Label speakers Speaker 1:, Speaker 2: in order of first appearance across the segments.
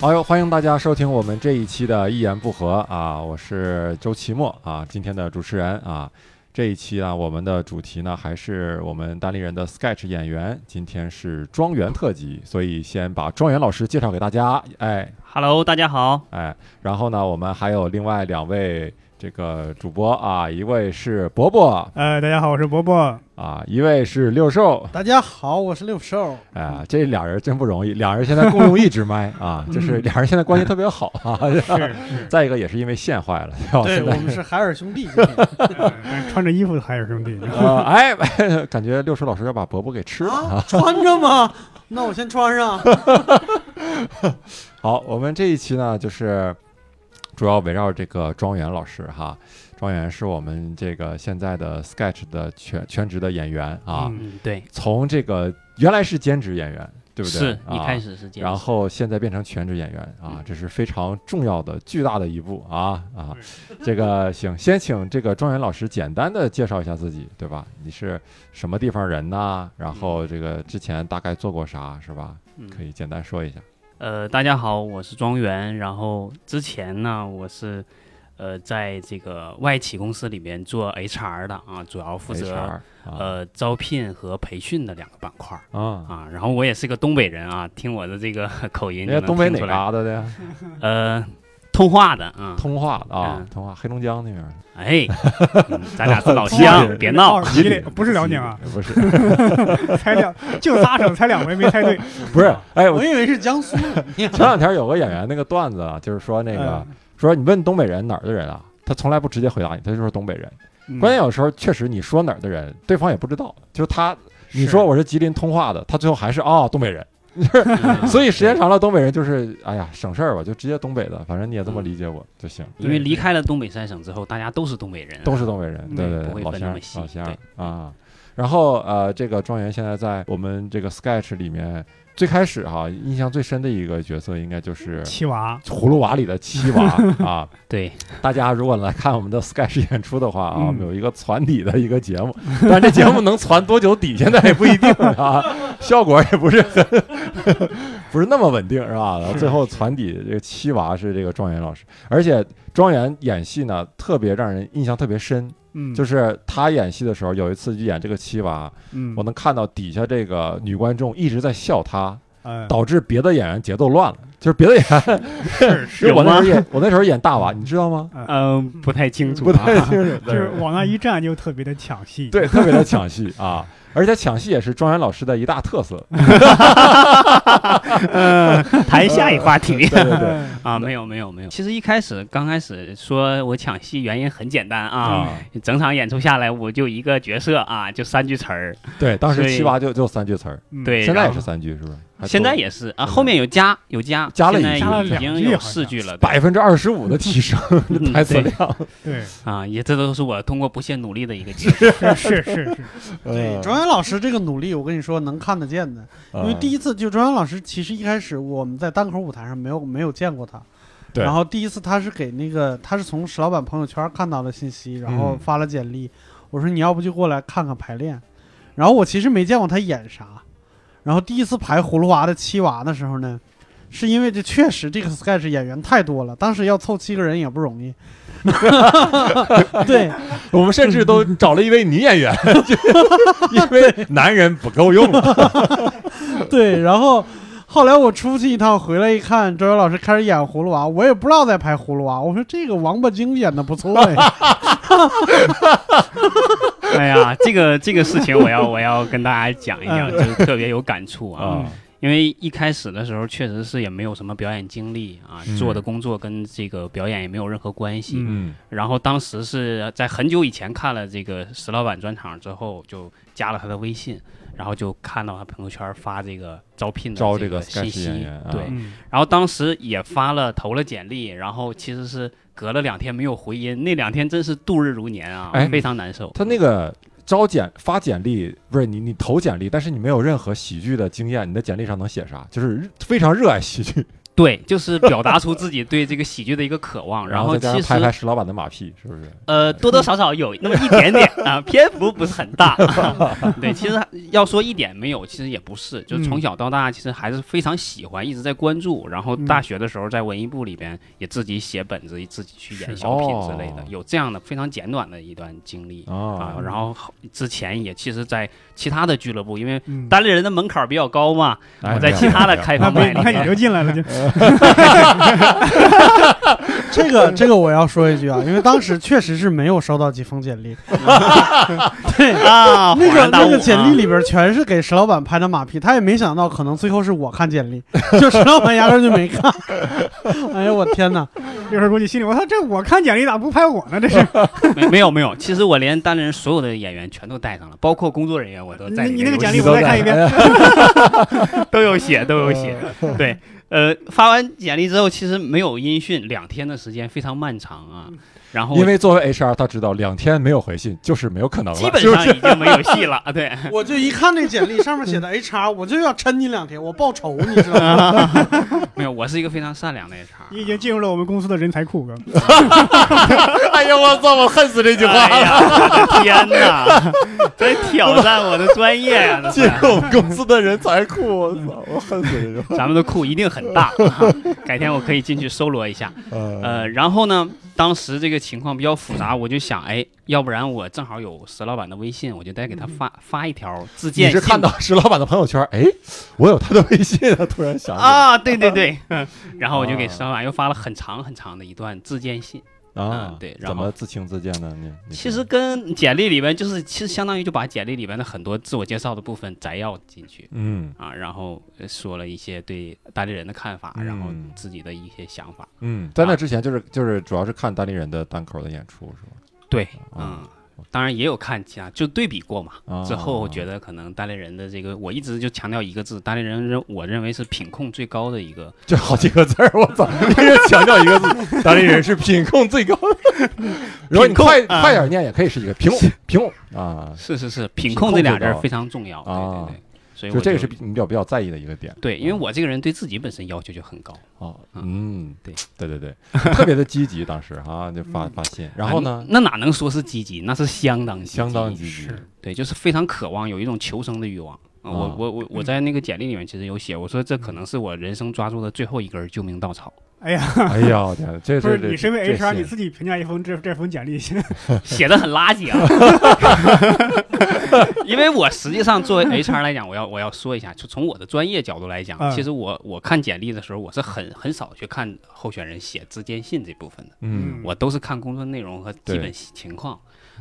Speaker 1: 好哟，哎欢迎大家收听我们这一期的《一言不合》啊，我是周奇墨啊，今天的主持人啊。这一期啊，我们的主题呢还是我们单立人的 sketch 演员，今天是庄园特辑，所以先把庄园老师介绍给大家，哎
Speaker 2: Hello，大家好，
Speaker 1: 哎，然后呢，我们还有另外两位这个主播啊，一位是伯伯
Speaker 3: 呃，大家好，我是伯伯。
Speaker 1: 啊，一位是六兽，
Speaker 4: 大家好，我是六兽。
Speaker 1: 哎呀，这俩人真不容易，俩人现在共用一支麦啊，就是俩人现在关系特别好啊。
Speaker 2: 是
Speaker 1: 再一个也是因为线坏了，对吧？
Speaker 4: 对
Speaker 1: 现
Speaker 4: 我
Speaker 1: 在
Speaker 4: 们是海尔兄弟， 今天
Speaker 3: 呃穿着衣服的海 尔兄弟，
Speaker 1: 呃，哎，感觉六叔老师要把伯伯给吃了。
Speaker 4: 啊，穿着吗？那我先穿上。
Speaker 1: 好，我们这一期呢，就是主要围绕这个庄园老师哈。庄园是我们这个现在的 Sketch 的全全职的演员啊，
Speaker 3: 嗯
Speaker 2: 嗯，对，
Speaker 1: 从这个原来是兼职演员，对不对？啊
Speaker 2: 是一开
Speaker 1: 始。
Speaker 2: 始是这样
Speaker 1: 然
Speaker 2: 子，
Speaker 1: 后现在变成全职演员
Speaker 2: 嗯
Speaker 1: 啊，这是非常重要的、巨大的一步啊啊！这个行，先请这个庄园老师简单的介绍一下自己，对吧？你是什么地方人呐？然后这个之前大概做过啥，是吧？
Speaker 2: 嗯
Speaker 1: 可以简单说一下。
Speaker 2: 呃，大家好，我是庄园。然后之前呢，我是呃在这个外企公司里面做 HR 的啊，主要负责
Speaker 1: HR 啊
Speaker 2: 呃招聘和培训的两个板块儿
Speaker 1: 啊，
Speaker 2: 啊。然后我也是个东北人啊，听我的这个口音
Speaker 1: 人
Speaker 2: 就
Speaker 1: 家
Speaker 2: 能
Speaker 1: 哎东北
Speaker 2: 听
Speaker 1: 哪
Speaker 2: 出来
Speaker 1: 嘎达的呀？
Speaker 2: 呃，通化的啊，
Speaker 1: 通化的啊
Speaker 2: 嗯，
Speaker 1: 通化黑龙江 那边儿。
Speaker 2: 哎，嗯咱俩是老
Speaker 1: 通化
Speaker 2: 乡， 别闹
Speaker 3: 哦。吉林不是辽宁啊，，
Speaker 1: 不是
Speaker 3: 猜两就仨省猜两回没猜对，
Speaker 1: 不是。哎， 我
Speaker 4: 我以为是江苏呢。
Speaker 1: 前两天有个演员那个段子啊，就是说那个
Speaker 3: 嗯
Speaker 1: 说你问东北人哪儿的人啊，他从来不直接回答你，他就说东北人。
Speaker 3: 嗯
Speaker 1: 关键有时候确实你说哪儿的人，对方也不知道，就是他。你
Speaker 3: 是
Speaker 1: 说我是吉林通化的，他最后还是哦东北人，
Speaker 2: 嗯
Speaker 1: 所以时间长了东北人就是哎呀省事儿吧，就直接东北的，反正你也这么理解我就行，
Speaker 2: 因为离开了东北三省之后，大家都是东北人啊，
Speaker 1: 都是东北人，
Speaker 3: 嗯
Speaker 1: 对对
Speaker 2: 不
Speaker 1: 对，
Speaker 2: 会
Speaker 1: 老
Speaker 2: 分
Speaker 1: 乡
Speaker 2: 那
Speaker 1: 儿
Speaker 2: 么细
Speaker 1: 老乡儿
Speaker 2: 对
Speaker 1: 啊。然后呃，这个庄园现在在我们这个 Sketch 里面最开始哈、印象最深的一个角色应该就是
Speaker 3: 七娃，
Speaker 1: 葫芦娃里的七娃啊，
Speaker 2: 对，
Speaker 1: 大家如果来看我们的 Sketch 演出的话啊，
Speaker 3: 嗯
Speaker 1: 我们有一个攒底的一个节目，但这节目能攒多久底，现在也不一定啊， 效果也不是很 不是那么稳定，是吧？然后最后攒底这个七娃是这个庄园老师，而且庄园演戏呢，特别让人印象特别深，
Speaker 3: 嗯，
Speaker 1: 就是是他演戏的时候，有一次就演这个七娃，
Speaker 3: 嗯，
Speaker 1: 我能看到底下这个女观众一直在笑他，
Speaker 3: 呃
Speaker 1: 导致别的演员节奏乱了，就是别的演员，
Speaker 3: 是
Speaker 1: 因为
Speaker 3: 是，
Speaker 1: 我那时候演我那时候演大娃，你知道吗？
Speaker 2: 嗯，不太清楚，
Speaker 1: 不太清楚，
Speaker 3: 就是往那一站就特别的抢戏，
Speaker 1: 对，特别的抢戏啊，而且抢戏也是庄园老师的一大特色。
Speaker 2: 嗯，谈下一 话题
Speaker 1: 对对 对，
Speaker 3: 呃，
Speaker 2: 啊，没有没有没有。其实一开始刚开始说我抢戏原因很简单啊，
Speaker 1: 啊，
Speaker 2: 整场演出下来我就一个角色啊，就三句词儿。
Speaker 1: 对，当时
Speaker 2: 所以
Speaker 1: 七八就就三句词儿，
Speaker 3: 嗯
Speaker 2: 对
Speaker 1: 现在
Speaker 2: 然
Speaker 1: 也是
Speaker 2: 后
Speaker 1: 三句，是不是？还
Speaker 2: 现在
Speaker 1: 多
Speaker 2: 也是啊，
Speaker 1: 现在
Speaker 2: 后面有加有加，
Speaker 1: 加了一
Speaker 2: 现在
Speaker 1: 句
Speaker 3: 加了
Speaker 2: 已
Speaker 3: 两
Speaker 2: 经
Speaker 3: 句
Speaker 2: 有
Speaker 3: 好
Speaker 2: 四
Speaker 3: 像
Speaker 2: 句了，对
Speaker 1: 百分之二十五的提升
Speaker 2: 嗯
Speaker 1: 台词
Speaker 2: 对
Speaker 1: 量，
Speaker 3: 对，
Speaker 2: 啊，也这都是我通过不懈努力的一个 结果。
Speaker 3: 是是是是，
Speaker 1: 呃
Speaker 4: 对，庄园老师这个努力，我跟你说能看得见的。因为第
Speaker 1: 一
Speaker 4: 一次就庄园老师，其实一开始我们在单口舞台上没有没有见过他。
Speaker 1: 对
Speaker 4: 然后第一次他是给那个他是从石老板朋友圈看到的信息，然后
Speaker 1: 嗯
Speaker 4: 发了简历。我说你要不就过来看看排练。然后我其实没见过他演啥。然后第一次排葫芦娃的七娃的时候呢，是因为这确实这个 sketch 演员太多了，当时要凑七个人也不 容易。 对，
Speaker 1: 我们甚至都找了一位女演 员， 就因为男人不够用了。
Speaker 4: 对，然后后来我出去一趟，回来一看，周游老师开始演葫芦娃，我也不知道在拍葫芦娃。我说这个王八精演的不错 呀，
Speaker 2: 哎呀，这个这个事情我要我要跟大家讲一讲，
Speaker 3: 嗯
Speaker 2: 就是特别有感触啊，
Speaker 1: 啊
Speaker 2: 因为一开始的时候确实是也没有什么表演经历啊，
Speaker 1: 是
Speaker 2: 做的工作跟这个表演也没有任何关系。
Speaker 1: 嗯，
Speaker 2: 然后当时是在很久以前看了这个石老板专场之后，就加了他的微信，然后就看到他朋友圈发这个招聘的
Speaker 1: 招这
Speaker 2: 个
Speaker 1: 个
Speaker 2: 信
Speaker 1: sketch
Speaker 2: 息，
Speaker 1: 演员啊
Speaker 2: 对。
Speaker 3: 嗯
Speaker 2: 然后当时也发了投了简历，然后其实是隔了两天没有回音，那两天真是度日如年啊，
Speaker 1: 哎
Speaker 2: 非常难受。
Speaker 1: 他那个招简发简历不是你你投简历，但是你没有任何喜剧的经验，你的简历上能写啥？就是非常热爱喜剧，
Speaker 2: 对，就是表达出自己对这个喜剧的一个渴 望。然
Speaker 1: 后再加上
Speaker 2: 其实
Speaker 1: 拍拍石老板的马屁，是不是？
Speaker 2: 呃，多多少少有那么一点点啊，篇幅不是很大。对，其实要说一点没有，其实也不是，就是从
Speaker 4: 嗯
Speaker 2: 小到大，其实还是非常喜欢，一直在关注。然后
Speaker 4: 嗯
Speaker 2: 大学的时候在文艺部里边也自己写本子，自己去演
Speaker 1: 是
Speaker 2: 小品之类的
Speaker 1: 哦，
Speaker 2: 有这样的非常简短的一段经历。啊
Speaker 1: 啊，，
Speaker 2: 然后之前也其实，在其他的俱乐部，因为
Speaker 3: 嗯，
Speaker 2: 单立人的门槛比较高嘛，
Speaker 1: 哎
Speaker 2: 我在
Speaker 1: 没有
Speaker 2: 其他的
Speaker 1: 没有
Speaker 2: 开
Speaker 3: 那
Speaker 2: 放
Speaker 3: 不，
Speaker 2: 麦
Speaker 3: 你
Speaker 2: 里
Speaker 3: 看你
Speaker 2: 面，
Speaker 3: 就进来了，就
Speaker 4: 这个这个我要说一句啊，因为当时确实是没有收到几封 简历，对。
Speaker 2: 啊，
Speaker 4: 那
Speaker 2: 恍
Speaker 4: 个
Speaker 2: 然大
Speaker 4: 那
Speaker 2: 悟
Speaker 4: 个简
Speaker 2: 啊
Speaker 4: 历里边全是给石老板拍的马屁，他也没想到，可能最后是我看简 历，就石老板压根儿就没看。哎呀，我天 哪！
Speaker 3: 六神估计心里，我操，这我看简历咋不拍我呢？这是
Speaker 2: 没没有没有，其实我连单人所有的演员全都带上了，包括工作人员我都在
Speaker 3: 你
Speaker 2: 里面
Speaker 3: 你那个
Speaker 2: 有
Speaker 3: 简
Speaker 2: 写
Speaker 3: 历我再看一遍，
Speaker 2: 都有写都有写。
Speaker 1: 嗯
Speaker 2: 对，呃，发完简历之后，其实没有音讯，两天的时间非常漫长啊。
Speaker 3: 嗯
Speaker 2: 然后
Speaker 1: 因为作为 HR，他知道两天没有回信就是没有可能了，
Speaker 2: 基本
Speaker 1: 就是
Speaker 2: 上已经没有戏了，对，
Speaker 4: 我就一看这简历上面写的 HR，我就要抻你两天，我报仇，你知道吗？
Speaker 2: 没有，我是一个非常善良的 HR。
Speaker 3: 你已经进入了我们公司的人才库，哥。
Speaker 1: 哎呀，我操！我恨死这句 话
Speaker 2: 哎
Speaker 1: 了。
Speaker 2: 呀，我的天哪，在挑战我的专业啊呀、这
Speaker 1: 进
Speaker 2: 是
Speaker 1: 入我们公司的人才库，我操！我恨死这句话。
Speaker 2: 咱们的库一定很大、啊，改天我可以进去搜罗一下。
Speaker 1: 呃，
Speaker 2: 呃，然后呢，当时这个情况比较复杂，我就想，哎，要不然我正好有石老板的微信，我就再给他发发一条自
Speaker 1: 嗯你
Speaker 2: 荐
Speaker 1: 是
Speaker 2: 信
Speaker 1: 看到石老板的朋友圈，哎，我有他的微信啊，突然想起来
Speaker 2: 啊，对对对， 嗯然后我就给石老板又发了很长很长的一段自荐信，
Speaker 1: 啊
Speaker 2: 嗯，对然后
Speaker 1: 怎么自轻自贱呢？你你
Speaker 2: 其实跟简历里边就是，其实相当于就把简历里边的很多自我介绍的部分摘要进去。
Speaker 1: 嗯
Speaker 2: 啊，然后呃说了一些对大连人的看法，然后
Speaker 1: 嗯
Speaker 2: 自己的一些想法。
Speaker 1: 嗯，在那
Speaker 2: 啊
Speaker 1: 之前就是就是主要是看单立人的单口的演出是吧？
Speaker 2: 对，
Speaker 1: 啊
Speaker 2: 嗯，当然也有看其他，就对比过嘛。
Speaker 1: 啊
Speaker 2: 之后我觉得可能大连人的这个，我一直就强调一个字，大连人认我认为是品控最高的一个。
Speaker 1: 这好几个字儿，我操！一人强调一个字，当地人是品控最高的。如果你快
Speaker 2: 啊
Speaker 1: 快点念，也可以是一个品控品控啊，
Speaker 2: 是是是，
Speaker 1: 品
Speaker 2: 品
Speaker 1: 控
Speaker 2: 控
Speaker 1: 最
Speaker 2: 这俩字
Speaker 1: 高
Speaker 2: 儿
Speaker 1: 啊
Speaker 2: 非常重要。
Speaker 1: 啊
Speaker 2: 对对对，所以
Speaker 1: 就
Speaker 2: 哎我
Speaker 1: 这个是比你比较比哦较在意的一个点
Speaker 2: 对，因为我这个人对自己本身要求就很高。
Speaker 1: 啊，
Speaker 2: 啊
Speaker 1: 嗯，
Speaker 2: 对
Speaker 1: 对对对， 特别的积极，当时啊就发
Speaker 3: 嗯
Speaker 1: 发信，然后呢
Speaker 2: 啊，那那哪能说是积极？那是相当积极
Speaker 1: 相当积极，
Speaker 3: 是
Speaker 2: 对，就是非常渴望有一种求生的欲望。啊
Speaker 1: 啊
Speaker 2: 我我我我在那个简历里面其实有写，我说这可能是我人生抓住的最后一根救命稻草。
Speaker 3: 哎呀，
Speaker 1: 哎呀，我天，这
Speaker 3: 不
Speaker 1: 这
Speaker 3: 是
Speaker 1: 这
Speaker 3: 你身为
Speaker 1: 这
Speaker 3: HR，
Speaker 1: 信
Speaker 3: 你自己评价一封这这封简历，
Speaker 2: 写的很垃 圾啊。因为我实际上作为 HR 来讲，我要我要说一下，就从我的专业角度来讲，
Speaker 3: 嗯
Speaker 2: 其实我我看简历的时候，我是很很少去看候选人写自荐信这部分的，
Speaker 1: 嗯
Speaker 3: 嗯
Speaker 2: 我都是看工作内容和基
Speaker 1: 对
Speaker 2: 本情况。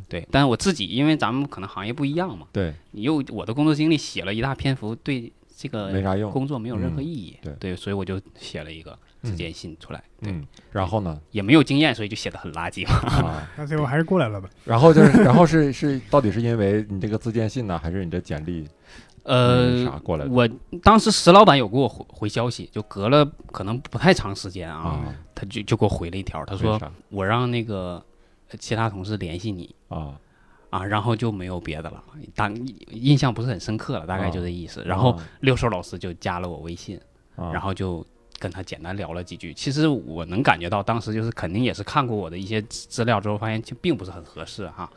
Speaker 2: 对，但是我自己因为咱们可能行业不一样嘛，
Speaker 1: 对
Speaker 2: 你又我的工作经历写了一大篇幅，对这
Speaker 1: 没
Speaker 2: 个
Speaker 1: 啥用，
Speaker 2: 工作没有任何意义。
Speaker 1: 嗯
Speaker 2: 对，所以我就写了一个自荐信出来，对，
Speaker 1: 嗯，然后呢
Speaker 2: 也没有经验，所以就写的很垃圾嘛。
Speaker 1: 啊。
Speaker 3: 那最后还是过来了吧？
Speaker 1: 然后就是，然后是 是，到底是因为你这个自荐信呢，还是你这简历嗯
Speaker 2: 呃，
Speaker 1: 啥过来的
Speaker 2: 我当时石老板有给我回回消息，就隔了可能不太长时间啊，
Speaker 1: 啊？
Speaker 2: 他就就给我回了一条，他
Speaker 1: 为
Speaker 2: 说
Speaker 1: 啥
Speaker 2: 我让那个呃其他同事联系你
Speaker 1: 啊，
Speaker 2: 啊，然后就没有别的了，当印象不是很深刻了，大概就这意思。然后六兽老师就加了我微信，
Speaker 1: 啊，
Speaker 2: 然
Speaker 1: 后
Speaker 2: 后就。跟他简单聊了几句，其实我能感觉到，当时就是肯定也是看过我的一些资资料之后，发现就并不是很合适哈、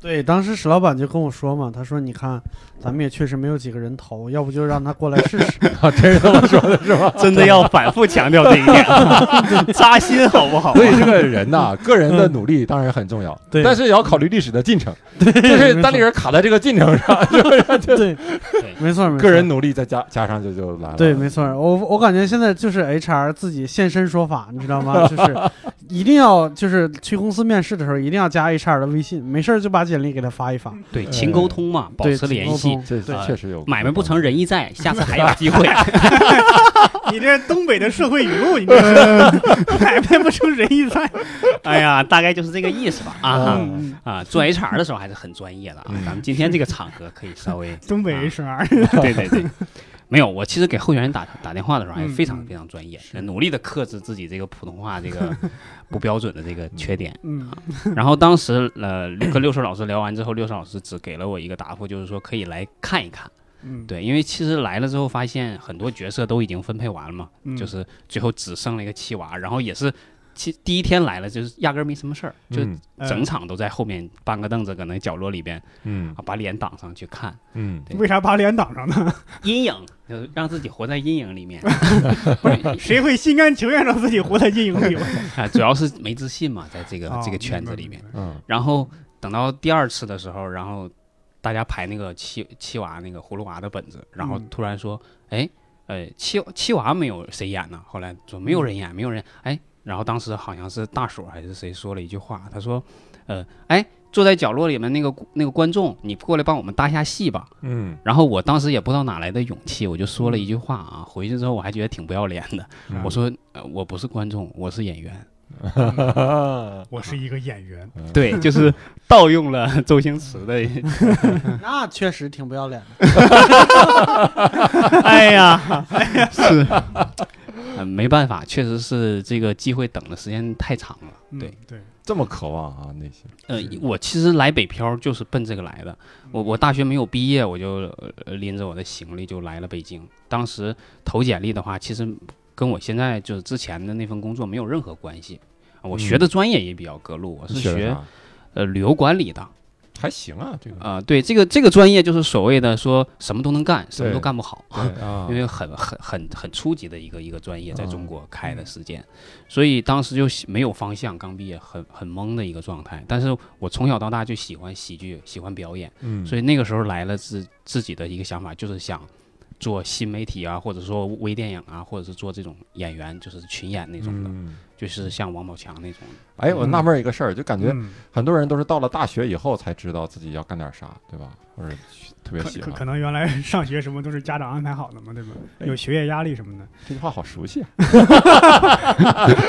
Speaker 4: 对，当时史老板就跟我说嘛，他说：“你看，咱们也确实没有几个人投，要不就让他过来 试试。
Speaker 1: 真啊是这么说的是吧？
Speaker 2: 真的要反复强调这一点， 扎心好不好啊
Speaker 1: 所以这个人呐、 个人的努力当然很重要，
Speaker 2: 嗯
Speaker 4: 对
Speaker 1: 但是也要考虑历史的进 程。就是单立人卡在这个进程上，”
Speaker 4: 对，没错，没错，
Speaker 1: 个人努力再加加上就就来了。
Speaker 4: 对，没错，我我感觉现在就是 HR 自己现身说法，你知道吗？ 就是一定要就是去公司面试的时候，一定要加 HR 的微信，没事儿就把简历给他发一发，
Speaker 2: 对，
Speaker 1: 呃
Speaker 2: 勤沟通嘛，保
Speaker 4: 对
Speaker 2: 持
Speaker 4: 勤
Speaker 2: 联
Speaker 4: 沟
Speaker 2: 系啊
Speaker 4: 通。
Speaker 1: 这这
Speaker 2: 对
Speaker 1: 确实有
Speaker 2: 买卖不成仁义在，下次还有机会。
Speaker 3: 你这东北的社会语录，你这是改变不成仁义在。
Speaker 2: 哎呀，大概就是这个意思吧。
Speaker 1: 嗯
Speaker 2: 啊
Speaker 3: 嗯
Speaker 2: 啊，做 HR 的时候还是很专业的啊
Speaker 1: 嗯。
Speaker 2: 咱们今天这个场合可以稍微，
Speaker 3: 东北
Speaker 2: 啊
Speaker 3: HR，
Speaker 2: 对对对，没有。我其实给候选人打打电话的时候还
Speaker 3: 嗯
Speaker 2: 非常
Speaker 3: 嗯
Speaker 2: 非常专业，努力的克制自己这个普通话这个不标准的这个缺点。
Speaker 3: 嗯，
Speaker 2: 然后当时呃跟六叔老师聊完之后，六叔老师只给了我一个答复，就是说可以来看一看。
Speaker 3: 嗯，
Speaker 2: 对，因为其实来了之后发现很多角色都已经分配完了嘛，
Speaker 3: 嗯，
Speaker 2: 就是最后只剩了一个七娃，然后也是其第一天来了就是压根儿没什么事儿，就
Speaker 1: 嗯
Speaker 2: 整场都在后面搬个凳子搁那角落里边
Speaker 1: 嗯
Speaker 2: 啊，把脸挡上去看
Speaker 1: 嗯
Speaker 2: 对
Speaker 3: 为啥把脸挡上呢？
Speaker 2: 阴影，就是让自己活在阴影里面嗯
Speaker 3: 谁会心甘情愿让自己活在 阴影里？
Speaker 2: 啊，主要是没自信嘛，在这个、
Speaker 3: 啊
Speaker 2: 这个圈子里面。，
Speaker 1: 嗯
Speaker 2: 然后等到第二次的时候，然后大家排那个七七娃那个葫芦娃的本子，然后
Speaker 3: 嗯
Speaker 2: 突然说，哎、呃，七七娃没有谁演呢？后来说没有人演，没有人，哎，然后当时好像是大锁还是谁说了一句话，他说，呃，哎，坐在角落里面那个那个观众，你过来帮我们搭一下戏吧。
Speaker 1: 嗯
Speaker 2: 然后我当时也不知道哪来的勇气，我就说了一句话啊，回去之后我还觉得挺不要脸的，
Speaker 1: 嗯
Speaker 2: 我说、呃、我不是观众，我是演员。
Speaker 1: 嗯
Speaker 3: 我是一个演员，
Speaker 2: 对，就是盗用了周星驰的
Speaker 4: 那确实挺不要脸的。
Speaker 3: 哎呀，
Speaker 2: 是，呃，没办法，确实是这个机会等的时间太长了。对，
Speaker 3: 嗯对，
Speaker 1: 这么渴望啊内心，
Speaker 2: 呃，我其实来北漂就是奔这个来的。我我大学没有毕业，我就呃拎着我的行李就来了北京。当时投简历的话，其实跟我现在就是之前的那份工作没有任何关系。啊我学
Speaker 1: 嗯
Speaker 2: 的专业也比较隔路，我是
Speaker 1: 你学的
Speaker 2: 学
Speaker 1: 啥
Speaker 2: 呃旅游管理的
Speaker 1: 啊还行啊，这个
Speaker 2: 啊、对这个这个专业就是所谓的说什么都能干，什么都
Speaker 1: 对
Speaker 2: 干不好。
Speaker 1: 对啊
Speaker 2: 因为很很很很初级的一个一个专业，在中
Speaker 1: 嗯
Speaker 2: 国开的时间，所以当时就喜没有方向，刚毕业很很懵的一个状态。但是我从小到大就喜欢喜剧，喜欢表演，
Speaker 1: 嗯，
Speaker 2: 所以那个时候来了自自己的一个想法，就是想做新媒体啊，或者说微电影啊，或者是做这种演员，就是群演那种的，
Speaker 1: 嗯
Speaker 2: 就是像王宝强那种的。
Speaker 1: 哎，我
Speaker 3: 嗯
Speaker 1: 纳闷儿一个事儿，就感觉
Speaker 3: 嗯
Speaker 1: 很多人都是到了大学以后才知道自己要干点啥，对吧？或者特别
Speaker 3: 可
Speaker 1: 喜
Speaker 3: 可
Speaker 1: 欢
Speaker 3: 可，能原来上学什么都是家长安排好的嘛，对吧？
Speaker 2: 哎
Speaker 3: 有学业压力什么的，
Speaker 1: 这句话好熟悉啊。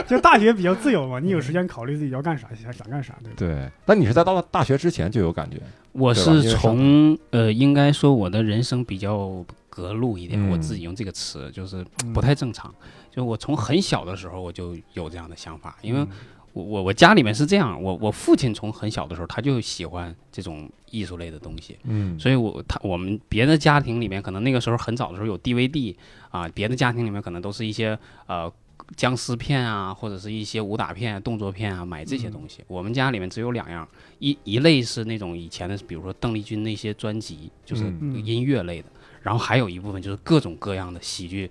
Speaker 3: 就大学比较自由嘛，你有时间考虑自己要干啥，想想干啥，对吧？
Speaker 1: 对，但你是在到了大学之前就有感觉，
Speaker 2: 我
Speaker 1: 对吧因
Speaker 2: 是
Speaker 1: 为上
Speaker 2: 从呃，应该说我的人生比较隔路一点，我
Speaker 1: 嗯
Speaker 2: 自己用这个词就是
Speaker 3: 嗯
Speaker 2: 不太正常。就我从很小的时候我就有这样的想法，因
Speaker 1: 嗯
Speaker 3: 嗯
Speaker 2: 为我我我家里面是这样，我我父亲从很小的时候他就喜欢这种艺术类的东西，
Speaker 1: 嗯
Speaker 2: 所以我他我们别的家庭里面可能那个时候很早的时候有 DVD 啊，别的家庭里面可能都是一些呃僵尸片啊，或者是一些武打片、啊、动作片啊，买这些东西。我们家里面只有两样，一一类是那种以前的，比如说邓丽君那些专辑，就是
Speaker 3: 嗯
Speaker 2: 音乐类的，然后还有一部分就是各种各样的喜剧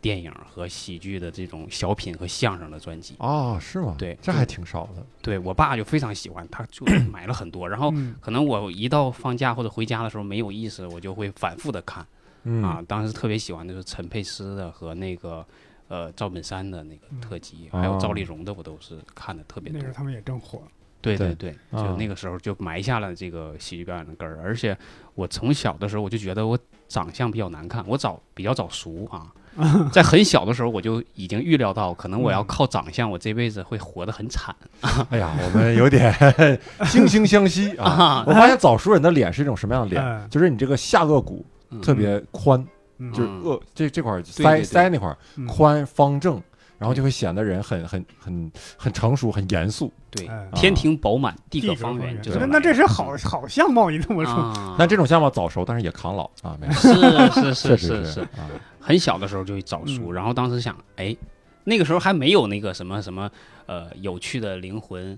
Speaker 2: 电影和喜剧的这种小品和相声的专辑。
Speaker 1: 哦，是吗？
Speaker 2: 对
Speaker 1: 这还挺少的。
Speaker 2: 对我爸就非常喜欢，他就买了很多，然后。
Speaker 3: 嗯
Speaker 2: 可能我一到放假或者回家的时候没有意识，我就会反复的看。
Speaker 1: 嗯
Speaker 2: 啊，当时特别喜欢的就是陈佩斯的和那个呃赵本山的那个特辑，
Speaker 1: 嗯
Speaker 2: 还有
Speaker 1: 哦
Speaker 2: 赵丽蓉的，我都是看的特别
Speaker 3: 那
Speaker 2: 多
Speaker 3: 时。候他们也正火，
Speaker 2: 对
Speaker 1: 对
Speaker 2: 对，
Speaker 1: 啊
Speaker 2: 就那个时候就埋下了这个喜剧表演的根儿。而且我从小的时候我就觉得我长相比较难看，我早比较早熟 啊。在很小的时候，我就已经预料到，可能
Speaker 3: 嗯
Speaker 2: 我要靠长相，我这辈子会活得很惨
Speaker 1: 哎呀，我们有点惺惺相惜 啊。
Speaker 2: 啊！
Speaker 1: 我发现早熟人的脸是一种什么样的脸？
Speaker 3: 嗯
Speaker 1: 就是你这个下颚骨
Speaker 2: 嗯
Speaker 1: 特别宽，
Speaker 3: 嗯
Speaker 1: 就是
Speaker 2: 嗯
Speaker 1: 颚这这块儿
Speaker 2: 对
Speaker 1: 腮
Speaker 2: 对
Speaker 1: 腮那块儿
Speaker 3: 嗯
Speaker 1: 宽方正，然后就会显得人很很很很成熟、很严肃。
Speaker 2: 对，
Speaker 3: 哎
Speaker 2: 天庭饱满，地
Speaker 3: 地
Speaker 2: 阁
Speaker 3: 格
Speaker 2: 方圆
Speaker 3: 圆，
Speaker 2: 就
Speaker 1: 对
Speaker 2: 么
Speaker 3: 那
Speaker 2: 来
Speaker 3: 那这
Speaker 2: 的
Speaker 3: 是好好相貌，你这么说，
Speaker 2: 啊
Speaker 1: 但这种相貌早熟，但是也抗老啊，没有
Speaker 2: 是是
Speaker 1: 确实嗯
Speaker 2: 是是是，
Speaker 1: 啊，
Speaker 2: 很小的时候就早熟，然后当时想，哎，那个时候还没有那个什么什么呃有趣的灵魂，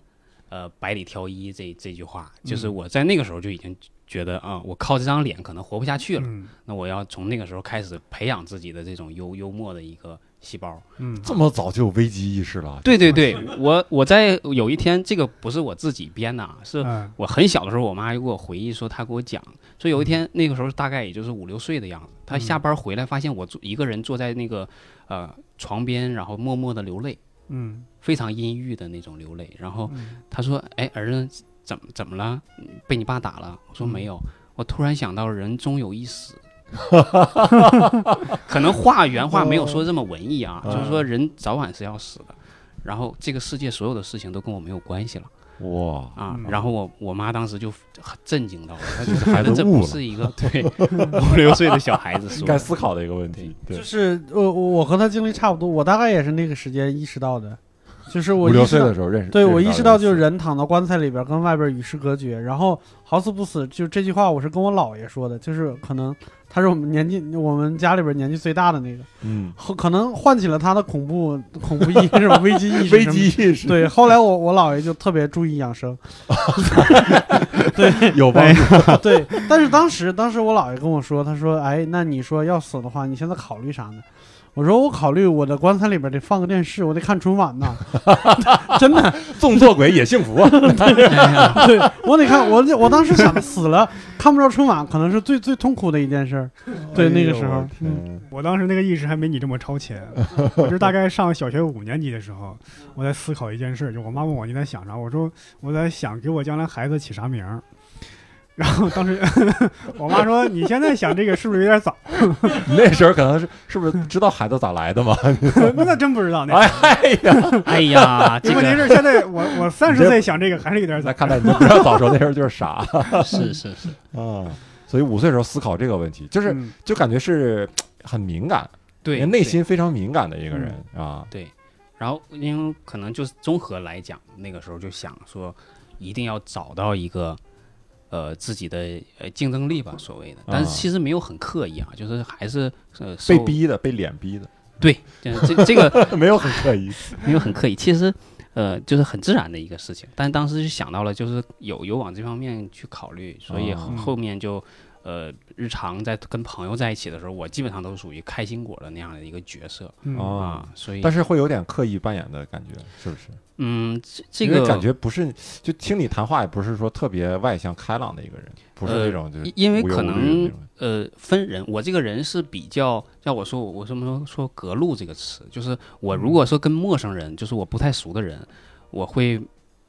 Speaker 2: 呃百里挑一这这句话，就是我在那个时候就已经觉得啊、我靠这张脸可能活不下去了，
Speaker 3: 嗯
Speaker 2: 那我要从那个时候开始培养自己的这种幽幽默的一个 细胞。
Speaker 3: 嗯
Speaker 1: 这么早就有危机意识了。
Speaker 2: 对对对，我我在有一天，这个不是我自己编的啊，是
Speaker 3: 嗯
Speaker 2: 我很小的时候，我妈就给我回忆说，她给我讲，说有一天那个时候大概也就是五六岁的样子，她下班回来发现我坐一个人坐在那个呃床边，然后默默的流泪，
Speaker 3: 嗯
Speaker 2: 非常阴郁的那种流泪。然后
Speaker 3: 嗯
Speaker 2: 她说：“哎，儿子，怎么怎么了？嗯被你爸打了？”我说：“
Speaker 3: 嗯
Speaker 2: 没有。”我突然想到，人终有一死。可能话原话没有说这么文艺啊，就是说人早晚是要死的，然后这个世界所有的事情都跟我没有关系了。
Speaker 1: 哇，
Speaker 2: 啊
Speaker 3: 嗯，
Speaker 2: 然后我我妈当时就很震惊到了，她
Speaker 1: 这
Speaker 2: 觉
Speaker 1: 孩
Speaker 2: 得
Speaker 1: 子
Speaker 2: 这
Speaker 1: 悟
Speaker 2: 不
Speaker 1: 了
Speaker 2: 是一个对五六岁的小孩 子
Speaker 1: 应
Speaker 2: 说
Speaker 1: 该
Speaker 2: 的，
Speaker 1: 思考的一个问题。对
Speaker 4: 呃就，是我我我和他经历差不多，我大概也是那个时间意识到的，就是
Speaker 1: 五
Speaker 4: 我
Speaker 1: 六
Speaker 4: 意识
Speaker 1: 岁
Speaker 4: 到
Speaker 1: 的，时候认识，
Speaker 4: 对我
Speaker 1: 认
Speaker 4: 意
Speaker 1: 识
Speaker 4: 识
Speaker 1: 到
Speaker 4: 到
Speaker 1: 这
Speaker 4: 就
Speaker 1: 个
Speaker 4: 是
Speaker 1: 词
Speaker 4: 人躺到棺材里边跟外边与世隔绝，然后好死不死，就这句话我是跟我姥爷说的，就是可能他是我们年纪我们家里边年纪最大的那个，
Speaker 1: 嗯，
Speaker 4: 后可能唤起了他的恐怖恐怖意什么危机意识，
Speaker 1: 危机。意识
Speaker 4: 对，后来我我姥爷就特别注意养生，
Speaker 1: 有帮助，
Speaker 4: 对，但是当时当时我姥爷跟我说，他说：“哎，那你说要死的话，你现在考虑啥呢？”我说：“我考虑我的棺材里边得放个电视，我得看春晚呐， 真的，
Speaker 1: 纵作鬼也幸福啊！
Speaker 4: 对我得看。我我当时想，死了看不着春晚，可能是最最痛苦的一件事儿。对，那个时
Speaker 1: 哎呦
Speaker 4: 候
Speaker 1: 我，
Speaker 4: 嗯，
Speaker 1: 天
Speaker 3: 我当时那个意识还没你这么超前，我就大概上小学五年级的时候，我在思考一件事儿，就我妈问我你在想啥，我说我在想给我将来孩子起啥名儿。然后当时 我妈说：“你现在想这个是不是有点早
Speaker 1: 你那时候可能是是不是知道孩子咋来的吗？？”
Speaker 3: 那那真不知道那。
Speaker 1: 哎呀，
Speaker 2: 哎呀，啊这
Speaker 3: 问题
Speaker 2: 个
Speaker 3: 是现在我我三十岁想这个还是有点早
Speaker 1: 那。看来你就不要早说，那时候就是傻啊
Speaker 2: 是 是是，。
Speaker 1: 所以五岁时候思考这个问题，就是
Speaker 3: 嗯
Speaker 1: 就感觉是很敏感，
Speaker 2: 对
Speaker 1: 内
Speaker 2: 对
Speaker 1: 心非常敏感的一个人啊。
Speaker 2: 对，然后因为可能就是综合来讲，那个时候就想说，一定要找到一个呃自己的呃竞争力吧，所谓的，但是
Speaker 1: 啊
Speaker 2: 其实没有很刻意啊，就是还是呃
Speaker 1: 被
Speaker 2: 受
Speaker 1: 逼的，被脸逼的，
Speaker 2: 对，呃这这个
Speaker 1: 没有很刻意。
Speaker 2: 没有很刻意，其实。呃，就是很自然的一个事情，但当时就想到了，就是有有往这方面去考虑，所以
Speaker 1: 啊
Speaker 2: 后后面就，呃，日常在跟朋友在一起的时候，我基本上都是属于开心果的那样的一个角色
Speaker 3: 嗯
Speaker 1: 哦
Speaker 2: 啊，所以，
Speaker 1: 但
Speaker 2: 是，
Speaker 1: 是会有点刻意扮演的感觉，是不是？
Speaker 2: 嗯，这这
Speaker 1: 因为
Speaker 2: 个
Speaker 1: 感觉不是，就听你谈话也不是说特别外向开朗的一个人，不是
Speaker 2: 呃
Speaker 1: 那种就是
Speaker 2: 因因为
Speaker 1: 无忧
Speaker 2: 可
Speaker 1: 无虑的
Speaker 2: 能
Speaker 1: 那种
Speaker 2: 呃，分人，我这个人是比较，要我说，我我什么时候说“隔路”这个词，就是我如果说跟陌生人，就是我不太熟的人，我会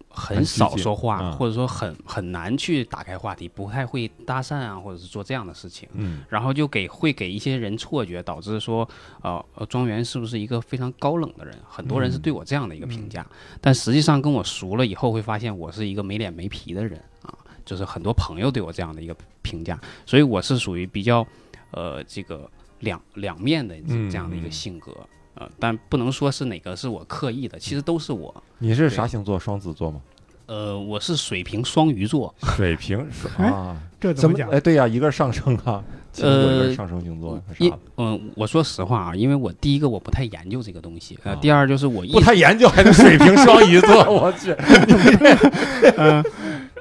Speaker 1: 很
Speaker 2: 很
Speaker 1: 拘
Speaker 2: 少
Speaker 1: 谨
Speaker 2: 说话，
Speaker 1: 嗯
Speaker 2: 或者说很很难去打开话题，不太会搭讪啊，或者是做这样的事情，
Speaker 1: 嗯
Speaker 2: 然后就给会给一些人错觉，导致说，呃，呃庄园是不是一个非常高冷的人？很多人是
Speaker 1: 嗯
Speaker 2: 对我这样的一个评价，但实际上跟我熟了以后，会发现我是一个没脸没皮的人啊，就是很多朋友对我这样的一个评价，所以我是属于比较，呃，这个两两面的
Speaker 1: 嗯
Speaker 2: 这这样的一
Speaker 1: 嗯
Speaker 2: 个性格。呃，但不能说是哪个是我刻意的，其实都是我。
Speaker 1: 你是啥星座？双子座吗？
Speaker 2: 呃，我是水瓶双鱼座，
Speaker 1: 水瓶是
Speaker 3: 哎
Speaker 1: 啊，
Speaker 3: 这
Speaker 1: 怎
Speaker 3: 怎么讲？
Speaker 1: 哎，对呀，一个是上升啊，秦国一个是
Speaker 2: 呃
Speaker 1: 上升星座，是
Speaker 2: 因
Speaker 1: 啥的
Speaker 2: 嗯、我说实话啊，因为我第一个我不太研究这个东西，呃，
Speaker 1: 啊
Speaker 2: 第二就是我一
Speaker 1: 不太研究，还能水瓶双鱼 座，我去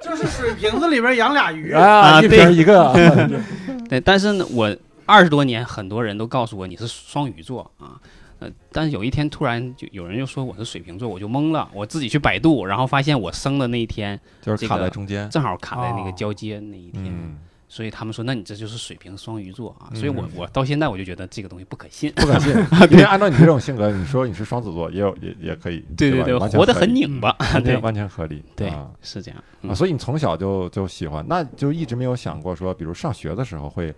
Speaker 4: 就是水瓶子里边养俩鱼
Speaker 1: 啊，
Speaker 2: 啊
Speaker 1: 一
Speaker 2: 对
Speaker 1: 瓶一 个啊，
Speaker 2: 对，但是呢，我二十多年，很多人都告诉我你是双鱼座啊，呃，但是有一天突然就有人就说我是水瓶座，我就懵了，我自己去百度，然后发现我生的那一天
Speaker 1: 就是
Speaker 2: 这
Speaker 1: 卡在
Speaker 2: 个
Speaker 1: 中间。
Speaker 2: 正好卡在那个
Speaker 3: 哦
Speaker 2: 交接那一天，
Speaker 1: 嗯，
Speaker 2: 所以他们说那你这就是水瓶双鱼座啊，所以
Speaker 1: 嗯
Speaker 2: 我我到现在我就觉得这个东西不可信，
Speaker 1: 不可 信，因为按照你这种性格，你说你是双子座，也有也也可以，
Speaker 2: 对
Speaker 1: 吧
Speaker 2: 对，
Speaker 1: 完全
Speaker 2: 活得
Speaker 1: 合
Speaker 2: 很
Speaker 1: 理
Speaker 2: 拧巴，
Speaker 1: 完全
Speaker 2: 对
Speaker 1: 完全合理，
Speaker 2: 对
Speaker 1: 啊，
Speaker 2: 是这样，
Speaker 1: 啊，
Speaker 2: 嗯、
Speaker 1: 所以你从小就就喜欢，那就一直没有想过说，比如上学的时候会，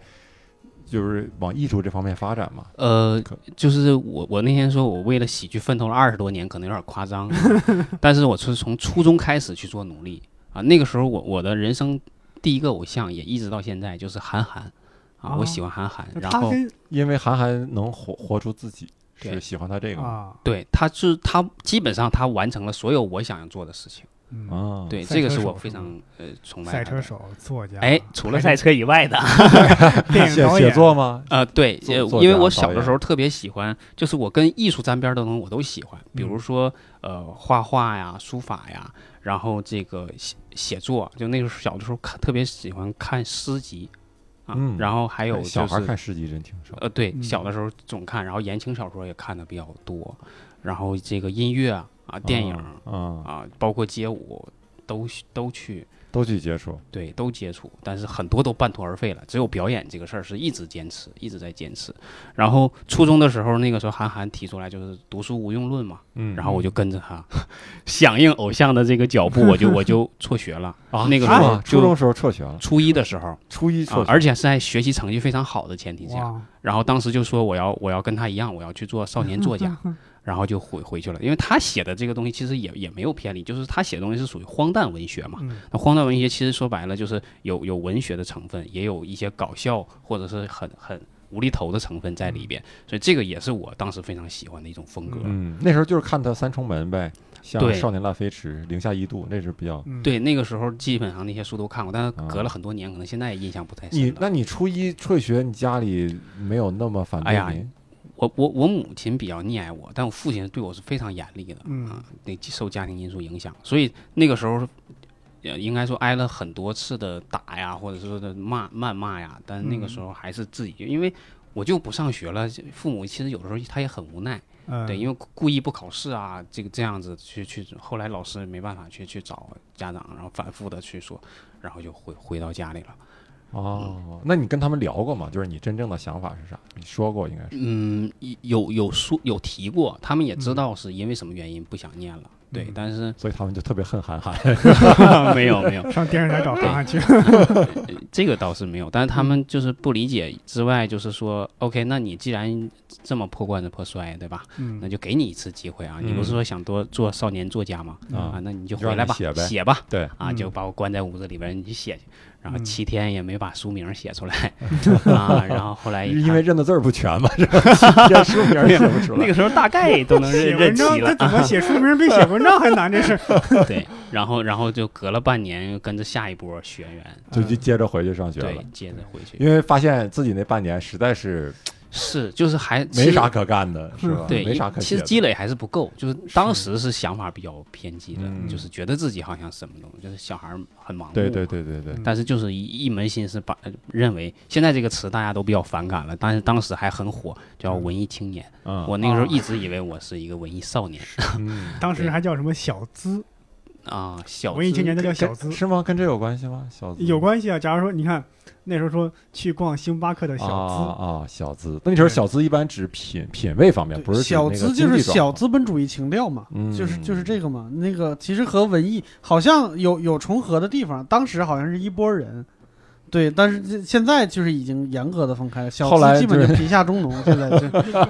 Speaker 1: 就是往艺术这方面发展嘛？
Speaker 2: 呃
Speaker 1: 可，
Speaker 2: 就是我我那天说我为了喜剧奋斗了二十多年，可能有点夸张，啊 但是我是从初中开始去做努力啊。那个时候我我的人生第一个偶像也一直到现在就是韩寒啊，
Speaker 3: 哦
Speaker 2: 我喜欢韩寒，然
Speaker 3: 他
Speaker 2: 后
Speaker 3: 跟
Speaker 1: 因为韩寒能活活出自己，是
Speaker 2: 对
Speaker 1: 喜欢他这个嘛
Speaker 3: 啊，
Speaker 2: 对他是他基本上他完成了所有我想要做的事情，
Speaker 3: 嗯，
Speaker 1: 啊，
Speaker 2: 对
Speaker 3: 赛
Speaker 2: 这个
Speaker 3: 车
Speaker 2: 是
Speaker 3: 手
Speaker 2: 我
Speaker 3: 是
Speaker 2: 非
Speaker 3: 吗
Speaker 2: 常呃崇拜
Speaker 3: 赛
Speaker 2: 他
Speaker 3: 车
Speaker 2: 的。
Speaker 3: 手、作家，
Speaker 2: 哎，除了
Speaker 3: 还
Speaker 2: 赛
Speaker 3: 是
Speaker 2: 车以外的，
Speaker 3: 电影
Speaker 1: 写
Speaker 3: 导
Speaker 1: 写
Speaker 3: 演
Speaker 1: 作吗？
Speaker 2: 呃，对，
Speaker 1: 作
Speaker 2: 呃
Speaker 1: 作
Speaker 2: 因为
Speaker 1: 家
Speaker 2: 我
Speaker 1: 导
Speaker 2: 小的
Speaker 1: 演
Speaker 2: 时候特别喜欢，就是我跟艺术沾边儿的东西我都喜欢，比
Speaker 1: 嗯
Speaker 2: 如说呃画画呀、书法呀，然后这个写写作，就那时候小的时候看特别喜欢看诗集啊，
Speaker 1: 嗯
Speaker 2: 然后还有
Speaker 1: 哎
Speaker 2: 就
Speaker 1: 小孩
Speaker 2: 是
Speaker 1: 看诗集真挺少，
Speaker 2: 呃对，
Speaker 3: 嗯
Speaker 2: 小的时候总看，然后言情小说也看的比较多，然后这个音乐啊、啊电影
Speaker 1: 啊啊
Speaker 2: 啊，包括街舞都都去。
Speaker 1: 都去接触，
Speaker 2: 对，都接触，但是很多都半途而废了。只有表演这个事儿是一直坚持，一直在坚持。然后初中的时候，那个时候韩寒提出来就是“读书无用论”嘛，
Speaker 1: 嗯，
Speaker 2: 然后我就跟着他， 响应偶像的这个脚步，我就我就辍学了。
Speaker 1: 啊
Speaker 2: 那个
Speaker 1: 是
Speaker 2: 时候
Speaker 1: 吗初
Speaker 2: 就
Speaker 1: 中时候辍学了，
Speaker 2: 初一的时候，
Speaker 1: 初一辍
Speaker 2: 啊，
Speaker 1: 学，
Speaker 2: 而且是在学习成绩非常好的前提下，
Speaker 3: 哇，
Speaker 2: 然后当时就说我要我要跟他一样，我要去做少年作家， 然后就回回去了。因为他写的这个东西其实也也没有偏离，就是他写的东西是属于荒诞文学嘛。
Speaker 3: 嗯
Speaker 2: 那荒诞文学其实说白了就是有有文学的成分，也有一些搞笑或者是很很无厘头的成分在里边，所以这个也是我当时非常喜欢的一种风格。
Speaker 1: 嗯嗯，那时候就是看他《三重门》呗，像
Speaker 2: 对
Speaker 1: 《少年辣飞驰》《零下一度》，那是比较。
Speaker 3: 嗯，
Speaker 2: 对，那个时候基本上那些书都看过，但是隔了很多年，可能现在也印象不太
Speaker 1: 你
Speaker 2: 深了。
Speaker 1: 那你初一辍学，你家里没有那么反
Speaker 2: 哎
Speaker 1: 对
Speaker 2: 呀
Speaker 1: 你？
Speaker 2: 我我我母亲比较溺爱我，但我父亲对我是非常严厉的，
Speaker 3: 嗯
Speaker 2: 啊，那受家庭因素影响，所以那个时候，呃，应该说挨了很多次的打呀，或者是说的骂谩骂呀，但是那
Speaker 3: 嗯
Speaker 2: 个时候还是自己，因为我就不上学了，父母其实有的时候他也很无奈，
Speaker 3: 嗯，
Speaker 2: 对，因为故意不考试啊，这个这样子去去，后来老师没办法去去找家长，然后反复的去说，然后就回回到家里了。
Speaker 1: 哦，那你跟他们聊过吗？就是你真正的想法是啥？你说过应该是。
Speaker 2: 嗯，有有说有提过，他们也知道是因为什么原因不想念了，对，但是
Speaker 1: 所以他们就特别恨韩寒，
Speaker 2: 没有没有，
Speaker 3: 上电视台找答案去，
Speaker 2: 这个倒是没有，但是他们就是不理解之外，就是说，OK，那你既然这么破罐子破摔，对吧？
Speaker 3: 嗯
Speaker 2: 那就给你一次机会啊！你不是
Speaker 1: 嗯
Speaker 2: 说想多做少年作家吗？
Speaker 1: 啊
Speaker 2: 啊，那你就
Speaker 1: 就让
Speaker 2: 回来
Speaker 1: 你
Speaker 2: 吧，
Speaker 1: 写
Speaker 2: 写
Speaker 1: 呗
Speaker 2: 吧，
Speaker 1: 对
Speaker 2: 啊，
Speaker 3: 嗯
Speaker 2: 就把我关在屋子里边儿，你去写去。然后
Speaker 3: 嗯
Speaker 2: 七天也没把书名写出来啊，然后后来一
Speaker 1: 因为
Speaker 2: 看
Speaker 1: 认的字儿不全嘛，是吧？这书名儿也写不出
Speaker 2: 那
Speaker 1: 来。
Speaker 2: 个时候大概都能
Speaker 3: 写
Speaker 2: 认
Speaker 3: 文
Speaker 2: 认齐
Speaker 3: 章
Speaker 2: 了
Speaker 3: 他，怎么 写书名比写文章还难，这是。
Speaker 2: 对，然后然后就隔了半年又跟着下一波学员，
Speaker 1: 就就接着回去上学了
Speaker 2: 对，，接着回去
Speaker 1: 因为发现自己那半年实在是
Speaker 2: 是就是还
Speaker 1: 没啥
Speaker 2: 其实
Speaker 1: 可干的，是吧？
Speaker 2: 对，
Speaker 1: 没
Speaker 2: 因
Speaker 1: 啥可
Speaker 2: 其
Speaker 1: 写
Speaker 2: 实
Speaker 1: 的。
Speaker 2: 积累还是不够，就是当时是想法比较偏激的，
Speaker 1: 嗯
Speaker 2: 就是觉得自己好像什么东西，就是小孩儿很盲目，
Speaker 1: 对对对对对，
Speaker 2: 但是就是一一门心思把认为现在这个词大家都比较反感了，但是当时还很火，叫文艺青年。
Speaker 1: 嗯，
Speaker 2: 我那个时候一直以为我是一个文艺少年
Speaker 1: 嗯
Speaker 3: 当时还叫什么小资，
Speaker 2: 啊，小
Speaker 3: 文艺青年，那叫小资
Speaker 1: 跟，是吗？跟这有关系吗？小资
Speaker 3: 有关系啊。假如说你看那时候说去逛星巴克的小资，
Speaker 1: 啊啊，小资。那你说
Speaker 3: 对
Speaker 1: 小资一般指品品味方面，哎不是指
Speaker 4: 小
Speaker 1: 那个
Speaker 4: 资
Speaker 1: 经
Speaker 4: 就是
Speaker 1: 济状
Speaker 4: 小
Speaker 1: 况，
Speaker 4: 资本主义情调嘛，
Speaker 1: 嗯
Speaker 4: 就是就是这个嘛。那个其实和文艺好像有有重合的地方，当时好像是一拨人。对，但是这现在就是已经严格的分开了，小
Speaker 1: 后来
Speaker 4: 资基
Speaker 1: 就
Speaker 4: 本
Speaker 1: 是
Speaker 4: 就贫下中农，现在 就
Speaker 1: 是吧？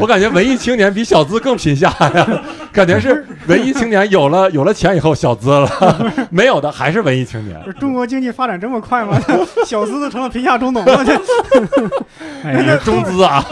Speaker 1: 我感觉文艺青年比小资更贫下呀，感觉是文艺青年有了有了钱以后小资了， 没有的还是文艺青年
Speaker 3: 不。是中国经济发展这么快吗？ 小资都成了贫下中农了，这
Speaker 1: 哎，你是中资啊，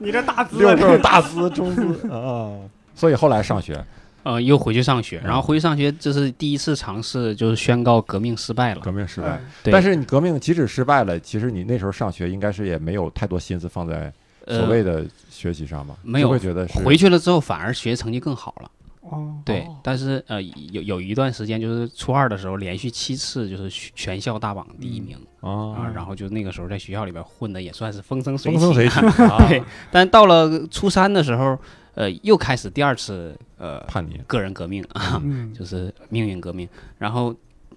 Speaker 3: 你这大 资
Speaker 1: 六
Speaker 3: 啊，
Speaker 1: 兽大资中 资啊。所以后来上学，
Speaker 2: 呃，又回去上学，
Speaker 1: 嗯
Speaker 2: 然后回去上学，这是第一次尝试，就是宣告革命失败了。
Speaker 1: 革命失
Speaker 3: 哎
Speaker 1: 败，
Speaker 2: 对
Speaker 1: 但是你革命即使失败了，其实你那时候上学应该是也没有太多心思放在所谓
Speaker 2: 呃，
Speaker 1: 的学习上吧？
Speaker 2: 没有
Speaker 1: 就会觉得是
Speaker 2: 回去了之后反而学习成绩更好了。
Speaker 3: 哦，
Speaker 2: 对，但是呃，有有一段时间就是初二的时候，连续七次就是全全校大榜第一名、
Speaker 1: 啊
Speaker 2: 啊，然后就那个时候在学校里边混的也算是风生水
Speaker 1: 风生水起 啊，
Speaker 2: 对，但到了初三的时候，呃，又开始第二次呃
Speaker 1: 叛逆，
Speaker 2: 个人革命啊，
Speaker 3: 嗯，
Speaker 2: 就是命运革命。然后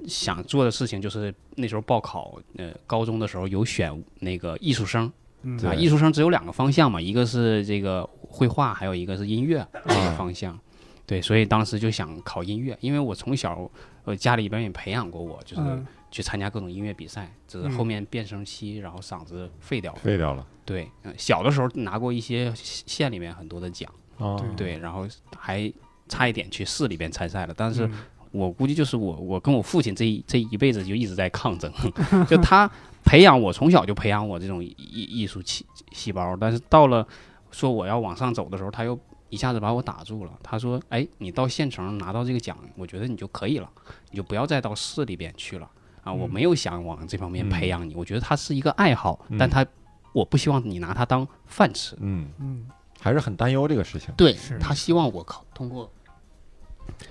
Speaker 2: 想做的事情就是那时候报考，呃，高中的时候有选那个艺术生
Speaker 3: 嗯
Speaker 1: 对
Speaker 2: 啊，艺术生只有两个方向嘛，一个是这个绘画，还有一个是音乐这个方向。对，所以当时就想考音乐，因为我从小呃家里边也培养过我，就是
Speaker 3: 嗯
Speaker 2: 去参加各种音乐比赛，只是后面变声期，然后嗓子废掉了。
Speaker 1: 废掉了
Speaker 2: 对，呃小的时候拿过一些县里面很多的奖，
Speaker 1: 啊
Speaker 3: 对
Speaker 2: 对，然后还差一点去市里边参赛了。但是
Speaker 3: 嗯
Speaker 2: 我估计就是我，我跟我父亲这一这一辈子就一直在抗争， 就他培养我，从小就培养我这种艺艺术细细胞。但是到了说我要往上走的时候，他又一下子把我打住了。他说：“哎，你到县城拿到这个奖，我觉得你就可以了，你就不要再到市里边去了啊！我
Speaker 3: 嗯
Speaker 2: 没有想往这方面
Speaker 1: 嗯
Speaker 2: 培养你，我觉得它是一个爱好，
Speaker 1: 嗯
Speaker 2: 但它我不希望你拿它当饭吃。
Speaker 1: 嗯，
Speaker 3: 嗯，
Speaker 1: 还是很担忧这个事情。
Speaker 2: 对
Speaker 3: 是
Speaker 2: 他希望我考通过，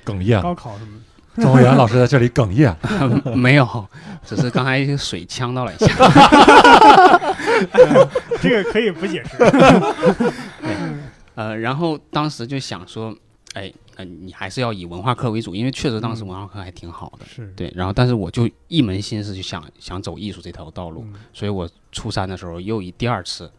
Speaker 1: 哽咽了，
Speaker 3: 高考什么的，
Speaker 1: 庄文元老师在这里哽咽了。
Speaker 2: 没有，只是刚才水呛到了一下。
Speaker 3: 这个可以不解释。
Speaker 2: 呃，然后当时就想说，哎，呃，你还是要以文化课为主，因为确实当时文化课还挺好的。
Speaker 3: 是，
Speaker 2: 对，然后但是我就一门心思就想想走艺术这条道路，
Speaker 3: 嗯
Speaker 2: 所以我初三的时候又一第二次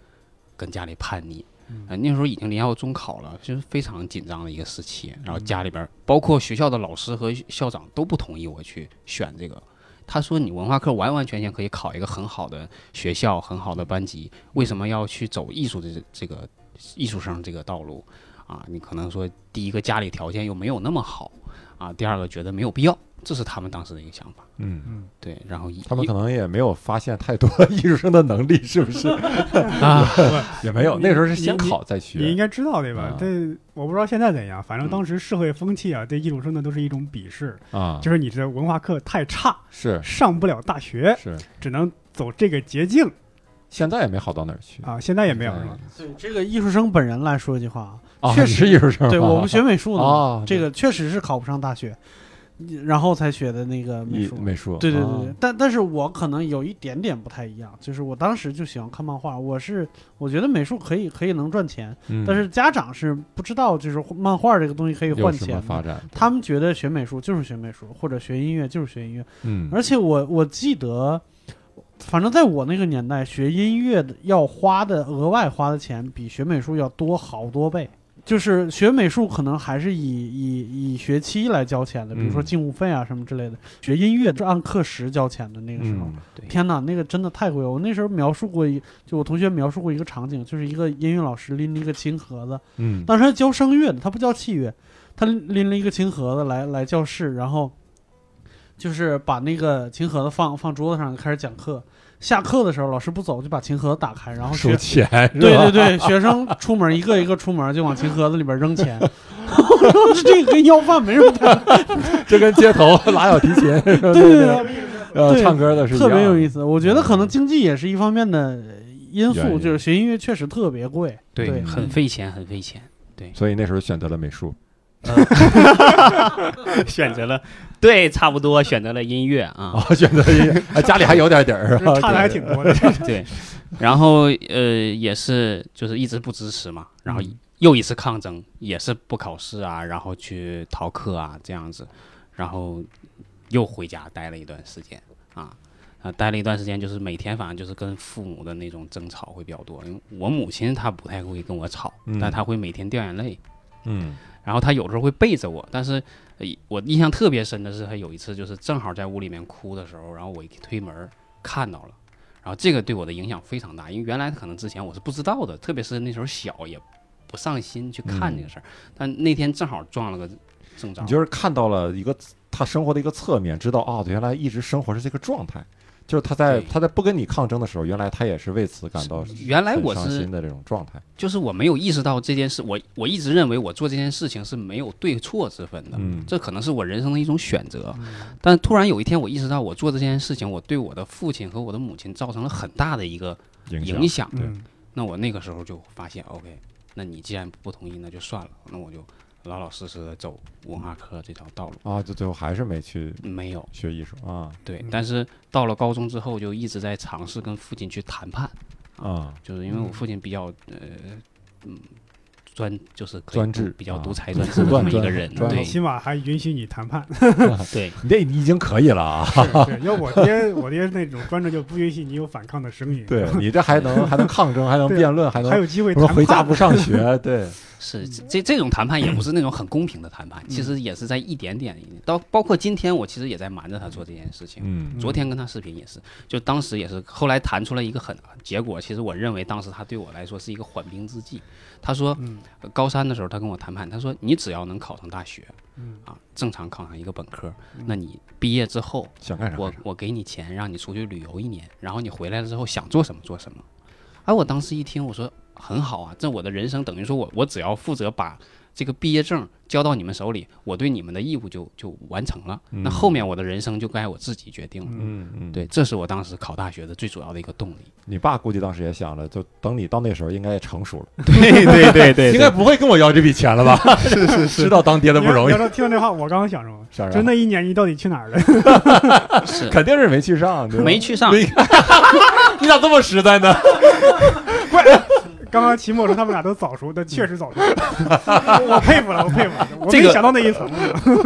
Speaker 2: 跟家里叛逆。
Speaker 3: 嗯
Speaker 2: 呃，那时候已经临要中考了，就是非常紧张的一个时期。然后家里边儿，包括学校的老师和校长都不同意我去选这个。他说：“你文化课完完全全可以考一个很好的学校、很好的班级，为什么要去走艺术这这个艺术生这个道路啊？你可能说第一个家里条件又没有那么好啊，第二个觉得没有必要这是他们当时的一个想法。
Speaker 1: 嗯，
Speaker 3: 嗯，
Speaker 2: 对，然后一
Speaker 1: 他们可能也没有发现太多艺术生的能力，是不是？
Speaker 2: 啊，
Speaker 1: 也没有，
Speaker 3: 你
Speaker 1: 那时候是先
Speaker 3: 你
Speaker 1: 考再学。
Speaker 3: 你应该知道对吧
Speaker 1: 啊？
Speaker 3: 这我不知道现在怎样，反正
Speaker 1: 嗯
Speaker 3: 当时社会风气啊，对艺术生的都是一种鄙视，
Speaker 1: 啊，
Speaker 3: 就是你这文化课太差，
Speaker 1: 是
Speaker 3: 上不了大学，
Speaker 1: 是，
Speaker 3: 只能走这个捷径
Speaker 1: 现在也没好到哪儿去。
Speaker 3: 啊。现在也没有
Speaker 1: 现
Speaker 3: 是
Speaker 1: 在
Speaker 3: 吧？
Speaker 4: 对这个艺术生本人来说一句话啊，
Speaker 1: 啊，
Speaker 4: 确
Speaker 1: 你是艺术生吗，
Speaker 4: 对我们学美术的嘛，
Speaker 1: 啊
Speaker 4: 这个确实是考不上大学，然后才学的那个美
Speaker 1: 艺
Speaker 4: 术。
Speaker 1: 美术，
Speaker 4: 对对对
Speaker 1: 啊
Speaker 4: 对，但但是我可能有一点点不太一样，就是我当时就喜欢看漫画，我是我觉得美术可以可以能赚钱，
Speaker 1: 嗯
Speaker 4: 但是家长是不知道就是漫画这个东西可以
Speaker 1: 有
Speaker 4: 换
Speaker 1: 什
Speaker 4: 钱
Speaker 1: 么
Speaker 4: 的，
Speaker 1: 发展？
Speaker 4: 他们觉得学美术就是学美术，或者学音乐就是学音乐，
Speaker 1: 嗯，
Speaker 4: 而且我我记得，反正在我那个年代，学音乐的要花的额外花的钱比学美术要多好多倍。就是学美术可能还是以以以学期来交钱的，比如说
Speaker 1: 嗯
Speaker 4: 进务费啊什么之类的。学音乐是按课时交钱的那个时候。
Speaker 1: 嗯
Speaker 4: 天哪，那个真的太贵了！我那时候描述过一，就我同学描述过一个场景，就是一个音乐老师拎着一个琴盒子，
Speaker 1: 嗯，
Speaker 4: 当时他教声乐的，他不教器乐，他拎了一个琴盒子来来教室，然后就是把那个琴盒子放放桌子上，开始讲课。下课的时候，老师不走，就把琴盒子打开，然后
Speaker 1: 数
Speaker 4: 学
Speaker 1: 钱是吧？
Speaker 4: 对对对，学生出门一个一个出门就往琴盒子里边 扔钱。我说这个跟要饭没什么太
Speaker 1: 这跟街头 拉小提 琴，对对
Speaker 4: 对
Speaker 1: 对，呃，
Speaker 4: 对
Speaker 1: 唱歌的是一
Speaker 4: 特别
Speaker 1: 样
Speaker 4: 有
Speaker 1: 的嗯
Speaker 4: 意思。我觉得可能经济也是一方面的因
Speaker 1: 原
Speaker 4: 素，
Speaker 1: 因
Speaker 4: 就是学音乐确实特别贵。
Speaker 2: 对，
Speaker 4: 对
Speaker 1: 嗯
Speaker 2: 很费钱，很费钱。
Speaker 1: 所以那时候选择了美术。
Speaker 2: 选择了，对，差不多选择了音乐啊，
Speaker 1: 啊，选择音乐，啊家里还有点底 儿，
Speaker 3: 就是差的还挺多的。
Speaker 2: 对。然后呃，也是就是一直不支持嘛，然后
Speaker 1: 嗯
Speaker 2: 又一次抗争，也是不考试啊，然后去逃课啊这样子，然后又回家待了一段时间啊。啊，待了一段时间，就是每天反正就是跟父母的那种争吵会比较多。因为我母亲她不太会跟我吵，
Speaker 1: 嗯
Speaker 2: 但她会每天掉眼泪，
Speaker 1: 嗯
Speaker 2: 然后他有时候会背着我，但是呃我印象特别深的是，他有一次就是正好在屋里面哭的时候，然后我一推门儿看到了，然后这个对我的影响非常大，因为原来可能之前我是不知道的，特别是那时候小也不上心去看这个事儿，但那天正好撞了个正着
Speaker 1: 你，就是看到了一个他生活的一个侧面，知道啊，原来一直生活是这个状态，就是他在
Speaker 2: 对
Speaker 1: 他在不跟你抗争的时候，原来他也是为此感到
Speaker 2: 原来
Speaker 1: 很
Speaker 2: 我
Speaker 1: 伤
Speaker 2: 是
Speaker 1: 心的这种状态。
Speaker 2: 就是我没有意识到这件事，我我一直认为我做这件事情是没有对错之分的，
Speaker 1: 嗯
Speaker 2: 这可能是我人生的一种选择。
Speaker 3: 嗯
Speaker 2: 但突然有一天，我意识到我做这件事情，我对我的父亲和我的母亲造成了很大的一个
Speaker 1: 影
Speaker 2: 影
Speaker 1: 响，
Speaker 2: 响。
Speaker 3: 嗯，
Speaker 2: 那我那个时候就发现，OK，那你既然不同意，那就算了，那我就老老实实的走文化课这条道路。
Speaker 1: 啊，就最后还是没去
Speaker 2: 没有
Speaker 1: 学艺术啊
Speaker 2: 对
Speaker 3: 嗯，
Speaker 2: 但是到了高中之后，就一直在尝试跟父亲去谈判，
Speaker 1: 啊，
Speaker 2: 就是因为我父亲比较呃嗯专，就是可以
Speaker 1: 专制
Speaker 2: 比较
Speaker 1: 啊
Speaker 2: 独裁专 制的
Speaker 1: 独断
Speaker 2: 这么一个
Speaker 1: 专
Speaker 2: 人，
Speaker 1: 专
Speaker 2: 对
Speaker 3: 起码还允许你谈 判。
Speaker 2: 对，
Speaker 1: 你这你已经可以了啊，
Speaker 3: 是，是要我爹，我爹那种专政就不允许你有反抗的声音。
Speaker 1: 对你这还能还能抗争，还能
Speaker 3: 对
Speaker 1: 辩论，还
Speaker 3: 还
Speaker 1: 能
Speaker 3: 有机会
Speaker 1: 说
Speaker 3: 谈
Speaker 1: 回家
Speaker 3: 判
Speaker 1: 不上学，对，
Speaker 2: 是这这这种谈判也不是那种很公平的谈判，
Speaker 1: 嗯
Speaker 2: 其实也是在一点点一点，到包括今天我其实也在瞒着他做这件事情。
Speaker 1: 嗯
Speaker 2: 昨天跟他视频也是，就当时也是，后来谈出了一个很结果。其实我认为当时他对我来说是一个缓兵之计。他 说，
Speaker 3: 嗯
Speaker 2: 呃高三的时候他跟我谈判，他说你只要能考上大学，
Speaker 3: 嗯
Speaker 2: 啊，正常考上一个本科，
Speaker 1: 嗯
Speaker 2: 那你毕业之后，
Speaker 1: 想干啥
Speaker 2: 我
Speaker 1: 干啥
Speaker 2: 我给你钱，让你出去旅游一年，然后你回来了之后想做什么做什么。哎，我当时一听，我说很好啊，这我的人生等于说我我只要负责把这个毕业证交到你们手里，我对你们的义务就就完成了。那
Speaker 1: 嗯
Speaker 2: 后面我的人生就该我自己决定了。
Speaker 1: 嗯嗯，
Speaker 2: 对，这是我当时考大学的最主要的一个动力。
Speaker 1: 你爸估计当时也想了，就等你到那时候应该也成熟 了，
Speaker 2: 对对对对
Speaker 1: 应该不会跟我要这笔钱了吧？ 是是是，知道当爹的
Speaker 3: 你
Speaker 1: 不
Speaker 3: 要
Speaker 1: 容易
Speaker 3: 要，说听到这话，我刚刚想 什么？
Speaker 1: 想啥
Speaker 3: 就那一年，你到底去哪儿了？
Speaker 2: 是
Speaker 1: 肯定是没去上，对吧
Speaker 2: 没去上，
Speaker 1: 没你咋这么实在呢？
Speaker 3: 刚刚期末说他们俩都早熟，但确实早 熟，我佩服了，我佩服了，我
Speaker 2: 这
Speaker 3: 没
Speaker 2: 个
Speaker 3: 想到那一层。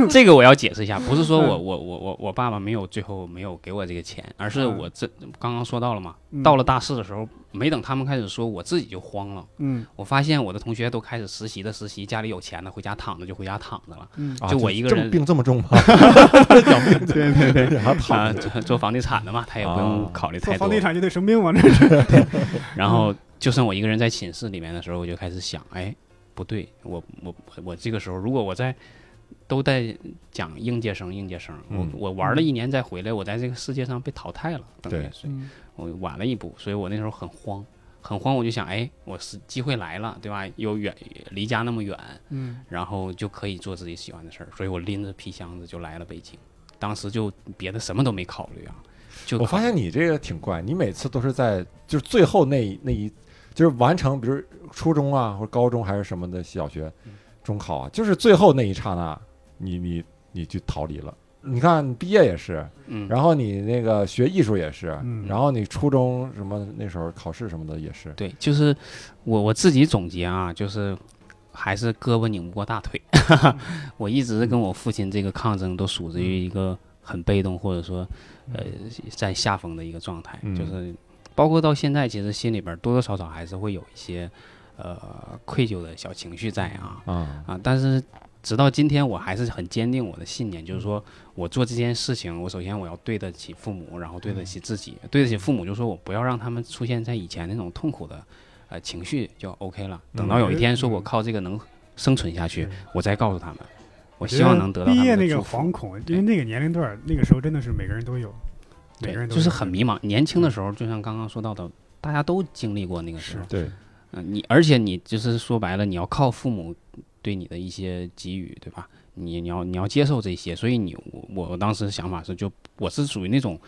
Speaker 2: 这个我要解释一下，不是说我我我我我爸爸没有最后没有给我这个钱，而是
Speaker 3: 嗯
Speaker 2: 我这刚刚说到了嘛，
Speaker 3: 嗯
Speaker 2: 到了，大四的时候，没等他们开始说，我自己就慌了。
Speaker 3: 嗯
Speaker 2: 我发现我的同学都开始实习的实习，家里有钱的回家躺着就回家躺着了，
Speaker 3: 嗯
Speaker 1: 啊
Speaker 2: 就我一个
Speaker 1: 这
Speaker 2: 人
Speaker 1: 这病这么重 吗？讲病，对对对，然后躺
Speaker 2: 啊，做做房地产的嘛，他也不
Speaker 1: 啊
Speaker 2: 用考虑
Speaker 3: 做
Speaker 2: 太
Speaker 3: 房
Speaker 2: 多。
Speaker 3: 地产就得生病嘛，这是。
Speaker 2: 然
Speaker 1: 嗯
Speaker 2: 后就剩我一个人在寝室里面的时候，我就开始想，哎，不对，我我我这个时候如果我在都在讲应届生，应届生。我
Speaker 1: 嗯
Speaker 2: 我玩了一年再回来，我在这个世界上被淘汰了，等于
Speaker 1: 对
Speaker 2: 是
Speaker 4: 嗯
Speaker 2: 我晚了一步，所以我那时候很慌，很慌。我就想，哎，我是机会来了，对吧？又远离家那么远，
Speaker 4: 嗯，
Speaker 2: 然后就可以做自己喜欢的事儿，所以我拎着皮箱子就来了北京。当时就别的什么都没考虑啊，就
Speaker 1: 我发
Speaker 2: 考虑
Speaker 1: 现你这个挺怪，你每次都是在就是最后那一那一，就是完成，比如初中啊或者高中还是什么的小学、
Speaker 2: 嗯
Speaker 1: 中考啊，就是最后那一刹那，你你你去逃离了。你看你毕业也是，
Speaker 2: 嗯，
Speaker 1: 然后你那个学艺术也是，
Speaker 3: 嗯
Speaker 1: 然后你初中什么那时候考试什么的也是，
Speaker 2: 对，就是我我自己总结啊，就是还是胳膊拧不过大腿。 我一直跟我父亲这个抗争都属于一个很被动，或者说呃在下风的一个状态，
Speaker 1: 嗯
Speaker 2: 就是包括到现在，其实心里边多多少少还是会有一些呃愧疚的小情绪在啊
Speaker 1: 啊、
Speaker 2: 啊，但是。直到今天，我还是很坚定我的信念，就是说我做这件事情，我首先我要对得起父母，然后对得起
Speaker 3: 嗯
Speaker 2: 自己，对得起父母，就说我不要让他们出现在以前那种痛苦的呃情绪就 OK 了。等
Speaker 3: 嗯
Speaker 2: 到有一天说我靠这个能生存下去，我再告诉他们，我希望能得到他
Speaker 3: 毕
Speaker 2: 们
Speaker 3: 业
Speaker 2: 的
Speaker 3: 那个
Speaker 2: 祝福
Speaker 3: 惶恐，因
Speaker 2: 对
Speaker 3: 为那个年龄段儿，那个时候真的是每个人都有，每个
Speaker 2: 对，
Speaker 3: 人都嗯
Speaker 2: 就是
Speaker 3: 有
Speaker 2: 很迷茫。年轻的时候，就像刚刚说到的，大家都经历过那个时候。
Speaker 1: 对，
Speaker 2: 嗯，你而且你就是说白了，你要靠父母对你的一些给予，对吧？你你要你要接受这些，所以你我我当时想法是就，我是属于那种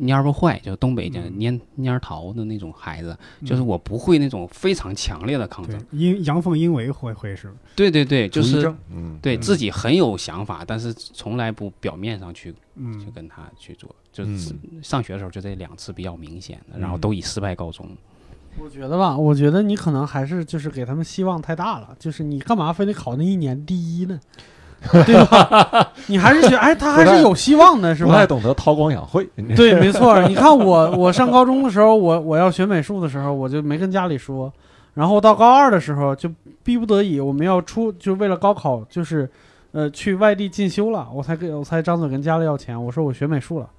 Speaker 2: 蔫儿不坏，就是东北叫
Speaker 3: 嗯
Speaker 2: 蔫蔫儿桃的那种孩子，就是
Speaker 3: 嗯
Speaker 2: 我不会那种非常强烈的抗
Speaker 3: 对
Speaker 2: 争。
Speaker 3: 阴阳奉阴违会会是，
Speaker 2: 对对对，就
Speaker 1: 楚一
Speaker 2: 是
Speaker 1: 征嗯，
Speaker 2: 对
Speaker 3: 嗯
Speaker 2: 自己很有想法，但是从来不表面上去去
Speaker 3: 嗯，
Speaker 2: 跟他去做，就是
Speaker 1: 嗯
Speaker 2: 上学的时候就这两次比较明显的，然后
Speaker 1: 嗯
Speaker 2: 都以失败告终。
Speaker 4: 我觉得吧，我觉得你可能还是就是给他们希望太大了，就是你干嘛非得考那一年第一呢？对吧？ 你还是觉得哎，他还是有希望的，是
Speaker 1: 不太
Speaker 4: 吧？
Speaker 1: 懂得韬光养晦， 你
Speaker 4: 对，没错儿。你看我，我上高中的时候，我我要学美术的时候，我就没跟家里说。然后到高二的时候，就逼不得已，我们要出，就为了高考，就是，呃，去外地进修了，我才给我才张嘴跟家里要钱，我说我学美术了。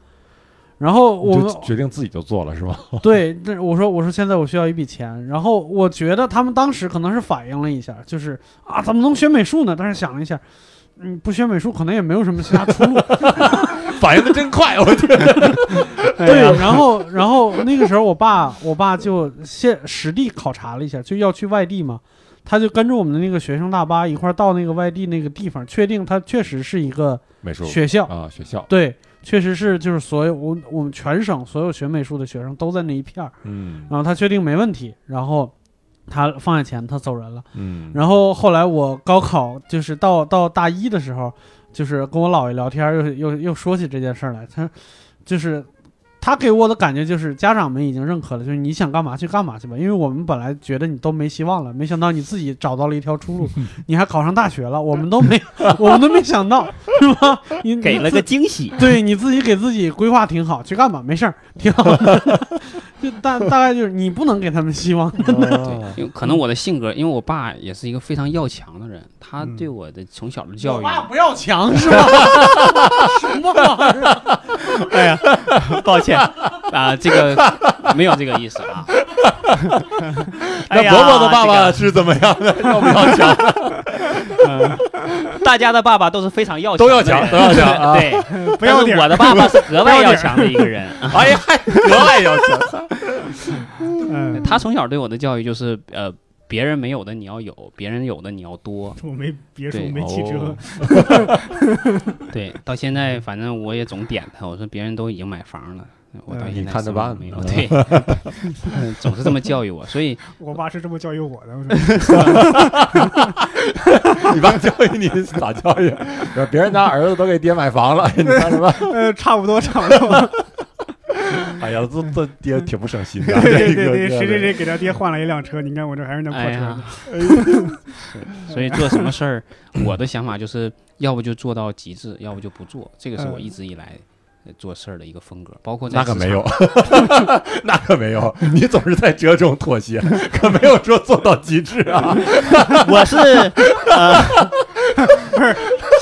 Speaker 4: 然后我
Speaker 1: 你
Speaker 4: 们
Speaker 1: 就决定自己就做了是吧？
Speaker 4: 对，那我说我说现在我需要一笔钱，然后我觉得他们当时可能是反应了一下，就是啊怎么能学美术呢？但是想了一下，嗯，不学美术可能也没有什么其他出路。
Speaker 1: 反应的真快，我觉得
Speaker 4: 对，然后然后那个时候我爸我爸就现实地考察了一下，就要去外地嘛，他就跟着我们的那个学生大巴一块儿到那个外地那个地方，确定他确实是一个
Speaker 1: 美术
Speaker 4: 学校，
Speaker 1: 啊学校，
Speaker 4: 对，确实是就是所有我我们全省所有学美术的学生都在那一片儿。
Speaker 1: 嗯
Speaker 4: 然后他确定没问题，然后他放下钱，他走人了。
Speaker 1: 嗯，
Speaker 4: 然后后来我高考就是到到大一的时候，就是跟我姥爷聊天，又又又说起这件事儿来，他就是。他给我的感觉就是家长们已经认可了，就是你想干嘛去干嘛去吧，因为我们本来觉得你都没希望了，没想到你自己找到了一条出路，你还考上大学了，我们都没，我们都没想到，是吧？你你自
Speaker 2: 惊喜。
Speaker 4: 对，你自己给自己规划挺好，去干吧，没事儿，挺好的。 就大大概就是你不能给他们希望。
Speaker 1: 对
Speaker 2: 因为可能我的性格，因为我爸也是一个非常要强的人，他
Speaker 3: 嗯
Speaker 2: 对我的从小的教育，
Speaker 4: 不要强 是吧？什么玩意儿？
Speaker 2: 哎 呀，抱歉啊，这个没有这个意思啊。哎
Speaker 1: 那
Speaker 2: 呀
Speaker 1: 伯伯的爸爸
Speaker 2: 这
Speaker 1: 是怎么样的？要不 要讲？
Speaker 2: 个大家的爸爸都是非常要
Speaker 1: 都要
Speaker 2: 的人
Speaker 1: 强都要 强啊
Speaker 2: 对，
Speaker 3: 不要
Speaker 2: 但是
Speaker 3: 脸
Speaker 2: 我的爸爸 是格外要强的一个人。啊
Speaker 1: 哎呀，格外要强。
Speaker 3: 嗯，
Speaker 2: 他从小对我的教育就是呃，别人没有的你要有，别人有的你要多。
Speaker 3: 我没别墅，
Speaker 2: 对
Speaker 3: 没汽车
Speaker 1: 哦，
Speaker 2: 对，到现在反正我也总点他，我说别人都已经买房了，我到
Speaker 3: 嗯
Speaker 2: 现在
Speaker 1: 你看着
Speaker 2: 什么
Speaker 1: 办
Speaker 2: 都没有，
Speaker 1: 嗯
Speaker 2: 对， 嗯总是这么教育我，所以
Speaker 3: 我爸是这么教育我的，我说
Speaker 1: 你爸教育你是咋教育？说别人家儿子都给爹买房了，你干什么？
Speaker 3: 呃，差不多，差不 多。
Speaker 1: 哎呀，这这爹挺不省心的。
Speaker 3: 对对
Speaker 1: 这个
Speaker 3: 对对，
Speaker 1: 这个
Speaker 3: 谁谁谁给他爹换了一辆车，你看我这还是辆破
Speaker 2: 哎 呀
Speaker 3: 车。，
Speaker 2: 是所以做什么事儿，我的想法就是要不就做到极致，要不就不做，这个是我
Speaker 3: 嗯
Speaker 2: 一直以来呃做事儿的一个风格，包括在
Speaker 1: 那可
Speaker 2: 职
Speaker 1: 没
Speaker 2: 场
Speaker 1: 有， 那可没有，你总是在折中妥协，可没有说做到极致啊。
Speaker 2: 我是呃，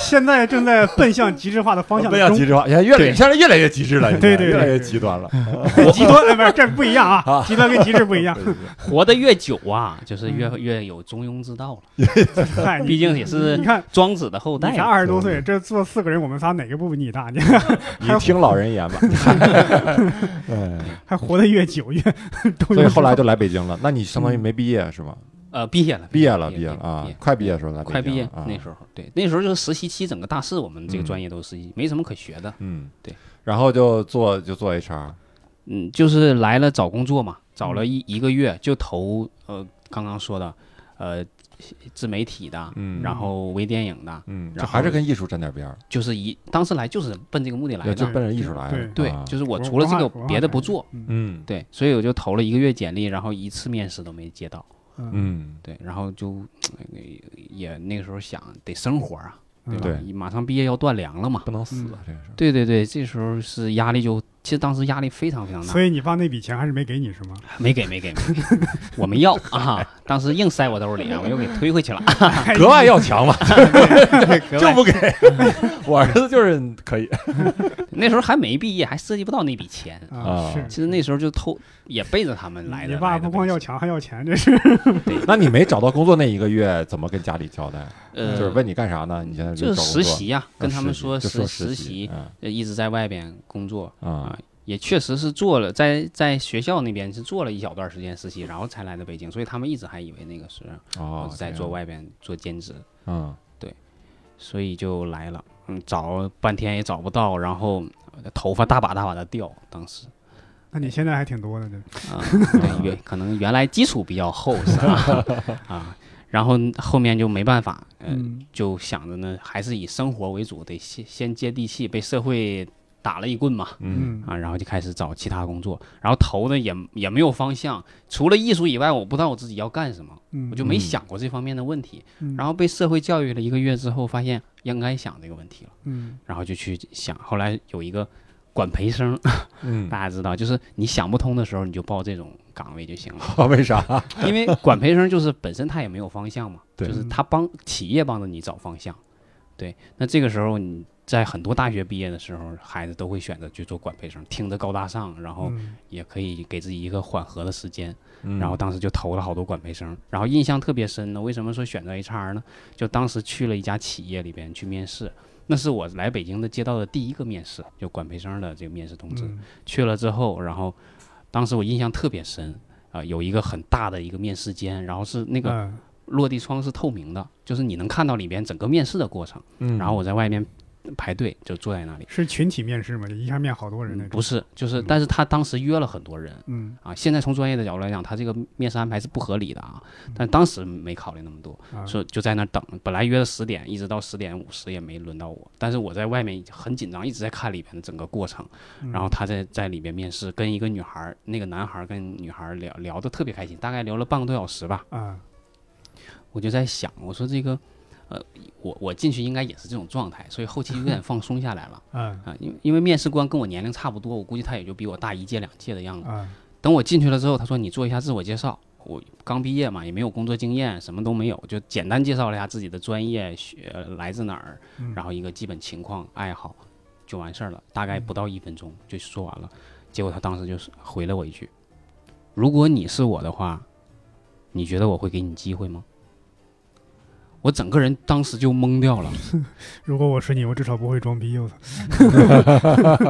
Speaker 3: 现在正在奔向极致化的方向
Speaker 1: 不
Speaker 3: 的
Speaker 1: 要
Speaker 3: 中
Speaker 1: 极致化，哎越来
Speaker 2: 对
Speaker 1: 现在越来越极致了，现在
Speaker 3: 对对
Speaker 1: 越
Speaker 3: 对
Speaker 1: 来越极端了。
Speaker 3: 极端，哎，不是，这不一样啊，极端跟极致不一 样。
Speaker 2: 活得越久啊，就是越
Speaker 3: 嗯
Speaker 2: 越有中庸之道了。
Speaker 3: 嗨，你
Speaker 2: 毕竟也是
Speaker 3: 你看，
Speaker 2: 庄子的后代
Speaker 3: 嗯你才
Speaker 2: 啊。
Speaker 3: 二十多岁，这坐四个人，我们仨哪个不比你大？你
Speaker 1: 你听老人言吧。嗯，
Speaker 3: 还活得越 久越，都
Speaker 1: 所以后来就来北京了。那你相当于没毕业是吗？
Speaker 2: 呃，毕业了，
Speaker 1: 毕业了，
Speaker 2: 嗯毕
Speaker 1: 毕业了
Speaker 2: 了
Speaker 1: 啊
Speaker 2: 毕业！
Speaker 1: 快毕业的时候来北京
Speaker 2: 快毕业
Speaker 1: 了啊
Speaker 2: 那时候，对，那时候就是实习期，整个大四我们这个专业都是实习，没什么可学的。
Speaker 1: 嗯，
Speaker 2: 对。
Speaker 1: 然后就做就做 HR，
Speaker 2: 嗯，就是来了找工作嘛，找
Speaker 1: 嗯
Speaker 2: 了一一个月就投呃刚刚说的，呃自媒体的，
Speaker 1: 嗯，
Speaker 2: 然后微电影的，
Speaker 1: 嗯，
Speaker 2: 然
Speaker 1: 这
Speaker 2: 后
Speaker 1: 还是跟艺术沾点边儿，
Speaker 2: 就是一当时来就是奔这个目的来
Speaker 1: 对，就
Speaker 2: 的。
Speaker 1: 奔着艺术来的。
Speaker 2: 对
Speaker 1: 啊，
Speaker 2: 就是我
Speaker 3: 文
Speaker 2: 除了这
Speaker 3: 化
Speaker 2: 个
Speaker 3: 文化
Speaker 2: 别的
Speaker 3: 产
Speaker 2: 不
Speaker 3: 业
Speaker 2: 做，
Speaker 1: 嗯
Speaker 2: 对，所以我就投了一个月简历，然后一次面试都没接到。
Speaker 1: 嗯，
Speaker 2: 对，然后就呃也那个时候想得生活啊，对吧？
Speaker 1: 对
Speaker 2: 你马上毕业要断粮了嘛。
Speaker 1: 不能死
Speaker 2: 嗯
Speaker 1: 啊，这个事儿。
Speaker 2: 对对对，这时候是压力就，其实当时压力非常非常大
Speaker 3: 所，以你爸那笔钱还是没给你是吗？
Speaker 2: 没给没给没给， 我没要啊，当时硬塞我兜里啊，我又给推回去 了。
Speaker 1: 格外要强嘛， 就不给。 我儿子就是可以，
Speaker 2: 那时候还没毕业，还涉及不到那笔钱。
Speaker 1: 啊
Speaker 3: 是。
Speaker 2: 其实那时候就偷，也背着他们来的。
Speaker 3: 你爸
Speaker 2: 来的
Speaker 3: 不光要
Speaker 2: 东西
Speaker 3: 强还要钱，这是
Speaker 1: 那你没找到工作那一个月，怎么跟家里交代？
Speaker 2: 呃，
Speaker 1: 就是问你干啥呢？你现在
Speaker 2: 就是
Speaker 1: 找工
Speaker 2: 实
Speaker 1: 作
Speaker 2: 习呀、跟他们
Speaker 1: 说
Speaker 2: 说
Speaker 1: 就
Speaker 2: 实
Speaker 1: 实
Speaker 2: 习，
Speaker 1: 啊
Speaker 2: 呃一直在外边工作，
Speaker 1: 啊
Speaker 2: 啊，也确实是做了，在在学校那边是做了一小段时间实习，然后才来的北京，所以他们一直还以为那个是我
Speaker 1: 哦，
Speaker 2: 是在
Speaker 1: 这
Speaker 2: 做
Speaker 1: 样
Speaker 2: 外边做兼职，
Speaker 1: 嗯
Speaker 2: 所以就来了。嗯，找半天也找不到，然后呃头发大把大把的掉，当时
Speaker 3: 那你现在还挺多
Speaker 1: 嗯
Speaker 3: 的，这
Speaker 2: 啊，对原可能原来基础比较厚是吧？啊，然后后面就没办法，呃、
Speaker 3: 嗯
Speaker 2: 就想着呢，还是以生活为主，得先先接地气，被社会打了一棍嘛，
Speaker 1: 嗯，
Speaker 2: 啊，然后就开始找其他工作，然后投呢也也没有方向，除了艺术以外，我不知道我自己要干什么，
Speaker 3: 嗯，
Speaker 2: 我就没
Speaker 1: 嗯
Speaker 2: 想过这方面的问题。
Speaker 3: 嗯
Speaker 2: 然后被社会教育了一个月之后，发现应该想这个问题了，
Speaker 3: 嗯
Speaker 2: 然后就去想。后来有一个管培生，
Speaker 1: 嗯，
Speaker 2: 大家知道，就是你想不通的时候，你就报这种岗位就行了，
Speaker 1: 为啥？
Speaker 2: 因为管培生就是本身他也没有方向嘛，
Speaker 1: 对
Speaker 2: 就是他帮企业帮着你找方向。对，那这个时候你在很多大学毕业的时候，孩子都会选择去做管培生，听着高大上，然后
Speaker 3: 嗯
Speaker 2: 也可以给自己一个缓和的时间。
Speaker 1: 嗯
Speaker 2: 然后当时就投了好多管培生，然后印象特别深的，为什么说选择 HR 呢？就当时去了一家企业里边去面试，那是我来北京的接到的第一个面试，就管培生的这个面试通知。
Speaker 3: 嗯
Speaker 2: 去了之后，然后当时我印象特别深。啊、有一个很大的一个面试间，然后是那个
Speaker 3: 嗯
Speaker 2: 落地窗是透明的，就是你能看到里边整个面试的过程。
Speaker 1: 嗯，
Speaker 2: 然后我在外面排队，就坐在那里。
Speaker 3: 是群体面试嘛，就一下面好多人那
Speaker 2: 嗯
Speaker 3: 种。
Speaker 2: 不，是，就是，但是他当时约了很多人，
Speaker 3: 嗯
Speaker 2: 啊，现在从专业的角度来讲，他这个面试安排是不合理的啊，但当时没考虑那么多，
Speaker 3: 啊，
Speaker 2: 说就在那儿等，本来约了十点，一直到十点五十也没轮到我，但是我在外面已经很紧张，一直在看里边的整个过程，然后他在在里边面试，跟一个女孩儿，那个男孩儿跟女孩儿聊聊的特别开心，大概聊了半个多小时吧，
Speaker 3: 啊，
Speaker 2: 我就在想，我说这个，呃，我我进去应该也是这种状态，所以后期有点放松下来了
Speaker 3: 嗯
Speaker 2: 啊，因为因为面试官跟我年龄差不多，我估计他也就比我大一届两届的样子。
Speaker 3: 啊，
Speaker 2: 等我进去了之后，他说你做一下自我介绍。我刚毕业嘛，也没有工作经验，什么都没有，就简单介绍了一下自己的专业、学呃来自哪儿，然后一个基本情况、爱好，就完事儿了。大概不到一分钟就说完了。结果他当时就是回了我一句：“如果你是我的话，你觉得我会给你机会吗？”我整个人当时就懵掉了。
Speaker 3: 如果我是你，我至少不会装逼。我操，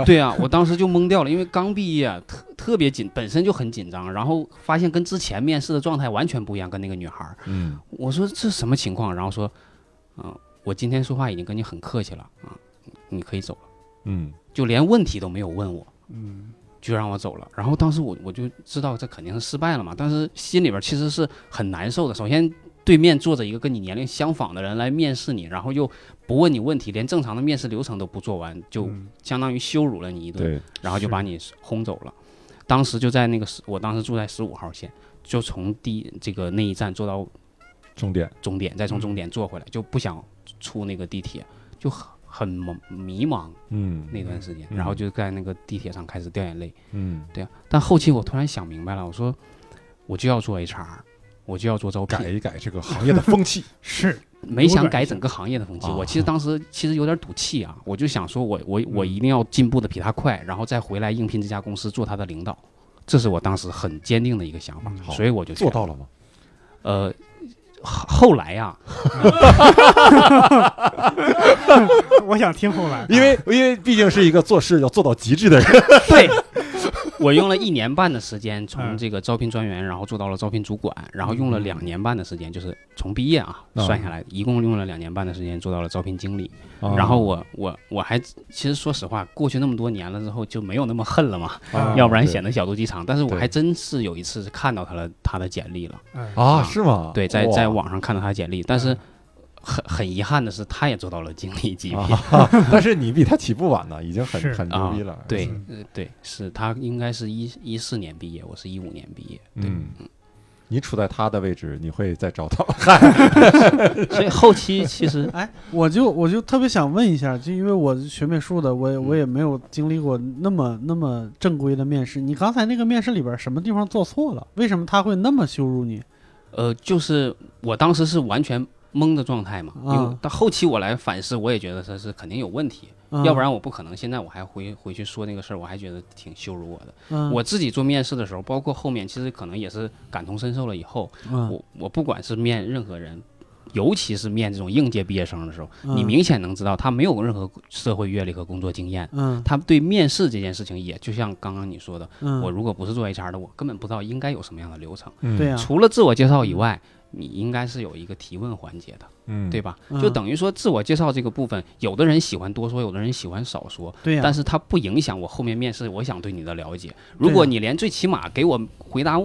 Speaker 2: 对啊，我当时就懵掉了，因为刚毕业，啊特特别紧，本身就很紧张，然后发现跟之前面试的状态完全不一样，跟那个女孩儿，
Speaker 1: 嗯
Speaker 2: 我说这什么情况？然后说，嗯、我今天说话已经跟你很客气了啊、你可以走了，
Speaker 1: 嗯
Speaker 2: 就连问题都没有问我，
Speaker 3: 嗯
Speaker 2: 就让我走了。然后当时我我就知道这肯定是失败了嘛，但是心里边其实是很难受的。首先，对面坐着一个跟你年龄相仿的人来面试你，然后又不问你问题，连正常的面试流程都不做完，就
Speaker 3: 嗯
Speaker 2: 相当于羞辱了你一顿。
Speaker 1: 对，
Speaker 2: 然后就是把你轰走了。当时就在那个十，我当时住在十五号线，就从第这个那一站坐到
Speaker 1: 重点
Speaker 2: 终点，再从
Speaker 3: 嗯
Speaker 2: 终点坐回来，就不想出那个地铁，就很很迷迷茫
Speaker 1: 嗯
Speaker 2: 那段时间，
Speaker 1: 嗯
Speaker 2: 然后就在那个地铁上开始掉眼泪。
Speaker 1: 嗯
Speaker 2: 对啊，但后期我突然想明白了，我说我就要做 HR，我就要做招
Speaker 1: 改
Speaker 2: 聘，
Speaker 1: 一改这个行业的风 气。
Speaker 3: 是
Speaker 2: 没
Speaker 3: 扭
Speaker 2: 想
Speaker 3: 转
Speaker 2: 改
Speaker 3: 一下
Speaker 2: 整个行业的风气。
Speaker 1: 啊
Speaker 2: 我其实当时其实有点赌气啊，我就想说我我我
Speaker 1: 嗯
Speaker 2: 一定要进步的比他快，然后再回来应聘这家公司做他的领导，这是我当时很坚定的一个想法
Speaker 3: 嗯，
Speaker 1: 好
Speaker 2: 所以我就去
Speaker 1: 做到了吗？
Speaker 2: 呃，后后来啊呀、
Speaker 3: 我想听后来，
Speaker 1: 因为因为毕竟是一个做事要做到极致的人。
Speaker 2: 对，我用了一年半的时间，从
Speaker 3: 嗯
Speaker 2: 这个招聘专员，然后做到了招聘主管，然后用了两年半的时间，就是从毕业啊
Speaker 1: 嗯
Speaker 2: 算下来，一共用了两年半的时间做到了招聘经理。
Speaker 1: 哦
Speaker 2: 然后我我我还其实说实话，过去那么多年了之后就没有那么恨了嘛，
Speaker 1: 啊
Speaker 2: 要不然
Speaker 1: 对
Speaker 2: 显得小肚鸡肠。但是我
Speaker 1: 对
Speaker 2: 还真是有一次是看到他了他的简历了，
Speaker 3: 嗯
Speaker 1: 啊，是吗？
Speaker 2: 对，在
Speaker 1: 哇嗯
Speaker 2: 在网上看到他的简历，但是很很遗憾的是，他也做到了经理级别。
Speaker 1: 啊， 但是你比他起步晚呢，已经很
Speaker 3: 是
Speaker 1: 很牛逼了。
Speaker 2: 对
Speaker 3: 嗯，
Speaker 2: 呃，对，是他应该是一一四年毕业，我是一五年毕业，对，
Speaker 1: 嗯，你处在他的位置，你会再找到。
Speaker 2: 所以后期其实
Speaker 4: 哎，我就我就特别想问一下，就因为我是学美术的，
Speaker 2: 嗯
Speaker 4: 我也我也没有经历过那么那么正规的面试。你刚才那个面试里边什么地方做错了？为什么他会那么羞辱你？
Speaker 2: 呃，就是我当时是完全懵的状态嘛，因为
Speaker 4: 啊
Speaker 2: 到后期我来反思，我也觉得他是肯定有问题，
Speaker 1: 啊
Speaker 4: 嗯
Speaker 2: 要不然我不可能现在我还回回去说那个事儿，我还觉得挺羞辱我的。
Speaker 1: 啊
Speaker 4: 嗯
Speaker 2: 我自己做面试的时候，包括后面其实可能也是感同身受了以后，
Speaker 4: 嗯
Speaker 2: 我我不管是面任何人。尤其是面这种应届毕业生的时候，你
Speaker 4: 嗯
Speaker 2: 明显能知道他没有任何社会阅历和工作经验，
Speaker 4: 嗯
Speaker 2: 他对面试这件事情也就像刚刚你说的，
Speaker 4: 嗯，
Speaker 2: 我如果不是做 HR 的，我根本不知道应该有什么样的流程。
Speaker 1: 嗯
Speaker 4: 对呀、
Speaker 2: 除了自我介绍
Speaker 4: 嗯
Speaker 2: 以外，你应该是有一个提问环节的，
Speaker 1: 嗯，
Speaker 2: 对吧？
Speaker 4: 嗯
Speaker 2: 就等于说自我介绍这个部分，有的人喜欢多说，有的人喜欢少说，
Speaker 4: 对呀、
Speaker 2: 但是它不影响我后面面试我想对你的了解。如果
Speaker 4: 对啊
Speaker 2: 你连最起码给我回答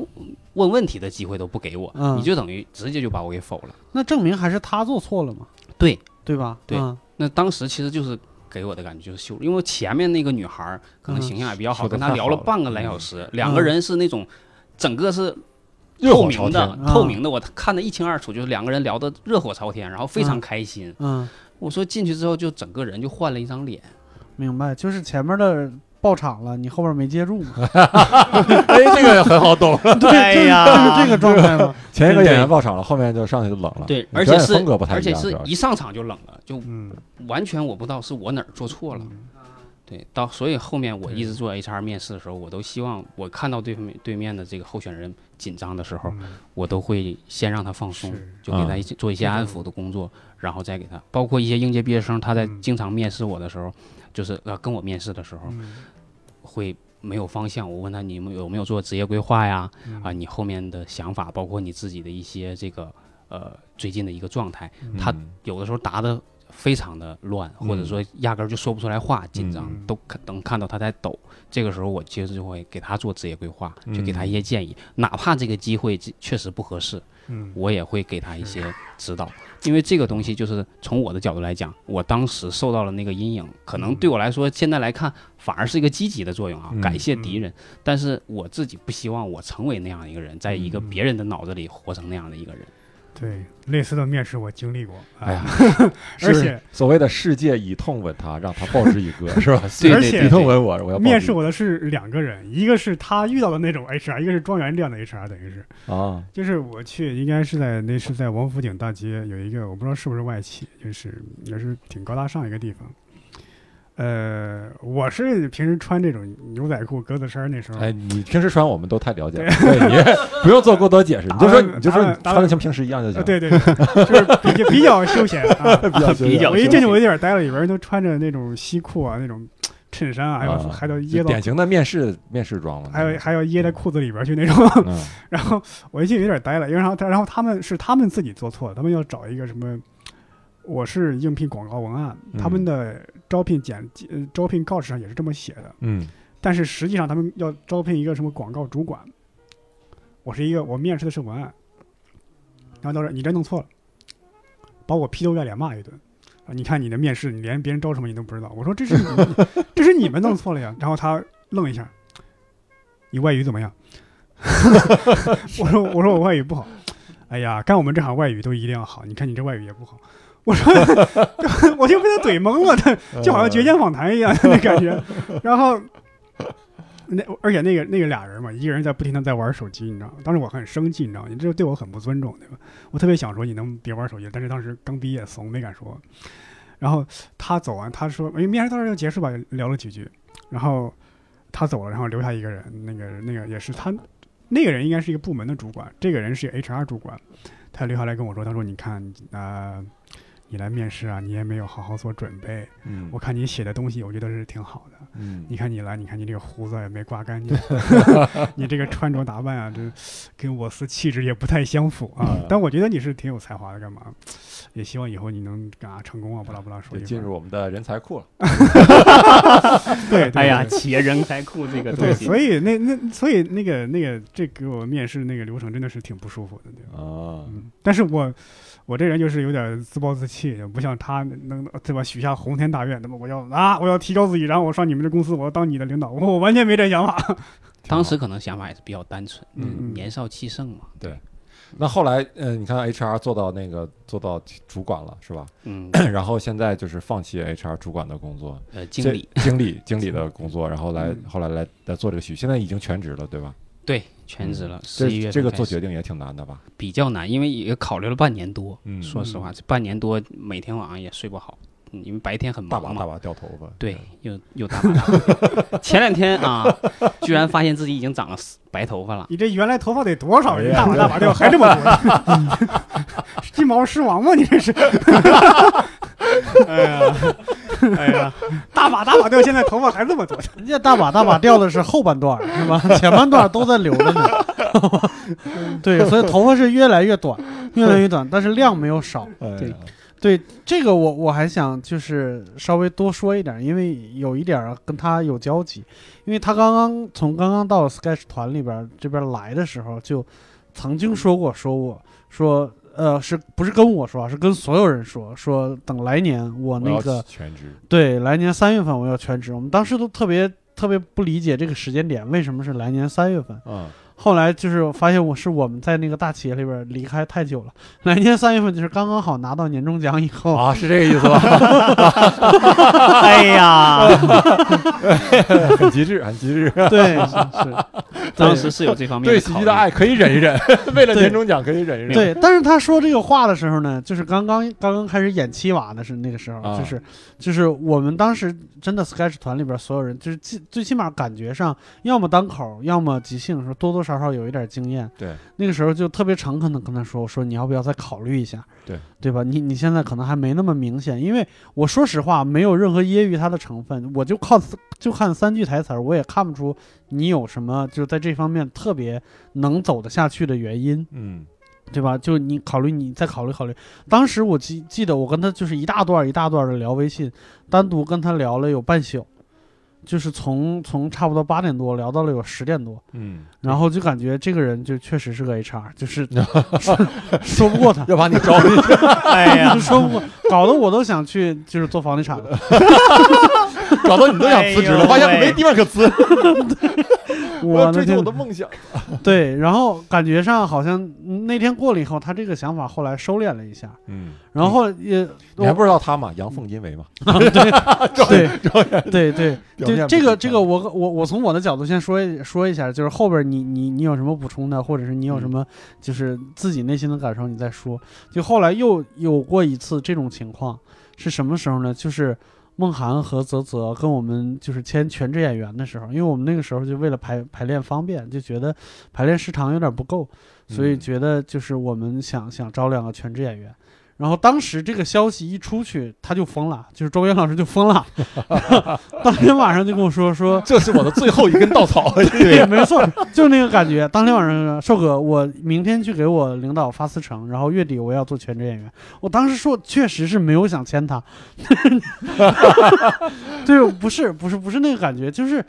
Speaker 2: 问问题的机会都不给我，
Speaker 4: 嗯
Speaker 2: 你就等于直接就把我给否了。
Speaker 4: 那证明还是他做错了嘛，
Speaker 2: 对，
Speaker 4: 对吧？
Speaker 2: 对
Speaker 4: 嗯
Speaker 2: 那当时其实就是给我的感觉就是羞辱，因为前面那个女孩儿可能
Speaker 4: 嗯
Speaker 2: 形象也比较好，
Speaker 1: 说得
Speaker 2: 跟她
Speaker 1: 太
Speaker 2: 聊
Speaker 1: 好
Speaker 2: 了
Speaker 1: 了
Speaker 2: 半个来小时，两个人是那种整个是
Speaker 1: 热
Speaker 2: 透
Speaker 1: 火朝
Speaker 2: 明 的
Speaker 1: 天。，
Speaker 4: 嗯
Speaker 2: 透明的，我看得一清二楚，就是两个人聊得热火朝天，然后非常开心。
Speaker 4: 嗯，
Speaker 2: 我说进去之后就整个人就换了一张脸，
Speaker 4: 明白，就是前面的爆场了，你后边没接 住嘛？
Speaker 1: 哎，这个很好懂。
Speaker 2: 哎
Speaker 4: 对，就是就是这个状态嘛。
Speaker 1: 前一个演员爆场了，后面就上去就冷了。
Speaker 2: 对，
Speaker 1: 你表
Speaker 2: 而且
Speaker 1: 演
Speaker 2: 是
Speaker 1: 风格不太
Speaker 2: 而
Speaker 1: 一
Speaker 2: 且
Speaker 1: 样，主
Speaker 2: 是
Speaker 1: 要
Speaker 2: 一上场就冷了，就
Speaker 3: 嗯，
Speaker 2: 完全我不知道是我哪儿做错了。对，到所以后面我一直做 HR 面试的时候，我都希望我看到对面对面的这个候选人紧张的时候，
Speaker 3: 嗯
Speaker 2: 我都会先让他放松
Speaker 3: 是，
Speaker 2: 就给他
Speaker 1: 嗯
Speaker 2: 一些做一些安抚的工作，然后再给他，包括一些应届毕业生，他在
Speaker 3: 嗯
Speaker 2: 经常面试我的时候，就是呃跟我面试的时候会没有方向，我问他你们有没有做职业规划呀？
Speaker 3: 嗯
Speaker 2: 啊，你后面的想法，包括你自己的一些这个呃最近的一个状态，
Speaker 3: 嗯
Speaker 2: 他
Speaker 1: 嗯
Speaker 2: 有的时候答的非常的乱，或者
Speaker 1: 嗯
Speaker 2: 说压根儿就说不出来话，紧张
Speaker 3: 嗯
Speaker 2: 都看能看到他在抖。这个时候，我其实就会给他做职业规划，就给他
Speaker 1: 嗯
Speaker 2: 一些建议，哪怕这个机会这确实不合适，
Speaker 3: 嗯
Speaker 2: 我也会给他一些指导，因为这个东西就是从我的角度来讲，我当时受到了那个阴影，可能对我来说现在来看反而是一个积极的作用啊
Speaker 1: 嗯，
Speaker 2: 感谢敌人，但是我自己不希望我成为那样一个人，在一个
Speaker 3: 嗯
Speaker 2: 别人的脑子里活成那样的一个人。
Speaker 3: 对，类似的面试我经历过，啊
Speaker 1: 哎呀，
Speaker 3: 而
Speaker 1: 是
Speaker 3: 且
Speaker 1: 所谓的世界以痛吻他，让他报之以歌， 是吧？
Speaker 2: 对
Speaker 3: 而
Speaker 2: 对
Speaker 3: 且
Speaker 1: 你
Speaker 2: 对
Speaker 1: 痛吻我，我要报
Speaker 3: 面
Speaker 1: 之
Speaker 3: 试我的是两个人，一个是他遇到的那种 HR，一个是庄园这样的 HR，等于是，
Speaker 1: 啊，
Speaker 3: 就是我去应该是在那是在王府井大街有一个我不知道是不是外企，就是也是挺高大上一个地方。呃，我是平时穿这种牛仔裤、格子衫儿，那时候
Speaker 1: 哎，你平时穿我们都太了解了，对 你不用做过多解释，你就说你就说你穿的像平时一样就
Speaker 3: 啊，
Speaker 1: 行。
Speaker 3: 对对，对，就是比较比较休闲啊。
Speaker 1: 比较
Speaker 3: 我一进去我就有点呆了，里边儿都穿着那种西裤啊，那种衬衫啊，还有、
Speaker 1: 啊
Speaker 3: 还有掖
Speaker 1: 就
Speaker 3: 到，
Speaker 1: 典型的面试面试装了。
Speaker 3: 还有还有掖在裤子里边儿去那种。
Speaker 1: 嗯
Speaker 3: 然后我一进去有点呆了，因为然后然后他们是他们自己做错了，他们要找一个什么。我是应聘广告文案，他们
Speaker 1: 嗯
Speaker 3: 的招聘简、呃招聘告示上也是这么写的，
Speaker 1: 嗯
Speaker 3: 但是实际上他们要招聘一个什么广告主管，我是一个我面试的是文案，然后到时候你这弄错了，把我劈头盖脸骂一顿。啊你看你的面试，你连别人招什么你都不知道。我说这是你们 这是你们弄错了呀。然后他愣一下，你外语怎么样？ 我说我说我外语不好。哎呀，干我们这行外语都一定要好。你看你这外语也不好。我说 我 就被他怼懵了，他就好像绝间访谈一样的感觉。然后那而且那个那个俩人嘛，一个人在不停的在玩手机，你知道吗？当时我很生气，你知道吗？你这对我很不尊重，对吧？我特别想说你能别玩手机，但是当时刚毕业，怂没敢说。然后他走完，他说：“哎，面试到这儿就结束吧。”聊了几句，然后他走了，然后留下一个人，那个那个也是他，那个人应该是一个部门的主管，这个人是 HR 主管，他留下来跟我说：“他说你看，呃，你来面试啊，你也没有好好做准备，
Speaker 1: 嗯
Speaker 3: 我看你写的东西，我觉得是挺好的。”
Speaker 1: 嗯
Speaker 3: 你看你来，你看你这个胡子也没刮干净， 你这个穿着打扮啊，这跟我司气质也不太相符啊
Speaker 1: 嗯。
Speaker 3: 但我觉得你是挺有才华的，干嘛？也希望以后你能啊成功啊，不拉不拉说
Speaker 1: 得
Speaker 3: 一
Speaker 1: 进入我们的人才库了。
Speaker 3: 对，对
Speaker 2: 哎呀，
Speaker 1: 嗯
Speaker 3: 对
Speaker 2: 企业人才库这个东
Speaker 3: 对，
Speaker 2: 西，
Speaker 3: 所以那那所以那个那个这给我面试那个流程真的是挺不舒服的，对吧？
Speaker 1: 啊，
Speaker 3: 嗯，但是我我这人就是有点自暴自弃，不像他能对吧？许下宏天大愿，那么我要啊，我要提高自己，然后我上你们这公司，我要当你的领导，我我完全没这想法。
Speaker 2: 当时可能想法也是比较单纯，
Speaker 1: 嗯
Speaker 3: 嗯
Speaker 2: 年少气盛嘛，
Speaker 1: 那后来，嗯，你看 HR 做到那个做到主管了是吧？
Speaker 2: 嗯，
Speaker 1: 然后现在就是放弃 HR 主管的工作，
Speaker 2: 呃，经理
Speaker 1: 这经理经理的工作，然后来
Speaker 3: 嗯
Speaker 1: 后来来来做这个许，现在已经全职了对吧？嗯
Speaker 2: 对全职了，十一月
Speaker 1: 这
Speaker 2: 份
Speaker 1: 这个
Speaker 2: 开
Speaker 1: 做
Speaker 2: 始
Speaker 1: 决定也挺难的吧？
Speaker 2: 比较难，因为也考虑了半年多，
Speaker 1: 嗯
Speaker 2: 说实话，这半年多每天晚上也睡不好，嗯因为白天很
Speaker 1: 大
Speaker 2: 忙
Speaker 1: 把
Speaker 2: 嘛，
Speaker 1: 大把掉头发，
Speaker 2: 对，又又大把大把。前两天 啊，居然发现自己已经长了白头发了。
Speaker 3: 你这原来头发得多少
Speaker 1: 哎
Speaker 3: 人
Speaker 1: 呀
Speaker 3: 大把大把掉，还这么多？金毛狮王吗？你这是？哎呀，哎呀，大把大把掉，现在头发还这么多。
Speaker 4: 人家大把大把掉的是后半段儿，是吧？前半段儿都在留着呢。 对，所以头发是越来越短，越来越短，但是量没有少。
Speaker 1: 对哎
Speaker 2: 对
Speaker 4: 对这个我，我还想就是稍微多说一点，因为有一点儿跟他有交集，因为他刚刚从刚刚到 Sketch 团里边儿这边儿来的时候，就曾经说过，说我说呃，是不是跟我说啊？是跟所有人说，说等来年我那个
Speaker 1: 全职，
Speaker 4: 对，来年三月份我要全职。我们当时都特别特别不理解这个时间点为什么是来年三月份。
Speaker 1: 嗯
Speaker 4: 后来就是发现我是我们在那个大企业里边离开太久了，来年三月份就是刚刚好拿到年终奖以
Speaker 2: 哦
Speaker 4: 后。
Speaker 1: 啊，是这个意思吧？
Speaker 2: 哎呀，
Speaker 1: 很极致，很极致。
Speaker 4: 对，是是，
Speaker 2: 当时是有这方面
Speaker 1: 对
Speaker 2: 的
Speaker 1: 喜
Speaker 2: 考
Speaker 1: 剧
Speaker 2: 虑
Speaker 1: 的。爱可以忍一忍， 为了
Speaker 4: 对
Speaker 1: 年终奖可以忍一忍。
Speaker 4: 对，对。但是他说这个话的时候呢， 就是刚刚刚刚开始演七娃的是那个时候，
Speaker 1: 啊
Speaker 4: 就是就是我们当时真的 Sketch 团里边所有人，就是最最起码感觉上，要么单口，要么即兴，说多多少少有一点经验。
Speaker 1: 对，
Speaker 4: 那个时候就特别诚恳的跟他说，我说你要不要再考虑一下？
Speaker 1: 对，
Speaker 4: 对吧？你你现在可能还没那么明显，因为我说实话，没有任何揶揄他的成分，我就靠就看三句台词儿，我也看不出你有什么就在这方面特别能走得下去的原因。
Speaker 1: 嗯
Speaker 4: 对吧？就你考虑，你再考虑考虑。当时我记记得，我跟他就是一大段一大段的聊微信，单独跟他聊了有半宿，就是从从差不多八点多聊到了有十点多，
Speaker 1: 嗯，
Speaker 4: 然后就感觉这个人就确实是个 HR，就是 说说不过他，
Speaker 1: 要把 你招进去，
Speaker 4: 哎
Speaker 1: 啊
Speaker 4: 呀， 说不过，搞得我都想去就是做房地产 了。
Speaker 1: 搞得你都想辞职了，发现
Speaker 2: 哎呦喂
Speaker 1: 没地方 可辞，
Speaker 4: 我
Speaker 1: 追求
Speaker 4: 的天
Speaker 1: 我，的梦想。
Speaker 4: 对，然后感觉上好像嗯那天过了以后，他这个想法后来收敛了一下，
Speaker 1: 嗯，
Speaker 4: 然后 也
Speaker 1: 你还不知道他吗？阳奉阴违嘛。
Speaker 4: 对对对
Speaker 1: 表面
Speaker 4: 对，
Speaker 1: 不
Speaker 4: 这
Speaker 1: 是
Speaker 4: 个这
Speaker 1: 太
Speaker 4: 个我我我从我的角度先说一说一下，就是后边你你你有什么补充的，或者是你
Speaker 1: 嗯
Speaker 4: 有什么就是自己内心的感受，你再说。就后来又有过一次这种情况，是什么时候呢？就是梦涵和泽泽跟我们就是签全职演员的时候，因为我们那个时候就为了排排练方便，就觉得排练时长有点不够，所以
Speaker 1: 嗯，
Speaker 4: 觉得就是我们想想招两个全职演员。然后当时这个消息一出去，他就疯了，就是周岩老师就疯了， 当天晚上就跟我说说
Speaker 1: 这是我的最后一根稻 草。
Speaker 4: 对， 没错，就是那个感觉。当天晚上就说，瘦哥，我明天去给我领导发思成，然后月底我要做全职演员。我当时说，确实是没有想签他， 对，不是，不是，不是那个感觉，就是。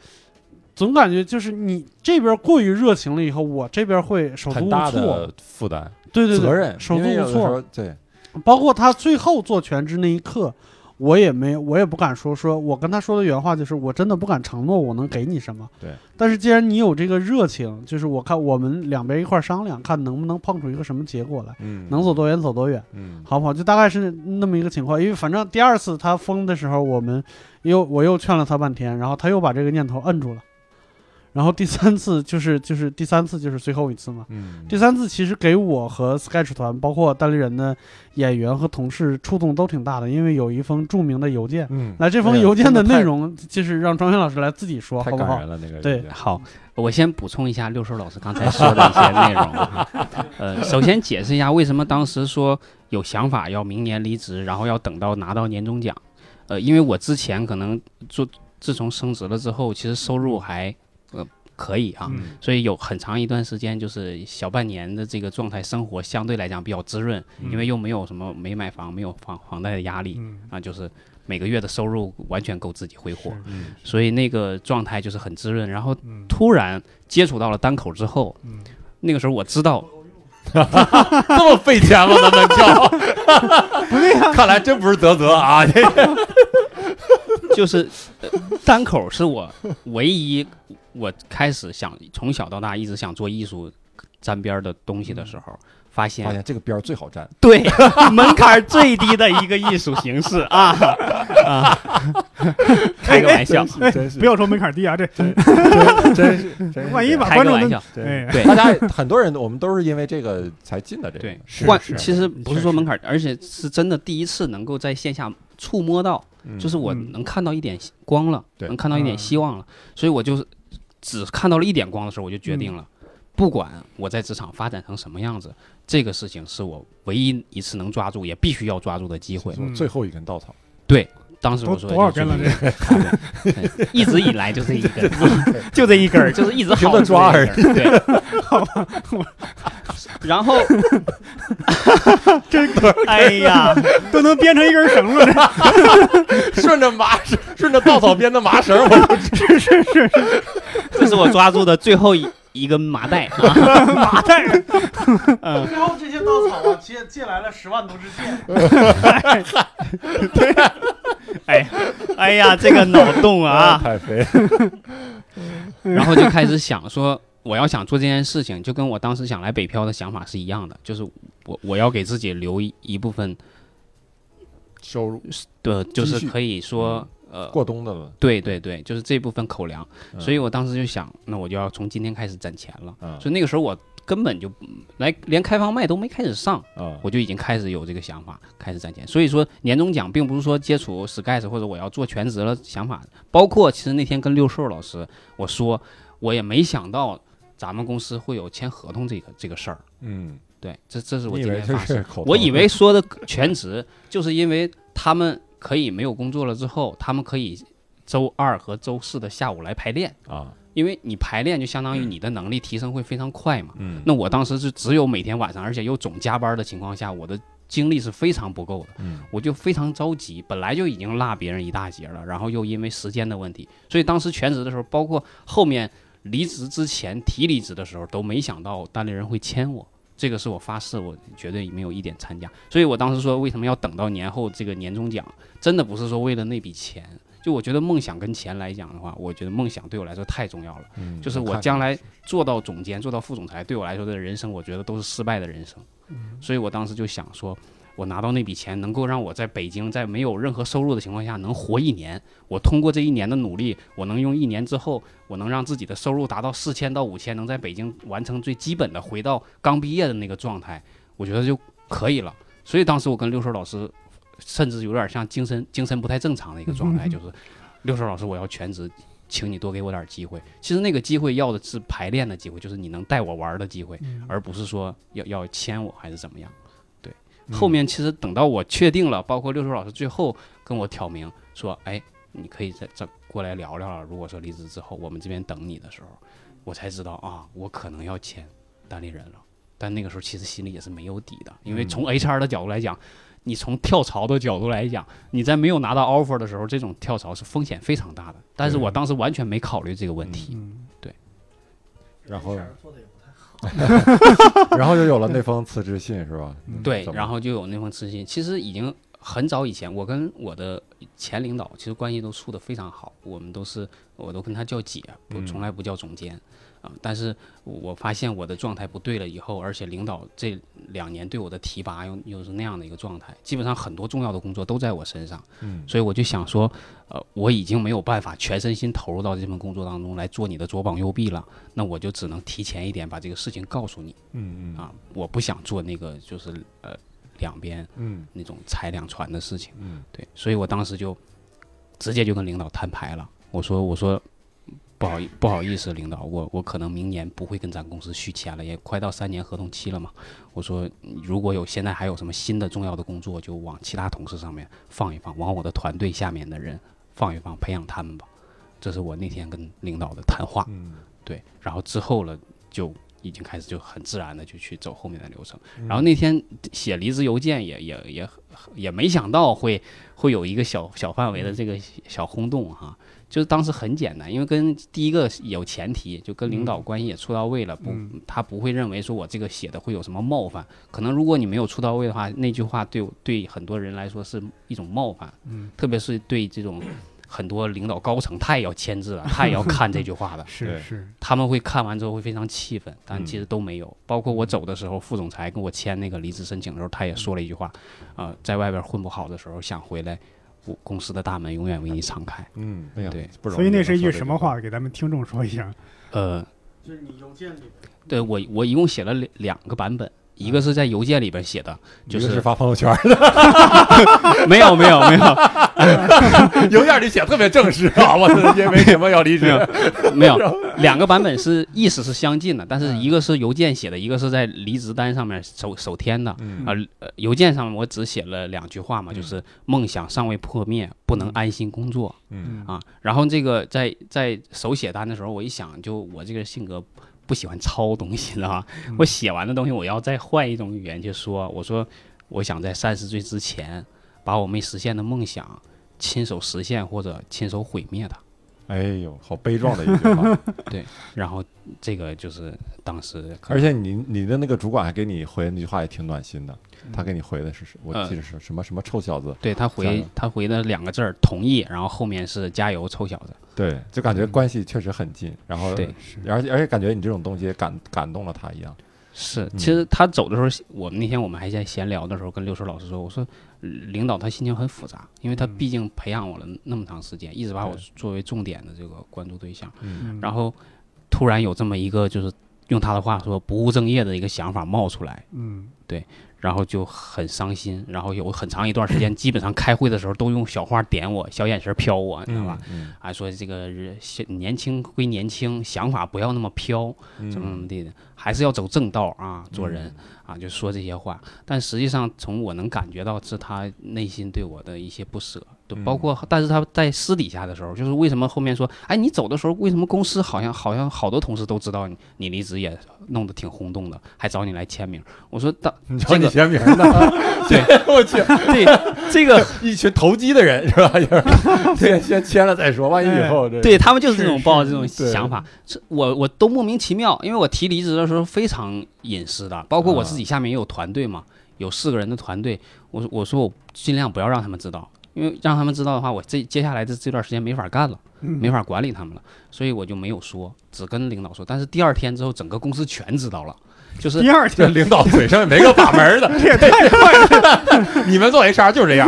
Speaker 4: 总感觉就是你这边过于热情了，以后我这边会手足
Speaker 1: 很
Speaker 4: 无
Speaker 1: 大
Speaker 4: 措，
Speaker 1: 的负担、
Speaker 4: 对对对，
Speaker 1: 责任、
Speaker 4: 手足
Speaker 1: 因为有
Speaker 4: 无
Speaker 1: 的时
Speaker 4: 措
Speaker 1: 候。对，
Speaker 4: 包括他最后做全职那一刻，我也没，我也不敢说，说我跟他说的原话就是，我真的不敢承诺我能给你什么。
Speaker 1: 对。
Speaker 4: 但是既然你有这个热情，就是我看我们两边一块儿商量，看能不能碰出一个什么结果来，
Speaker 1: 嗯，
Speaker 4: 能走，多远走多远，
Speaker 1: 嗯，
Speaker 4: 好不好？就大概是那么一个情况。因为反正第二次他疯的时候，我们又我又劝了他半天，然后他又把这个念头摁住了。然后第三次就是就是第三次就是最后一次嘛。
Speaker 1: 嗯，
Speaker 4: 第三次其实给我和 Sketch 团，包括单立人的演员和同事触动都挺大的，因为有一封著名的邮件。
Speaker 1: 嗯，
Speaker 4: 来，这
Speaker 1: 哎
Speaker 4: 封
Speaker 1: 呀
Speaker 4: 邮件
Speaker 1: 真的
Speaker 4: 的内
Speaker 1: 太
Speaker 4: 容就是让庄轩老师来自己说，
Speaker 1: 太
Speaker 4: 好不
Speaker 1: 感
Speaker 4: 好
Speaker 1: 人？了那个
Speaker 4: 对
Speaker 1: 邮 件
Speaker 2: 好，我先补充一下六叔老师刚才说的一些内容 啊。呃，首先解释一下为什么当时说有想法要明年离职，然后要等到拿到年终奖。呃，因为我之前可能做，自从升职了之后，其实收入还呃可以啊，
Speaker 3: 嗯
Speaker 2: 所以有很长一段时间就是小半年的这个状态，生活相对来讲比较滋润，因为又没有什么没买房，没有房房贷的压力
Speaker 3: 嗯，
Speaker 2: 啊，就是每个月的收入完全够自己挥霍，
Speaker 3: 是
Speaker 1: 嗯
Speaker 2: 所以那个状态就是很滋润。然后
Speaker 3: 嗯
Speaker 2: 突然接触到了单口之后，
Speaker 3: 嗯，
Speaker 2: 那个时候我知道，
Speaker 1: 这么费钱吗？咱们跳，不对
Speaker 4: 啊
Speaker 1: 呀，看来真不是德泽啊，这
Speaker 2: 就是、呃单口是我唯一我开始想从小到大一直想做艺术沾边儿的东西的时候，发现
Speaker 1: 发哎现这个边儿最好站，
Speaker 2: 对 门槛最低的一个艺术形式啊 啊，开个玩笑，
Speaker 1: 真是
Speaker 3: 不要说门槛低啊，这
Speaker 1: 真是，真
Speaker 3: 万一把
Speaker 2: 开
Speaker 3: 观
Speaker 2: 个
Speaker 3: 众
Speaker 2: 玩
Speaker 3: 们
Speaker 2: 笑，
Speaker 1: 真是
Speaker 3: 哎，
Speaker 2: 对
Speaker 1: 大家很多人，我们都是因为这个才进的这个
Speaker 2: 对，
Speaker 3: 是
Speaker 2: 换
Speaker 3: 是
Speaker 2: 其实不是说门槛，而且是真的第一次能够在线下触摸到。
Speaker 1: 嗯
Speaker 2: 就是我
Speaker 3: 嗯
Speaker 2: 能看到一点希光了，
Speaker 1: 对
Speaker 2: 能看到一点
Speaker 3: 嗯
Speaker 2: 希望了，所以我就是只看到了一点光的时候，我就决定
Speaker 3: 嗯
Speaker 2: 了，不管我在职场发展成什么样子，这个事情是我唯一一次能抓住，也必须要抓住的机会。
Speaker 3: 嗯
Speaker 1: 最后一根稻草，
Speaker 2: 当时
Speaker 3: 多
Speaker 2: 我说的
Speaker 3: 多少
Speaker 2: 就
Speaker 3: 根了
Speaker 2: 是 这
Speaker 3: 这？
Speaker 2: 个，对一直以来就这一 根，就这一根儿，就是一直
Speaker 1: 停
Speaker 2: 薅
Speaker 1: 地抓
Speaker 2: 着这一根儿。对，好吧， 然 后
Speaker 3: 这
Speaker 2: 哎呀，
Speaker 3: 都能编成一根绳了，
Speaker 1: 顺着麻绳，顺着稻草编的麻绳，我
Speaker 2: 这是我抓住的最后一一根麻 带啊，麻带，嗯。
Speaker 4: 最后这些稻草啊，借借来了十万多支箭。
Speaker 2: 哎， 哎呀，这个脑洞啊！
Speaker 1: 太肥，
Speaker 2: 然后就开始想说，我要想做这件事情，就跟我当时想来北漂的想法是一样的，就是我我要给自己留一一部分
Speaker 1: 收入
Speaker 2: 的，就
Speaker 1: 积
Speaker 2: 是
Speaker 1: 蓄
Speaker 2: 可以说呃，
Speaker 1: 过冬的了，
Speaker 2: 对对对，就是这部分口粮。
Speaker 1: 嗯
Speaker 2: 所以我当时就想，那我就要从今天开始攒钱了。
Speaker 1: 嗯
Speaker 2: 所以那个时候我根本就嗯来连开放麦都没开始上，
Speaker 1: 啊，
Speaker 2: 我就已经开始有这个想法，开始攒钱。所以说年终奖并不是说接触 Sketch 或者我要做全职了想法，包括其实那天跟六兽老师我说，我也没想到咱们公司会有签合同这个这个事儿。
Speaker 1: 嗯，
Speaker 2: 对，这这是我
Speaker 1: 你以
Speaker 2: 今
Speaker 1: 为
Speaker 2: 天
Speaker 1: 这
Speaker 2: 发现
Speaker 1: 是，口头的，
Speaker 2: 我以为说的全职就是因为他们可以没有工作了之后，他们可以周二和周四的下午来排练，
Speaker 1: 啊，
Speaker 2: 因为你排练就相当于你的能力提升会非常快嘛。
Speaker 1: 嗯，
Speaker 2: 那我当时是只有每天晚上，而且又总加班的情况下，我的精力是非常不够的，
Speaker 1: 嗯
Speaker 2: 我就非常着急，本来就已经落别人一大截了，然后又因为时间的问题，所以当时全职的时候，包括后面离职之前提离职的时候，都没想到单立人会签我。这个是我发誓，我绝对没有一点参加。所以我当时说，为什么要等到年后这个年终奖？真的不是说为了那笔钱，就我觉得梦想跟钱来讲的话，我觉得梦想对我来说太重要了。
Speaker 1: 嗯
Speaker 2: 就是我将来做到总监、做到副总裁，对我来说的人生，我觉得都是失败的人生。所以我当时就想说，我拿到那笔钱，能够让我在北京，在没有任何收入的情况下能活一年。我通过这一年的努力，我能用一年之后，我能让自己的收入达到四千到五千，能在北京完成最基本的，回到刚毕业的那个状态，我觉得就可以了。所以当时我跟六叔老师，甚至有点像精神精神不太正常的一个状态，就是六叔老师，我要全职，请你多给我点机会。其实那个机会要的是排练的机会，就是你能带我玩的机会，而不是说要要签我还是怎么样。对，后面其实等到我确定了，包括六叔老师最后跟我挑明说，哎，你可以再再过来聊聊了。如果说离职之后，我们这边等你的时候，我才知道啊，我可能要签单立人了。但那个时候其实心里也是没有底的，因为
Speaker 1: 嗯
Speaker 2: 从 HR 的角度来讲，你从跳槽的角度来讲，你在没有拿到 offer 的时候，这种跳槽是风险非常大的。但是
Speaker 1: 对
Speaker 2: 我当时完全没考虑这个问题。
Speaker 3: 嗯，
Speaker 1: 然后 然后就有了那封辞职信是吧？
Speaker 3: 嗯
Speaker 2: 对
Speaker 1: 怎，么
Speaker 2: 然后就有那封私信。其实已经很早以前，我跟我的前领导其实关系都处得非常好，我们都是我都跟他叫姐，不
Speaker 1: 嗯
Speaker 2: 从来不叫总监。啊、啊、但是我发现我的状态不对了以后，而且领导这两年对我的提拔又又是那样的一个状态，基本上很多重要的工作都在我身上，
Speaker 1: 嗯
Speaker 2: 所以我就想说，呃，我已经没有办法全身心投入到这份工作当中来做你的左膀右臂了，那我就只能提前一点把这个事情告诉你
Speaker 1: 嗯嗯
Speaker 2: 啊，我不想做那个就是呃两边
Speaker 1: 嗯
Speaker 2: 那种踩两船的事情。
Speaker 1: 嗯
Speaker 2: 对，所以我当时就直接就跟领导摊牌了，我说我说不好意不好意思，领导，我我可能明年不会跟咱公司续啊签了，也快到三年合同期了嘛。我说嗯如果有现在还有什么新的重要的工作，就往其他同事上面放一放，往我的团队下面的人放一放，培养他们吧。这是我那天跟领导的谈话。
Speaker 1: 嗯，
Speaker 2: 对，然后之后了就已经开始就很自然的就去走后面的流程。
Speaker 1: 嗯
Speaker 2: 然后那天写离职邮件也也也也没想到会会有一个小小范围的
Speaker 3: 嗯
Speaker 2: 这个小轰动哈，就是当时很简单，因为跟第一个有前提，就跟领导关系也处到位了，不
Speaker 3: 嗯
Speaker 2: 他不会认为说我这个写的会有什么冒犯，可能如果你没有处到位的话，那句话对我对很多人来说是一种冒犯，
Speaker 3: 嗯，
Speaker 2: 特别是对这种。很多领导高层，他也要签字了，他也要看这句话的，
Speaker 1: 对
Speaker 3: 是是，
Speaker 2: 他们会看完之后会非常气愤，但
Speaker 1: 嗯
Speaker 2: 其实都没有。包括我走的时候，副总裁跟我签那个离职申请的时候，他也说了一句话，呃，在外边混不好的时候想回来，我公司的大门永远为你敞开。
Speaker 1: 嗯，哎呀，
Speaker 2: 对
Speaker 1: 不容易。
Speaker 3: 所以那是一句什么？话？给咱们听众说一下。
Speaker 2: 呃，
Speaker 4: 就是你邮件里
Speaker 2: 对我我一共写了两两个版本，一个是在邮件里边写的， 就
Speaker 1: 一个
Speaker 2: 是
Speaker 1: 是发朋友 圈，
Speaker 2: 没有没有没 有
Speaker 1: 邮件里写特别正式啊，我是因为什么要离职？
Speaker 2: 没有，嗯两个版本是意思是相近的，但是一个是邮件写的，一个是在离职单上面手手填的。
Speaker 1: 嗯
Speaker 2: 啊、呃，嗯邮件上我只写了两句话嘛，就是梦想尚未破灭，不能安心工作
Speaker 1: 嗯
Speaker 2: 啊。然后这个在在手写单的时候，我一想，就我这个性格不喜欢抄东西的啊，
Speaker 1: 嗯
Speaker 2: 我写完的东西我要再换一种语言去说，我说我想在三十岁之前把我没实现的梦想亲手实现或者亲手毁灭它。
Speaker 1: 哎呦，好悲壮的一句话。
Speaker 2: 然后这个就是当时可
Speaker 1: 而且你你的那个主管还给你回那句话也挺暖心的，他给你回的是什？我
Speaker 2: 嗯
Speaker 1: 记得是什么什么臭小子？
Speaker 2: 对他
Speaker 1: 加
Speaker 2: 回
Speaker 1: 油
Speaker 2: 他回的两个字儿同意，然后后面是加油臭小子。
Speaker 1: 对，就感觉关系确实很近，然后
Speaker 2: 嗯对，
Speaker 1: 而且而且感觉你这种东西也感感动了他一样。
Speaker 2: 是，
Speaker 1: 嗯
Speaker 2: 其实他走的时候，我们那天我们还在闲聊的时候，跟六叔老师说，我说呃领导他心情很复杂，因为他毕竟培养我了那么长时间，一直把我
Speaker 1: 嗯对
Speaker 2: 作为重点的这个关注对象，
Speaker 1: 嗯
Speaker 3: 嗯
Speaker 2: 然后突然有这么一个就是用他的话说不务正业的一个想法冒出来，
Speaker 3: 嗯，
Speaker 2: 然后就很伤心，然后有很长一段时间，基本上开会的时候都用小话点我，小眼神瞟我，你知道吧？？
Speaker 1: 嗯
Speaker 2: 还啊说这个人小年轻归年轻，想法不要那么飘，怎么怎么地的，还是要走正道啊，做人、啊，就说这些话。但实际上，从我能感觉到是他内心对我的一些不舍，对，包
Speaker 1: 嗯
Speaker 2: 括但是他在私底下的时候，就是为什么后面说，哎，你走的时候，为什么公司好像好像好多同事都知道你你离职也弄得挺轰动的，还找你来签名。我说当
Speaker 1: 你找
Speaker 2: 这
Speaker 1: 你
Speaker 2: 个
Speaker 1: 签名呢？
Speaker 2: 对，
Speaker 1: 我去，
Speaker 2: 对这个
Speaker 1: 一群投机的人 是吧？就是对，先签了再说，万一以后这
Speaker 2: 对他们就是这种
Speaker 3: 是
Speaker 2: 抱着这种
Speaker 1: 对
Speaker 2: 想法，是我我都莫名其妙，因为我提离职的时候非常隐私的，包括我自己下面也有团队嘛，有四个人的团队，我说我说我尽量不要让他们知道，因为让他们知道的话，我这接下来的这段时间没法干了，
Speaker 3: 嗯
Speaker 2: 没法管理他们了，所以我就没有说，只跟领导说，但是第二天之后，整个公司全知道了，就是
Speaker 3: 第二
Speaker 1: 这
Speaker 3: 天
Speaker 1: 领导嘴上也没个把门 的，这也太快了！ 你们做 HR 就是这样，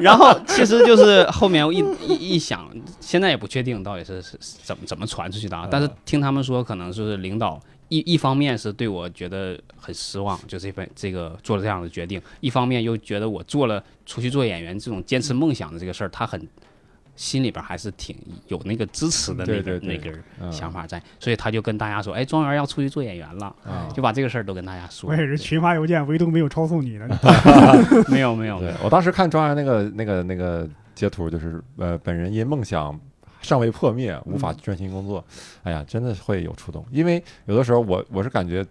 Speaker 2: 然后其实就是后 面我一一一想，现在也不确定到底是是是怎么怎么传出去的啊
Speaker 1: 嗯。
Speaker 2: 但是听他们说，可能就是领导一一方面是对我觉得很失望，就这份这个做了这样的决定；一方面又觉得我做了出去做演员这种坚持梦想的这个事儿，他很心里边还是挺有那个支持的那
Speaker 1: 对
Speaker 2: 个
Speaker 1: 嗯对对
Speaker 2: 那根想法在，所以他就跟大家说：“哎，庄园要出去做演员了。”
Speaker 1: 啊
Speaker 2: 就把这个事儿都跟大家说。
Speaker 3: 我也是群发邮件，唯独没有抄送你呢。
Speaker 2: 对没有没有没
Speaker 1: 对
Speaker 2: 有，
Speaker 1: 我当时看庄园那个那个那个截图，就是呃，本人因梦想尚未破灭，无
Speaker 3: 嗯
Speaker 1: 法专心工作。哎呀，真的会有触动，因为有的时候我我是感觉，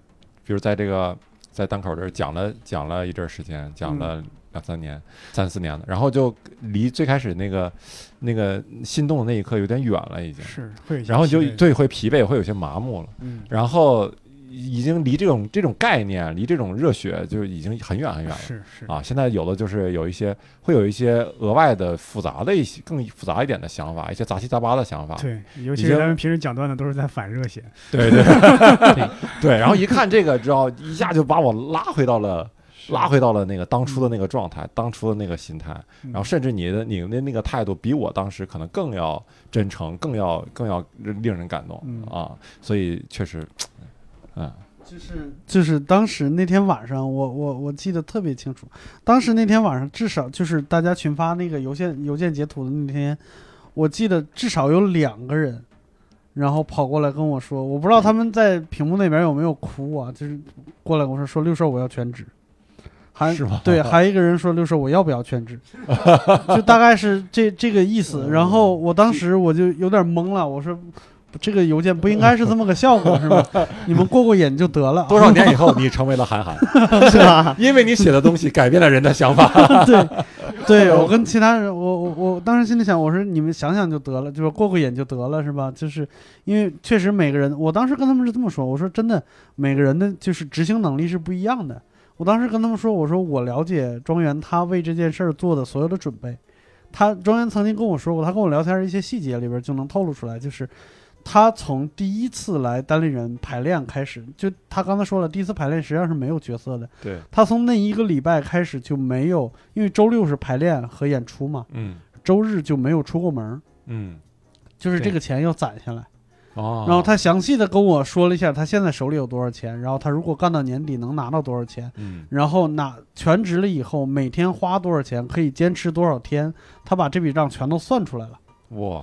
Speaker 1: 比如在这个在单口这儿讲了讲了一阵儿时间，讲
Speaker 3: 嗯
Speaker 1: 了两三年、三四年的，然后就离最开始那个那个心动的那一刻有点远了已经，
Speaker 3: 是会有一些期待，
Speaker 1: 然后就对会疲惫，会有些麻木了。
Speaker 3: 嗯
Speaker 1: 然后已经离这种这种概念，离这种热血就已经很远很远了。
Speaker 3: 是是，
Speaker 1: 啊，现在有的就是有一些会有一些额外的复杂的一些更复杂一点的想法，一些杂七杂八的想法。
Speaker 3: 对，尤
Speaker 1: 已
Speaker 3: 其
Speaker 1: 经
Speaker 3: 是咱们平时讲段子都是在反热血，
Speaker 1: 对对对 对，然后一看这个之后，一下就把我拉回到了拉回到了那个当初的那个状态，当初的那个心态，
Speaker 3: 嗯
Speaker 1: 然后甚至你的你的那个态度比我当时可能更要真诚，更要更要令人感动、
Speaker 3: 嗯
Speaker 1: 啊，所以确实，嗯
Speaker 4: 就是就是当时那天晚上，我我我记得特别清楚，当时那天晚上至少就是大家群发那个邮件邮件截图的那天，我记得至少有两个人，然后跑过来跟我说，我不知道他们在屏幕那边有没有哭啊，就是过来跟我说说六兽我要全职，还
Speaker 1: 是吗
Speaker 4: 对，还有一个人说六兽我要不要全职，就大概是这这个意思。然后我当时我就有点懵了，我说。这个邮件不应该是这么个效果是吗？你们过过瘾就得了。
Speaker 1: 多少年以后你成为了韩寒，
Speaker 4: 是 吧？
Speaker 1: 因为你写的东西改变了人的想法。
Speaker 4: 对，对我跟其他人，我我我当时心里想，我说你们想想就得了，就是过过瘾就得了，是吧？就是因为确实每个人，我当时跟他们是这么说，我说真的，每个人的就是执行能力是不一样的。我当时跟他们说，我说我了解庄园他为这件事儿做的所有的准备。他庄园曾经跟我说过，他跟我聊天的一些细节里边就能透露出来，就是他从第一次来单立人排练开始，就他刚才说了，第一次排练实际上是没有角色的，
Speaker 1: 对，
Speaker 4: 他从那一个礼拜开始就没有，因为周六是排练和演出嘛，
Speaker 1: 嗯
Speaker 4: 周日就没有出过门儿，
Speaker 1: 嗯，
Speaker 4: 就是
Speaker 2: 对
Speaker 4: 这个钱要攒下来。
Speaker 1: 哦，
Speaker 4: 然后他详细的跟我说了一下他现在手里有多少钱，然后他如果干到年底能拿到多少钱，
Speaker 1: 嗯
Speaker 4: 然后拿全职了以后每天花多少钱，可以坚持多少天，他把这笔账全都算出来了。
Speaker 1: 哇，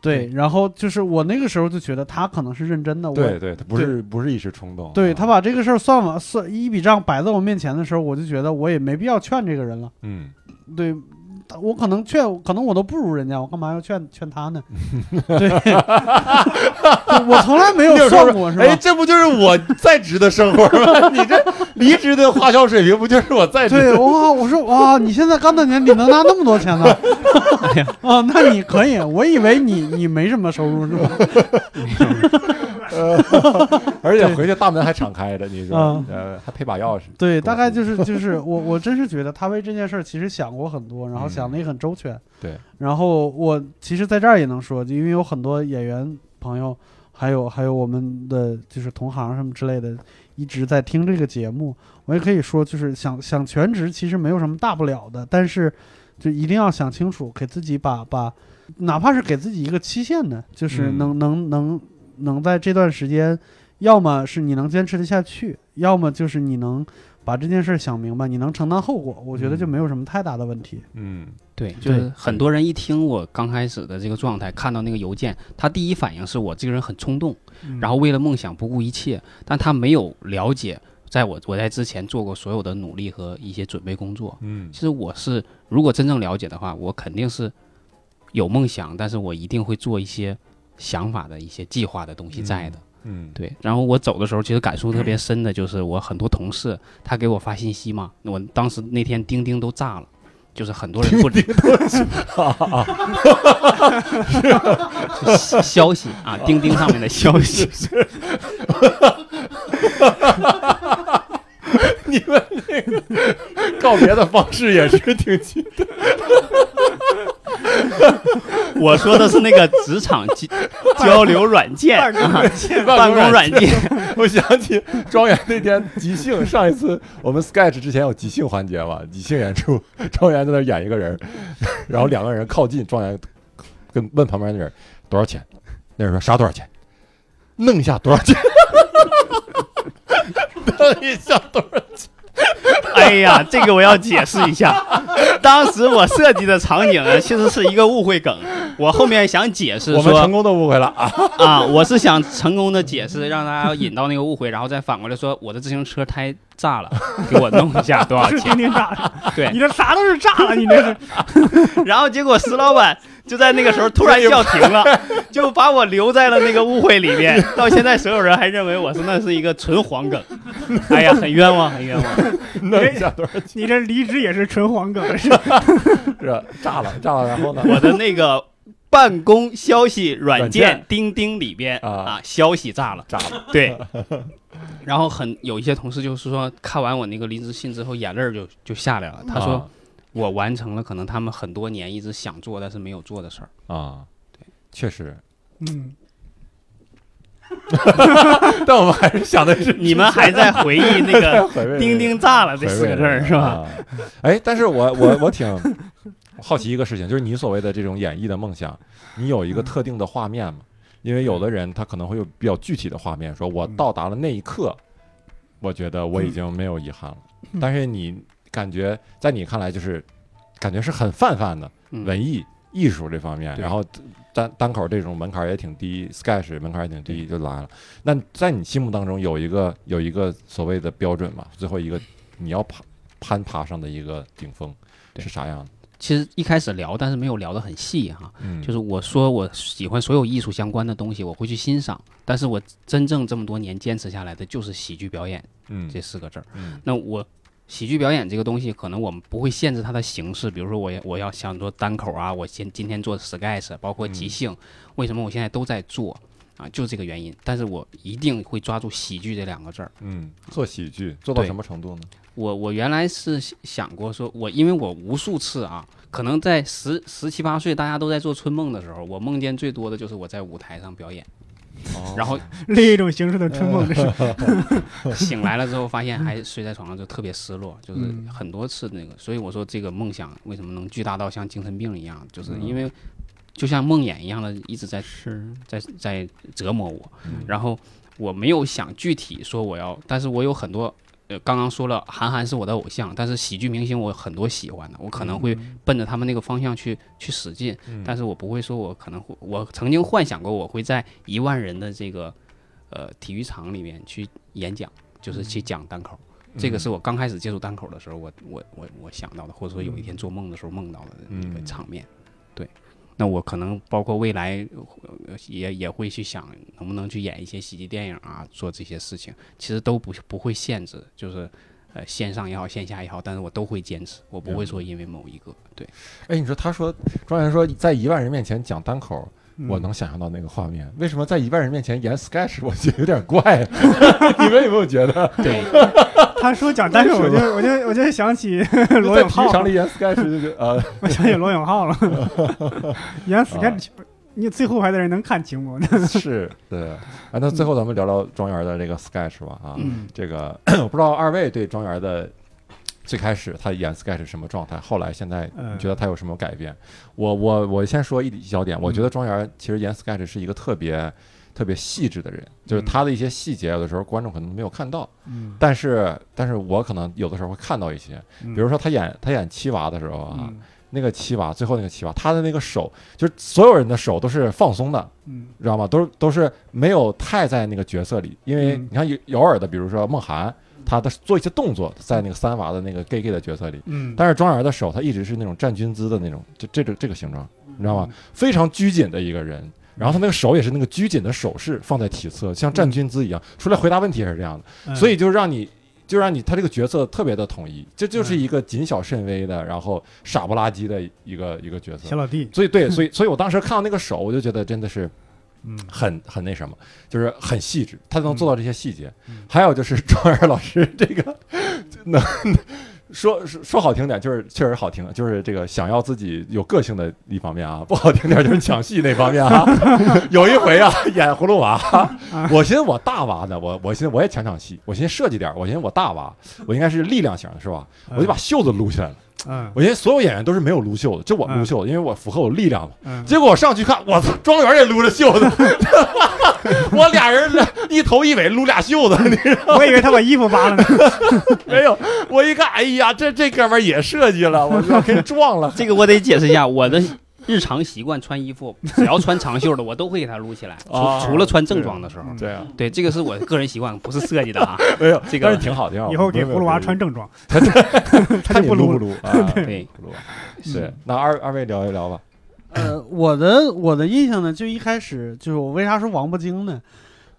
Speaker 4: 对，然后就是我那个时候就觉得他可能是认真的，我
Speaker 1: 对对，他不是不是一时冲动，
Speaker 4: 对
Speaker 1: 啊
Speaker 4: 他把这个事儿算完算一笔账摆在我面前的时候，我就觉得我也没必要劝这个人了。
Speaker 1: 嗯
Speaker 4: 对，我可能劝，可能我都不如人家，我干嘛要劝劝他呢？对，我从来没有算过，是吧？
Speaker 1: 哎，这不就是我在职的生活 吗？你这离职的花销水平不就是我在职
Speaker 4: 对，哇，我说哇，你现在干到年底能拿那么多钱呢？啊，那你可以，我以为你你没什么收入是吧？
Speaker 1: 呃 而且回去大门还敞开着，你说
Speaker 4: 嗯，
Speaker 1: 呃，还配把钥匙。
Speaker 4: 对，大 概就是就是我我真是觉得他为这件事儿其实想过很多，然后想的也很周全。
Speaker 1: 嗯对，
Speaker 4: 然后我其实在这儿也能说，就因为有很多演员朋友，还有还有我们的就是同行什么之类的，一直在听这个节目，我也可以说，就是想想全职其实没有什么大不了的，但是就一定要想清楚，给自己把把，哪怕是给自己一个期限的，就是
Speaker 1: 嗯
Speaker 4: 能、能能能在这段时间，要么是你能坚持得下去，要么就是你能把这件事儿想明白，你能承担后果，我觉得就
Speaker 1: 嗯
Speaker 4: 没有什么太大的问题。
Speaker 1: 嗯，
Speaker 2: 对，就是很多人一听我刚开始的这个状态，看到那个邮件，他第一反应是我这个人很冲动，
Speaker 3: 嗯
Speaker 2: 然后为了梦想不顾一切，但他没有了解，在我我在之前做过所有的努力和一些准备工作。
Speaker 1: 嗯
Speaker 2: 其实我是，如果真正了解的话，我肯定是有梦想，但是我一定会做一些想法的一些计划的东西在的。
Speaker 1: 嗯，
Speaker 2: 对，然后我走的时候，其实感触特别深的就是我很多同事，他给我发信息嘛，我当时那天钉钉都炸了，就是很多人不 理消消息啊，钉钉上面的消 息，
Speaker 1: 你们这个 告别的方式也是挺奇，
Speaker 2: 我说的是那个职场 交交流软件啊，办公软件，
Speaker 1: 我想起庄园那天即兴，上一次 我们 sketch 之前有即兴环节嘛，即兴演出， 庄园在那儿演一个人儿， 然后两个人靠近，庄园跟问旁边那人多少钱，那人说啥多少钱，弄一下多少钱，弄一下多少钱，
Speaker 2: 哎呀，这个我要解释一下。当时我设计的场景啊，其实是一个误会梗。我后面想解释
Speaker 1: 我们成
Speaker 2: 说
Speaker 1: 功的误会了 啊，
Speaker 2: 啊，我是想成功的解释，让大家引到那个误会，然后再反过来说我的自行车胎炸了，给我弄一下多少
Speaker 3: 是
Speaker 2: 钱
Speaker 3: 天？天 炸的，
Speaker 2: 对
Speaker 3: 你这啥都是炸了，你这是
Speaker 2: 然后结果石老板就在那个时候突然叫停了，就把我留在了那个误会里面。到现在，所有人还认为我是那是一个纯黄梗。哎呀，很冤枉，很冤枉。
Speaker 1: 弄一下多少钱
Speaker 3: 你这离职也是纯黄梗，是吧
Speaker 1: 是吧炸了炸了，然后呢？
Speaker 2: 我的那个办公消息软
Speaker 1: 软
Speaker 2: 件
Speaker 1: 件
Speaker 2: 钉钉里边
Speaker 1: 啊
Speaker 2: 啊，消息炸了，
Speaker 1: 炸了，
Speaker 2: 对。 然后很有一些同事就是说，看完我那个离职信之后，眼泪儿就就下来了。他说，
Speaker 1: 啊
Speaker 2: 我完成了可能他们很多年一直想做但是没有做的事儿。
Speaker 1: 啊啊，确实，
Speaker 3: 嗯，
Speaker 1: 但我们还是 想的是
Speaker 2: 你们还在回忆那 个“钉钉炸了”
Speaker 1: 这
Speaker 2: 这四个字儿是吧？？
Speaker 1: 回味啊哎，但是我我我挺好奇一个事情，就是你所谓的这种演绎的梦想，你有
Speaker 2: 嗯
Speaker 1: 一个特定的画面吗？因为有的人他可能会有比较具体的画面，说我
Speaker 3: 嗯
Speaker 1: 到达了那一刻，我觉得
Speaker 2: 嗯
Speaker 1: 我已经没有遗憾了。但是你感觉在你看来就是感觉是很泛泛的
Speaker 2: 嗯
Speaker 1: 文艺艺术这方面，
Speaker 2: 对
Speaker 1: 然后单单口这种门槛儿也挺低，sketch 门槛儿也挺低就来了。那在你心目当中有一个有一个所谓的标准嘛？最后一个你要爬攀爬上的一个顶峰
Speaker 2: 对
Speaker 1: 是啥样的？
Speaker 2: 其实一开始聊，但是没有聊得很细哈。
Speaker 1: 嗯
Speaker 2: 就是我说我喜欢所有艺术相关的东西，我会去欣赏。但是我真正这么多年坚持下来的就是喜剧表演
Speaker 1: 嗯
Speaker 2: 这四个字儿。
Speaker 1: 嗯
Speaker 2: 那我喜剧表演这个东西，可能我们不会限制它的形式，比如说我要我要想做单口啊，我今今天做 sketch，包括即
Speaker 1: 嗯
Speaker 2: 兴，为什么我现在都在做啊？就这个原因。但是我一定会抓住喜剧这两个字儿。
Speaker 1: 嗯，做喜剧做到
Speaker 2: 对
Speaker 1: 什么程度呢？
Speaker 2: 我我原来是想过说，我因为我无数次啊，可能在十十七八岁大家都在做春梦的时候，我梦见最多的就是我在舞台上表演，
Speaker 1: 哦
Speaker 2: 然后
Speaker 3: 另一种形式的春梦，这 是
Speaker 2: 醒来了之后，发现还睡在床上，就特别失落，就是很多次那个。所以我说这个梦想为什么能巨大到像精神病一样，就是因为就像梦魇一样的一直在
Speaker 3: 是
Speaker 2: 在在折磨我。然后我没有想具体说我要，但是我有很多。呃，刚刚说了，韩寒是我的偶像，但是喜剧明星我很多喜欢的，我可能会奔着他们那个方向去去使劲，
Speaker 1: 嗯
Speaker 2: 但是我不会说我可能会，我曾经幻想过我会在一万人的这个呃体育场里面去演讲，就是
Speaker 1: 嗯
Speaker 2: 去讲单口。这个是我刚开始接触单口的时候，我我我我想到的，或者说有一天做梦的时候梦到的一个
Speaker 1: 嗯
Speaker 2: 场面。对，那我可能包括未来呃也也会去想能不能去演一些喜剧电影啊，做这些事情，其实都不不会限制，就是。呃，线上也好，线下也好，但是我都会坚持，我不会说因为某一个，对，
Speaker 1: 哎，你说他说庄园说在一万人面前讲单口，
Speaker 3: 嗯
Speaker 1: 我能想象到那个画面。为什么在一万人面前演 sketch，我觉得有点怪？ 你们有没有觉得？
Speaker 2: 对，
Speaker 3: 他说讲单口，我就我就我就 想起罗
Speaker 1: 在
Speaker 3: 永
Speaker 1: 体
Speaker 3: 浩
Speaker 1: 育
Speaker 3: 了
Speaker 1: 场里演 sketch 就是呃，
Speaker 3: 我想起罗永浩了， 演
Speaker 1: 啊
Speaker 3: sketch，你最后排的人能看清吗？
Speaker 1: 是对。啊，那最后咱们聊聊庄园的这个 sketch 吧啊，
Speaker 2: 嗯
Speaker 1: 这个我不知道二位对庄园的最开始他演 sketch 是什么状态，后来现在
Speaker 3: 嗯
Speaker 1: 你觉得他有什么改变？我我我先说一小点，我觉得庄园其实演 sketch 是一个特别。特别细致的人，就是他的一些细节，有的时候观众可能没有看到，
Speaker 3: 嗯，
Speaker 1: 但是，但是我可能有的时候会看到一些，
Speaker 3: 比
Speaker 1: 比如说他演他演七娃的时候啊，
Speaker 3: 嗯
Speaker 1: 那个七娃最后那个七娃，他的那个手，就是所有人的手都是放松的，
Speaker 3: 嗯
Speaker 1: 知道吗？都是都是没有太在那个角色里，因为
Speaker 3: 嗯
Speaker 1: 你看有有偶尔的，比如说梦涵，她的做一些动作，在那个三娃的那个 gay gay 的角色里，
Speaker 3: 嗯，
Speaker 1: 但是庄园的手，他一直是那种站军姿的那种，就这个这个形状，你知道吗
Speaker 3: 嗯？
Speaker 1: 非常拘谨的一个人。然后他那个手也是那个拘谨的手势放在体侧，像站军姿一样。出来回答问题也是这样的，
Speaker 3: 嗯
Speaker 1: 所以就让你就让你他这个角色特别的统一，这就是
Speaker 3: 嗯
Speaker 1: 一个谨小慎微的，然后傻不拉几的一个一个角
Speaker 3: 小
Speaker 1: 色。
Speaker 3: 老弟，
Speaker 1: 所以对，所以所以我当时看到那个手，我就觉得真的是
Speaker 3: 嗯
Speaker 1: 很很那什么，就是很细致，他能
Speaker 3: 嗯
Speaker 1: 做到这些细节。
Speaker 3: 嗯
Speaker 1: 还有就是庄园老师这个能说说说好听点，就是确实好听，就是这个想要自己有个性的一方面啊；不好听点就是抢戏那方面啊。 有一回啊，演葫芦 娃，我寻思我大娃呢，我我寻思我也抢抢戏，我寻思设计点，我寻思我大娃，我应该是力量型的是吧？我就把袖子撸起来了。
Speaker 3: 嗯
Speaker 1: 我寻思所有演员都是没有撸袖子，就我撸
Speaker 3: 嗯
Speaker 1: 袖子，因为我符合我力量嘛。
Speaker 3: 嗯，
Speaker 1: 结果我上去看，我操，庄园也撸着袖子， 我俩人一头一尾撸俩袖子， 你知道
Speaker 3: 我以为他把衣服扒 了呢。
Speaker 1: 没有？我一看，哎呀，这这哥们儿也设计了，我操，给撞 了。
Speaker 2: 这个我得解释一下，我的日常习惯穿衣服，只要穿长袖的，我都会给它撸起来，除、
Speaker 1: 哦
Speaker 2: 除了穿正装的时候。
Speaker 3: 嗯
Speaker 1: 这样
Speaker 2: 对，这个是我个人习惯，不是设计 的啊。
Speaker 1: 没有，
Speaker 2: 这个
Speaker 1: 但是挺好，挺好。
Speaker 3: 以后给葫芦娃穿正装，
Speaker 1: 他
Speaker 3: 他就不
Speaker 1: 撸
Speaker 3: 撸
Speaker 1: 不 撸啊？
Speaker 2: 对
Speaker 1: 葫芦娃。对，那二二位聊一聊吧。
Speaker 4: 呃，我的我的印象呢，就一开始就是我为啥说王八精呢？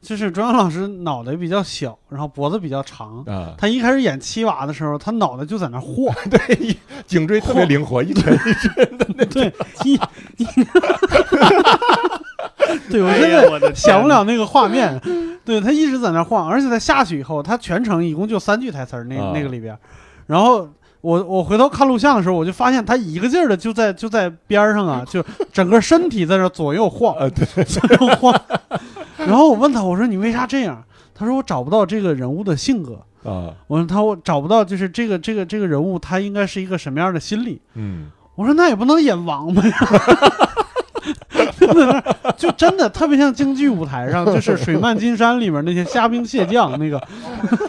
Speaker 4: 就是中央老师脑袋比较小，然后脖子比较长。
Speaker 1: 啊，
Speaker 4: 他一开始演七娃的时候，他脑袋就在那儿晃，
Speaker 1: 对， 颈椎特别灵活，一拳一拳。
Speaker 4: 对，一，一 对我
Speaker 2: 哎
Speaker 4: 真的
Speaker 2: 呀 我的天
Speaker 4: 想不了那个画面。对他一直在那晃，而且他下去以后，他全程一共就三句台词儿，那、
Speaker 1: 啊
Speaker 4: 那个里边儿。然后我我回头看录像的时候，我就发现他一个劲儿的就在就在边儿上啊，就整个身体在那左右晃，
Speaker 1: 呃，对，
Speaker 4: 左右晃。然后我问他，我说你为啥这样？他说我找不到这个人物的性格。
Speaker 1: 啊，
Speaker 4: 我说他我找不到，就是这个这个这个人物他应该是一个什么样的心理？
Speaker 1: 嗯，
Speaker 4: 我说那也不能演王八呀， 就在那儿就真的特别像京剧舞台上，就是《水漫金山》里面那些虾兵蟹将那个，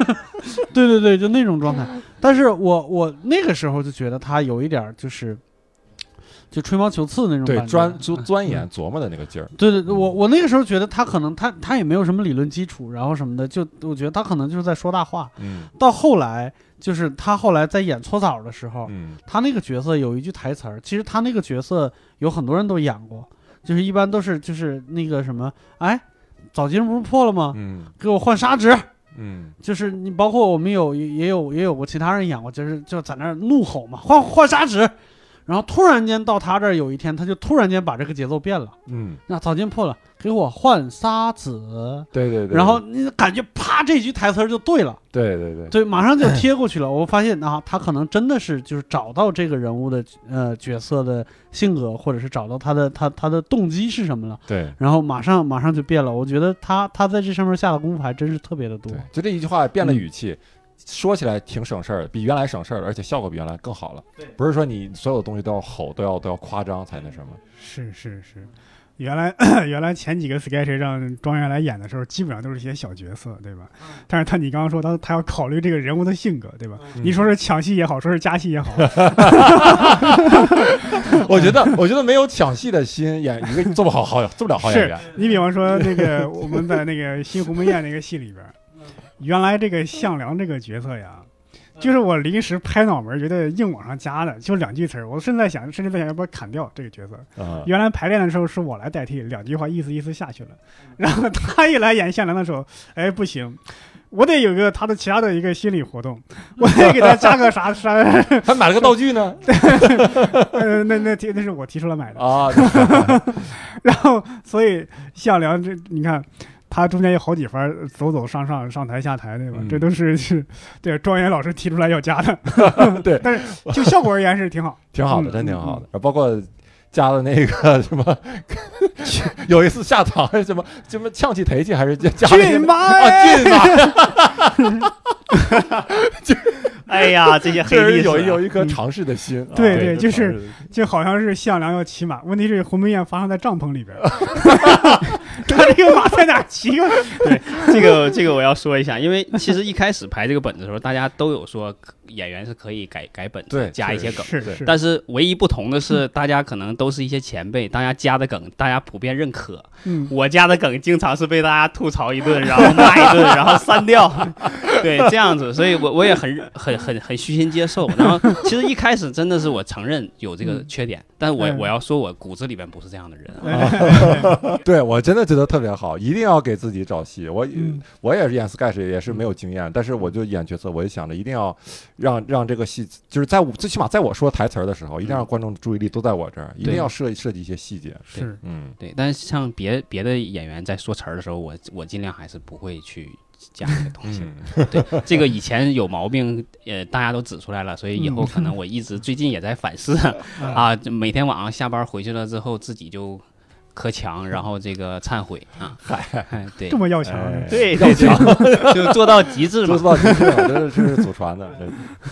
Speaker 4: 对对对，就那种状态。但是我我那个时候就觉得他有一点儿就是，就吹毛求疵那种
Speaker 1: 对
Speaker 4: 感，觉。
Speaker 1: 钻
Speaker 3: 嗯
Speaker 1: 钻钻研琢磨的那个劲儿，
Speaker 4: 对对，对我我那个时候觉得他可能他他也没有什么理论基础，然后什么的，就我觉得他可能就是在说大话。
Speaker 1: 嗯
Speaker 4: 到后来就是他后来在演搓澡的时候，
Speaker 1: 嗯
Speaker 4: 他那个角色有一句台词儿，其实他那个角色有很多人都演过，就是一般都是就是那个什么，哎，澡巾不是破了吗？
Speaker 1: 嗯
Speaker 4: 给我换砂纸。
Speaker 1: 嗯，
Speaker 4: 就是你包括我们有也有也有过其他人演过，就是就在那儿怒吼嘛，换换砂纸。然后突然间到他这儿有一天，他就突然间把这个节奏变了，
Speaker 1: 嗯，
Speaker 4: 那澡巾破了，给我换砂纸。
Speaker 1: 对对对，
Speaker 4: 然后你感觉啪，这句台词儿就对了。
Speaker 1: 对对对，
Speaker 4: 对，马上就贴过去了。我发现啊，他可能真的是就是找到这个人物的呃角色的性格，或者是找到他的他他的动机是什么了，
Speaker 1: 对
Speaker 4: 然后马上马上就变了。我觉得他他在这上面下的功夫还真是特别的多
Speaker 1: 对。，就这一句话变了语气。说起来挺省事儿，比原来省事儿，而且效果比原来更好了。
Speaker 4: 对
Speaker 1: 不是说你所有东西都要吼，都要都要夸张才那什么。
Speaker 3: 是是是，原来 原来前几个 sketch 让庄园来演的时候，基本上都是一些小角色，对吧？但是他你刚刚说他他要考虑这个人物的性格，对吧？你说是抢戏也好，说是加戏也好，
Speaker 1: 我觉得，我觉得没有抢戏的心，演一个做不好好做不了好演员。
Speaker 3: 你比方说那个我们在那个《新鸿门宴》那个戏里边儿，原来这个项梁这个角色呀。就是我临时拍脑门儿，觉得硬往上加的，就两句词儿。我甚至在想，甚至在想要不要砍掉这个角色。
Speaker 1: 嗯，
Speaker 3: 原来排练的时候是我来代替，两句话意思意思下去了。然后他一来演项梁的时候，哎，不行，我得有个他的其他的一个心理活动，我得给他加个啥啥，
Speaker 1: 还买了个道具呢。
Speaker 3: 呃，那那提那是我提出来买的。
Speaker 1: 啊，
Speaker 3: 然后所以项梁这你看。他中间有好几番儿走走上上上台下台，对吧？
Speaker 1: 嗯
Speaker 3: 这都是 是对庄园老师提出来要加的，
Speaker 1: 对
Speaker 3: 但是就效果而言是挺好。
Speaker 1: 挺好的，
Speaker 3: 嗯
Speaker 1: 真挺好
Speaker 3: 嗯
Speaker 1: 的。然后包括加的那个什么， 有一次下场还是什么什么呛气抬气，还是加加了一
Speaker 3: 骏
Speaker 1: 个
Speaker 3: 马
Speaker 1: 啊
Speaker 3: 哎，
Speaker 1: 进吧，
Speaker 2: 哎呀，这 些黑
Speaker 1: 确
Speaker 2: 历
Speaker 1: 实有一
Speaker 2: 史
Speaker 1: 有
Speaker 2: 啊。
Speaker 1: 一颗尝试的心。啊
Speaker 3: 对
Speaker 1: 有一
Speaker 3: 对
Speaker 1: 颗
Speaker 3: 就
Speaker 1: 尝试
Speaker 3: 是
Speaker 1: 的心
Speaker 3: 就好像是项梁要骑马，问题是鸿门宴发生在帐篷 里边儿，
Speaker 2: 他这个马在哪
Speaker 3: 骑个
Speaker 2: 这个这个我要说一下，因为其实一开始排这个本子的时候，大家都有说演员是可以改改本子，
Speaker 1: 对
Speaker 2: 加一些梗。
Speaker 3: 是
Speaker 1: 对
Speaker 3: 是，嗯
Speaker 2: 但是唯一不同的是，大家可能都是一些前辈，大家加的梗大家普遍认可。
Speaker 3: 嗯，
Speaker 2: 我加的梗经常是被大家吐槽一顿，然后骂一顿，然后删掉。 对，这样子，所以我我也很很很很虚心接受。然后其实一开始真的是我承认有这个缺点，但我
Speaker 3: 嗯
Speaker 2: 我要说我骨子里边不是这样的人啊。
Speaker 4: 哎
Speaker 1: 对我真的觉得特别好，一定要给自己找戏。我
Speaker 3: 嗯
Speaker 1: 我也是演 sketch 也是没有经验，但是我就演角色，我就想着一定要让让这个戏，就是在我最起码在我说台词儿的时候，一定让观众注意力都在我这儿，一定
Speaker 2: 对
Speaker 1: 要设设计一些细节。
Speaker 3: 是
Speaker 1: 嗯，
Speaker 2: 对，但是像别别的演员在说词儿的时候，我我尽量还是不会去加这个东西。
Speaker 1: 嗯，
Speaker 2: 对，这个以前有毛病，呃，大家都指出来了，所以以后
Speaker 3: 嗯
Speaker 2: 可能我一直最近也在反思
Speaker 1: 嗯
Speaker 2: 啊，就每天晚上下班回去了之后，自己就磕墙，然后这个忏悔啊，嗨，对
Speaker 3: 这。么要强啊是吧
Speaker 1: 哎
Speaker 2: 对对对， 就做到极 致
Speaker 1: 不
Speaker 2: 嘛
Speaker 1: 知。道这是啊这是祖传的。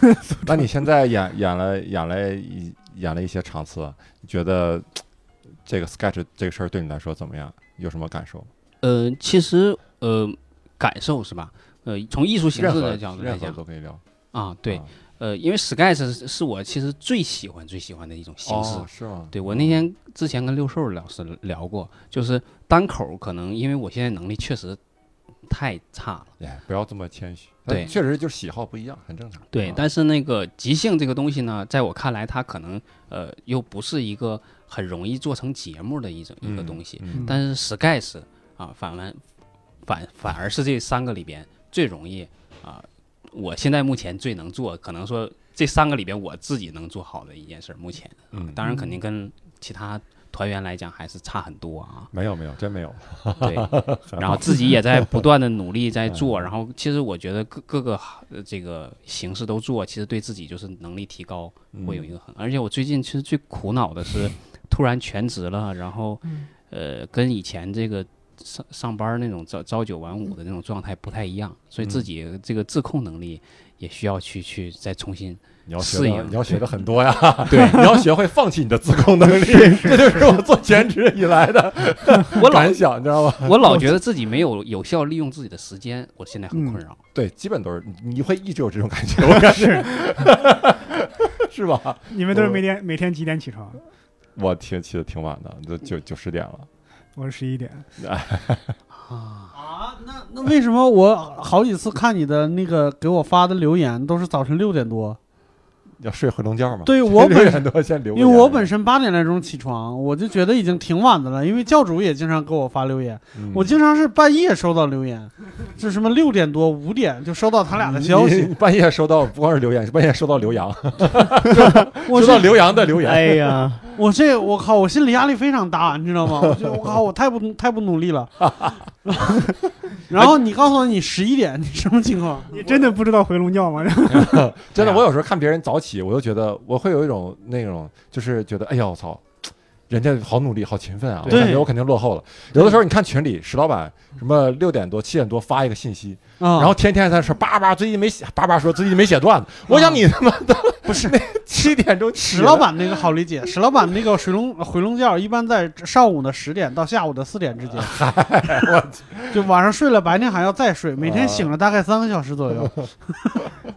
Speaker 1: 这那你现在演演了演了一演了一些场次，你觉得这个 sketch 这个事儿对你来说怎么样？有什么感受？
Speaker 2: 呃，其实呃，感受是吧？呃，从艺术形
Speaker 1: 任
Speaker 2: 式
Speaker 1: 何
Speaker 2: 的角度来
Speaker 1: 任何
Speaker 2: 讲
Speaker 1: 都可以聊。
Speaker 2: 啊，对
Speaker 1: 啊，，
Speaker 2: 呃，因为 sketch 是是我其实最喜欢最喜欢的一种形式
Speaker 1: 哦，是吗？
Speaker 2: 对我那天之前跟六兽儿老师聊过，就是单口可能因为我现在能力确实太差了，
Speaker 1: 哎，不要这么谦虚。
Speaker 2: 对
Speaker 1: 确实就是喜好不一样，很正常。
Speaker 2: 对，
Speaker 1: 啊
Speaker 2: 但是那个即兴这个东西呢，在我看来，它可能呃又不是一个很容易做成节目的一种一个东西，
Speaker 1: 嗯
Speaker 2: 但是 sketch 啊，反完反反而是这三个里边最容易啊、我现在目前最能做，可能说这三个里边我自己能做好的一件事儿，目前
Speaker 1: 嗯，。
Speaker 2: 当然肯定跟其他团员来讲还是差很多啊
Speaker 1: 没有没有，真没有。
Speaker 2: 对，然后自己也在不断的努力在
Speaker 1: 嗯
Speaker 2: 做，然后其实我觉得各各个呃这个形式都做，其实对自己就是能力提高
Speaker 1: 嗯
Speaker 2: 会有一个很，而且我最近其实最苦恼的 是突然全职了，然后呃跟以前这个。上上班那种朝朝九晚五的那种状态不太一样，所
Speaker 1: 嗯
Speaker 2: 以自己这个自控能力也需要去去再重新
Speaker 1: 你要
Speaker 2: 适
Speaker 1: 学的，
Speaker 2: 应
Speaker 1: 你要学的很多呀。对， 你要学会放弃你的自控能力，这就是我做全职以来的
Speaker 2: 我老
Speaker 1: 感想，你知道吗？
Speaker 2: 我老觉得自己没有有效利用自己的时间，我现在很
Speaker 1: 嗯
Speaker 2: 困扰。
Speaker 1: 对，基本都是你你会一直有这种感觉，我感觉 是吧？
Speaker 3: 你们都是每天每天几点起床？
Speaker 1: 我挺起的挺晚的，都九九十点了。
Speaker 3: 我是十一点。
Speaker 4: 啊，那那为什么我好几次看你的那个给我发的留言都是早晨六点多？
Speaker 1: 要睡回笼觉吗？
Speaker 4: 对我
Speaker 1: 六
Speaker 4: 本
Speaker 1: 点多先留个
Speaker 4: 因为
Speaker 1: 言。
Speaker 4: 我本身八点来钟起床，我就觉得已经挺晚的了。因为教主也经常给我发留言，
Speaker 1: 嗯
Speaker 4: 我经常是半夜收到 留言，就什么六点多、五点就收到他俩的消
Speaker 1: 嗯你
Speaker 4: 息。
Speaker 1: 你半夜收到不光是留言，是半夜收到刘洋，
Speaker 4: 我
Speaker 1: 收到
Speaker 4: 这
Speaker 1: 刘洋的留言。
Speaker 5: 哎呀，
Speaker 4: 我这我靠，我心理压力非常大，你知道吗？我觉得我靠，我太不太不努力 了。然后你告诉我你十一点，你什么情况？
Speaker 3: 你真的不知道回笼觉吗？
Speaker 1: 真的，
Speaker 2: 哎呀
Speaker 1: 我有时候看别人早起，我都觉得我会有一种那种，就是觉得哎呀，我操，人家好努力，好勤奋啊，我
Speaker 4: 对
Speaker 1: 感觉我肯定落后了。有的时候你看群里石老板什么六点多、七点多发一个信息，
Speaker 4: 啊，
Speaker 1: 然后天天在那说叭叭，最近没写，叭叭说最近没写段子，我想你他妈的
Speaker 4: 啊 不是
Speaker 1: 七点钟起
Speaker 4: 史老板那个好理解，史老板那个水龙回笼觉一般在上午的十点到下午的四点之间，就晚上睡了，白天还要再睡，每天
Speaker 1: 啊
Speaker 4: 醒了大概三个小时左 右。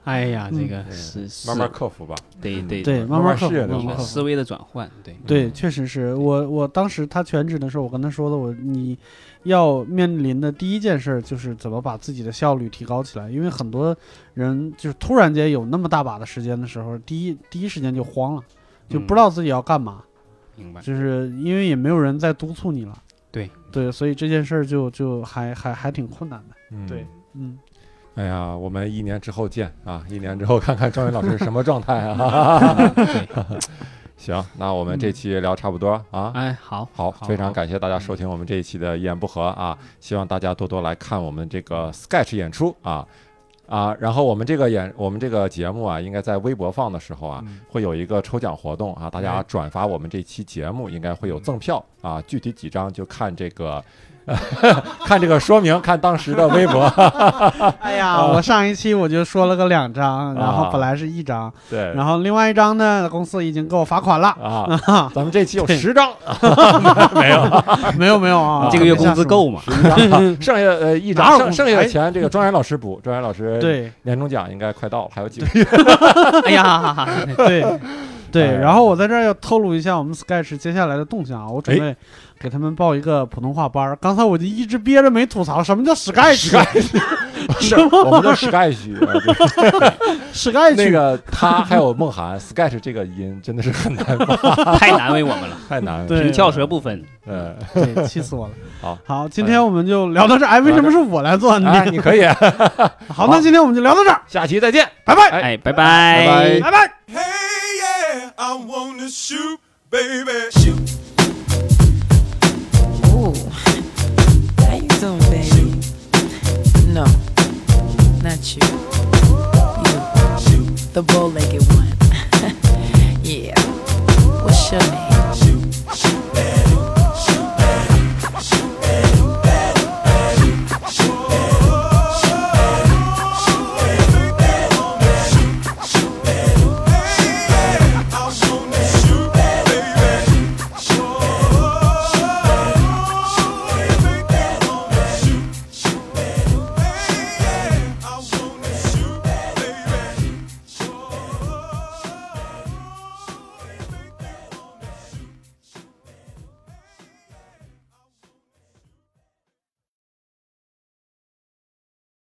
Speaker 2: 哎呀，这个
Speaker 1: 嗯
Speaker 2: 是是
Speaker 1: 慢慢克服吧。
Speaker 2: 得得
Speaker 4: 对，慢
Speaker 1: 慢
Speaker 4: 克服，
Speaker 1: 适应
Speaker 4: 慢
Speaker 2: 一
Speaker 4: 慢
Speaker 2: 个
Speaker 4: 克
Speaker 2: 思
Speaker 4: 服。
Speaker 2: 维的转换，对
Speaker 4: 对，确实是我，我当时他全职的时候，我跟他说的，我你要面临的第一件事就是怎么把自己的效率提高起来，因为很多人就是突然间有那么大把的时间的时候，第一第一时间就慌了，就
Speaker 2: 嗯
Speaker 4: 不知道自己要干嘛。
Speaker 2: 明白。
Speaker 4: 就是因为也没有人在督促你了。
Speaker 2: 对
Speaker 4: 对，所以这件事儿就就还还还挺困难的。
Speaker 1: 嗯
Speaker 4: 对嗯，
Speaker 1: 哎呀，我们一年之后见啊！一年之后看看张云老师是什么状态 啊！ 行，那我们
Speaker 4: 嗯
Speaker 1: 这期聊差不多啊。
Speaker 2: 哎，好，
Speaker 1: 好，非常感谢大家收听我们这一期的一言不合啊！
Speaker 4: 嗯
Speaker 1: 希望大家多多来看我们这个 sketch 演出啊啊！然后我们这个演我们这个节目啊，应该在微博放的时候
Speaker 4: 嗯
Speaker 5: 嗯
Speaker 1: 啊，会有一个抽奖活动啊，大
Speaker 4: 哎
Speaker 1: 家转发我们这期节目，应该会有赠票
Speaker 4: 嗯
Speaker 1: 啊，具体几张就看这个。 看这个说明，看当时的微 博，
Speaker 4: 哎呀，我上一期我就说了个两张，然
Speaker 2: 啊
Speaker 4: 后本来是一张，
Speaker 2: 呃
Speaker 1: 对，
Speaker 4: 然后另外一张呢，公司已经给我罚款了。
Speaker 1: 啊，咱们这期有
Speaker 4: 对
Speaker 1: 十张，
Speaker 4: 没有没有啊，
Speaker 2: 这个月工资够吗？
Speaker 1: 剩下呃一
Speaker 4: 哪
Speaker 1: 张，
Speaker 4: 有
Speaker 1: 剩
Speaker 4: 工
Speaker 1: 剩下的
Speaker 4: 哎
Speaker 1: 钱这个庄园老师补，庄园老师
Speaker 4: 对
Speaker 1: 年终奖应该快到了，还有几个月，
Speaker 2: 哎呀，
Speaker 4: 对对。
Speaker 1: 哎呀
Speaker 4: 然后我在这儿要透露一下我们 Sketch 接下来的动向啊，我准
Speaker 1: 哎
Speaker 4: 备给他们报一个普通话班儿。刚才我就一直憋着没吐槽什么叫 Sketch，Sketch，
Speaker 1: 是我们的 sketch 啊就是 那个他还有梦涵 sketch 这个音真的是很难发，
Speaker 2: 太难为我们了，
Speaker 1: 太难了。
Speaker 4: 对
Speaker 2: 平翘舌不分。
Speaker 1: 呃，
Speaker 4: 对，气死我了。
Speaker 1: 好，
Speaker 4: 好，今天我们就聊到这儿。哎，为什么是我来做？你
Speaker 1: 哎，你可以，
Speaker 4: 好，那今天我们就聊到这儿，
Speaker 1: 下期再见。
Speaker 4: 拜拜。
Speaker 2: 哎，拜
Speaker 1: 拜拜
Speaker 2: 拜
Speaker 4: 拜拜。
Speaker 5: Hey yeah, I wanna shoot, baby.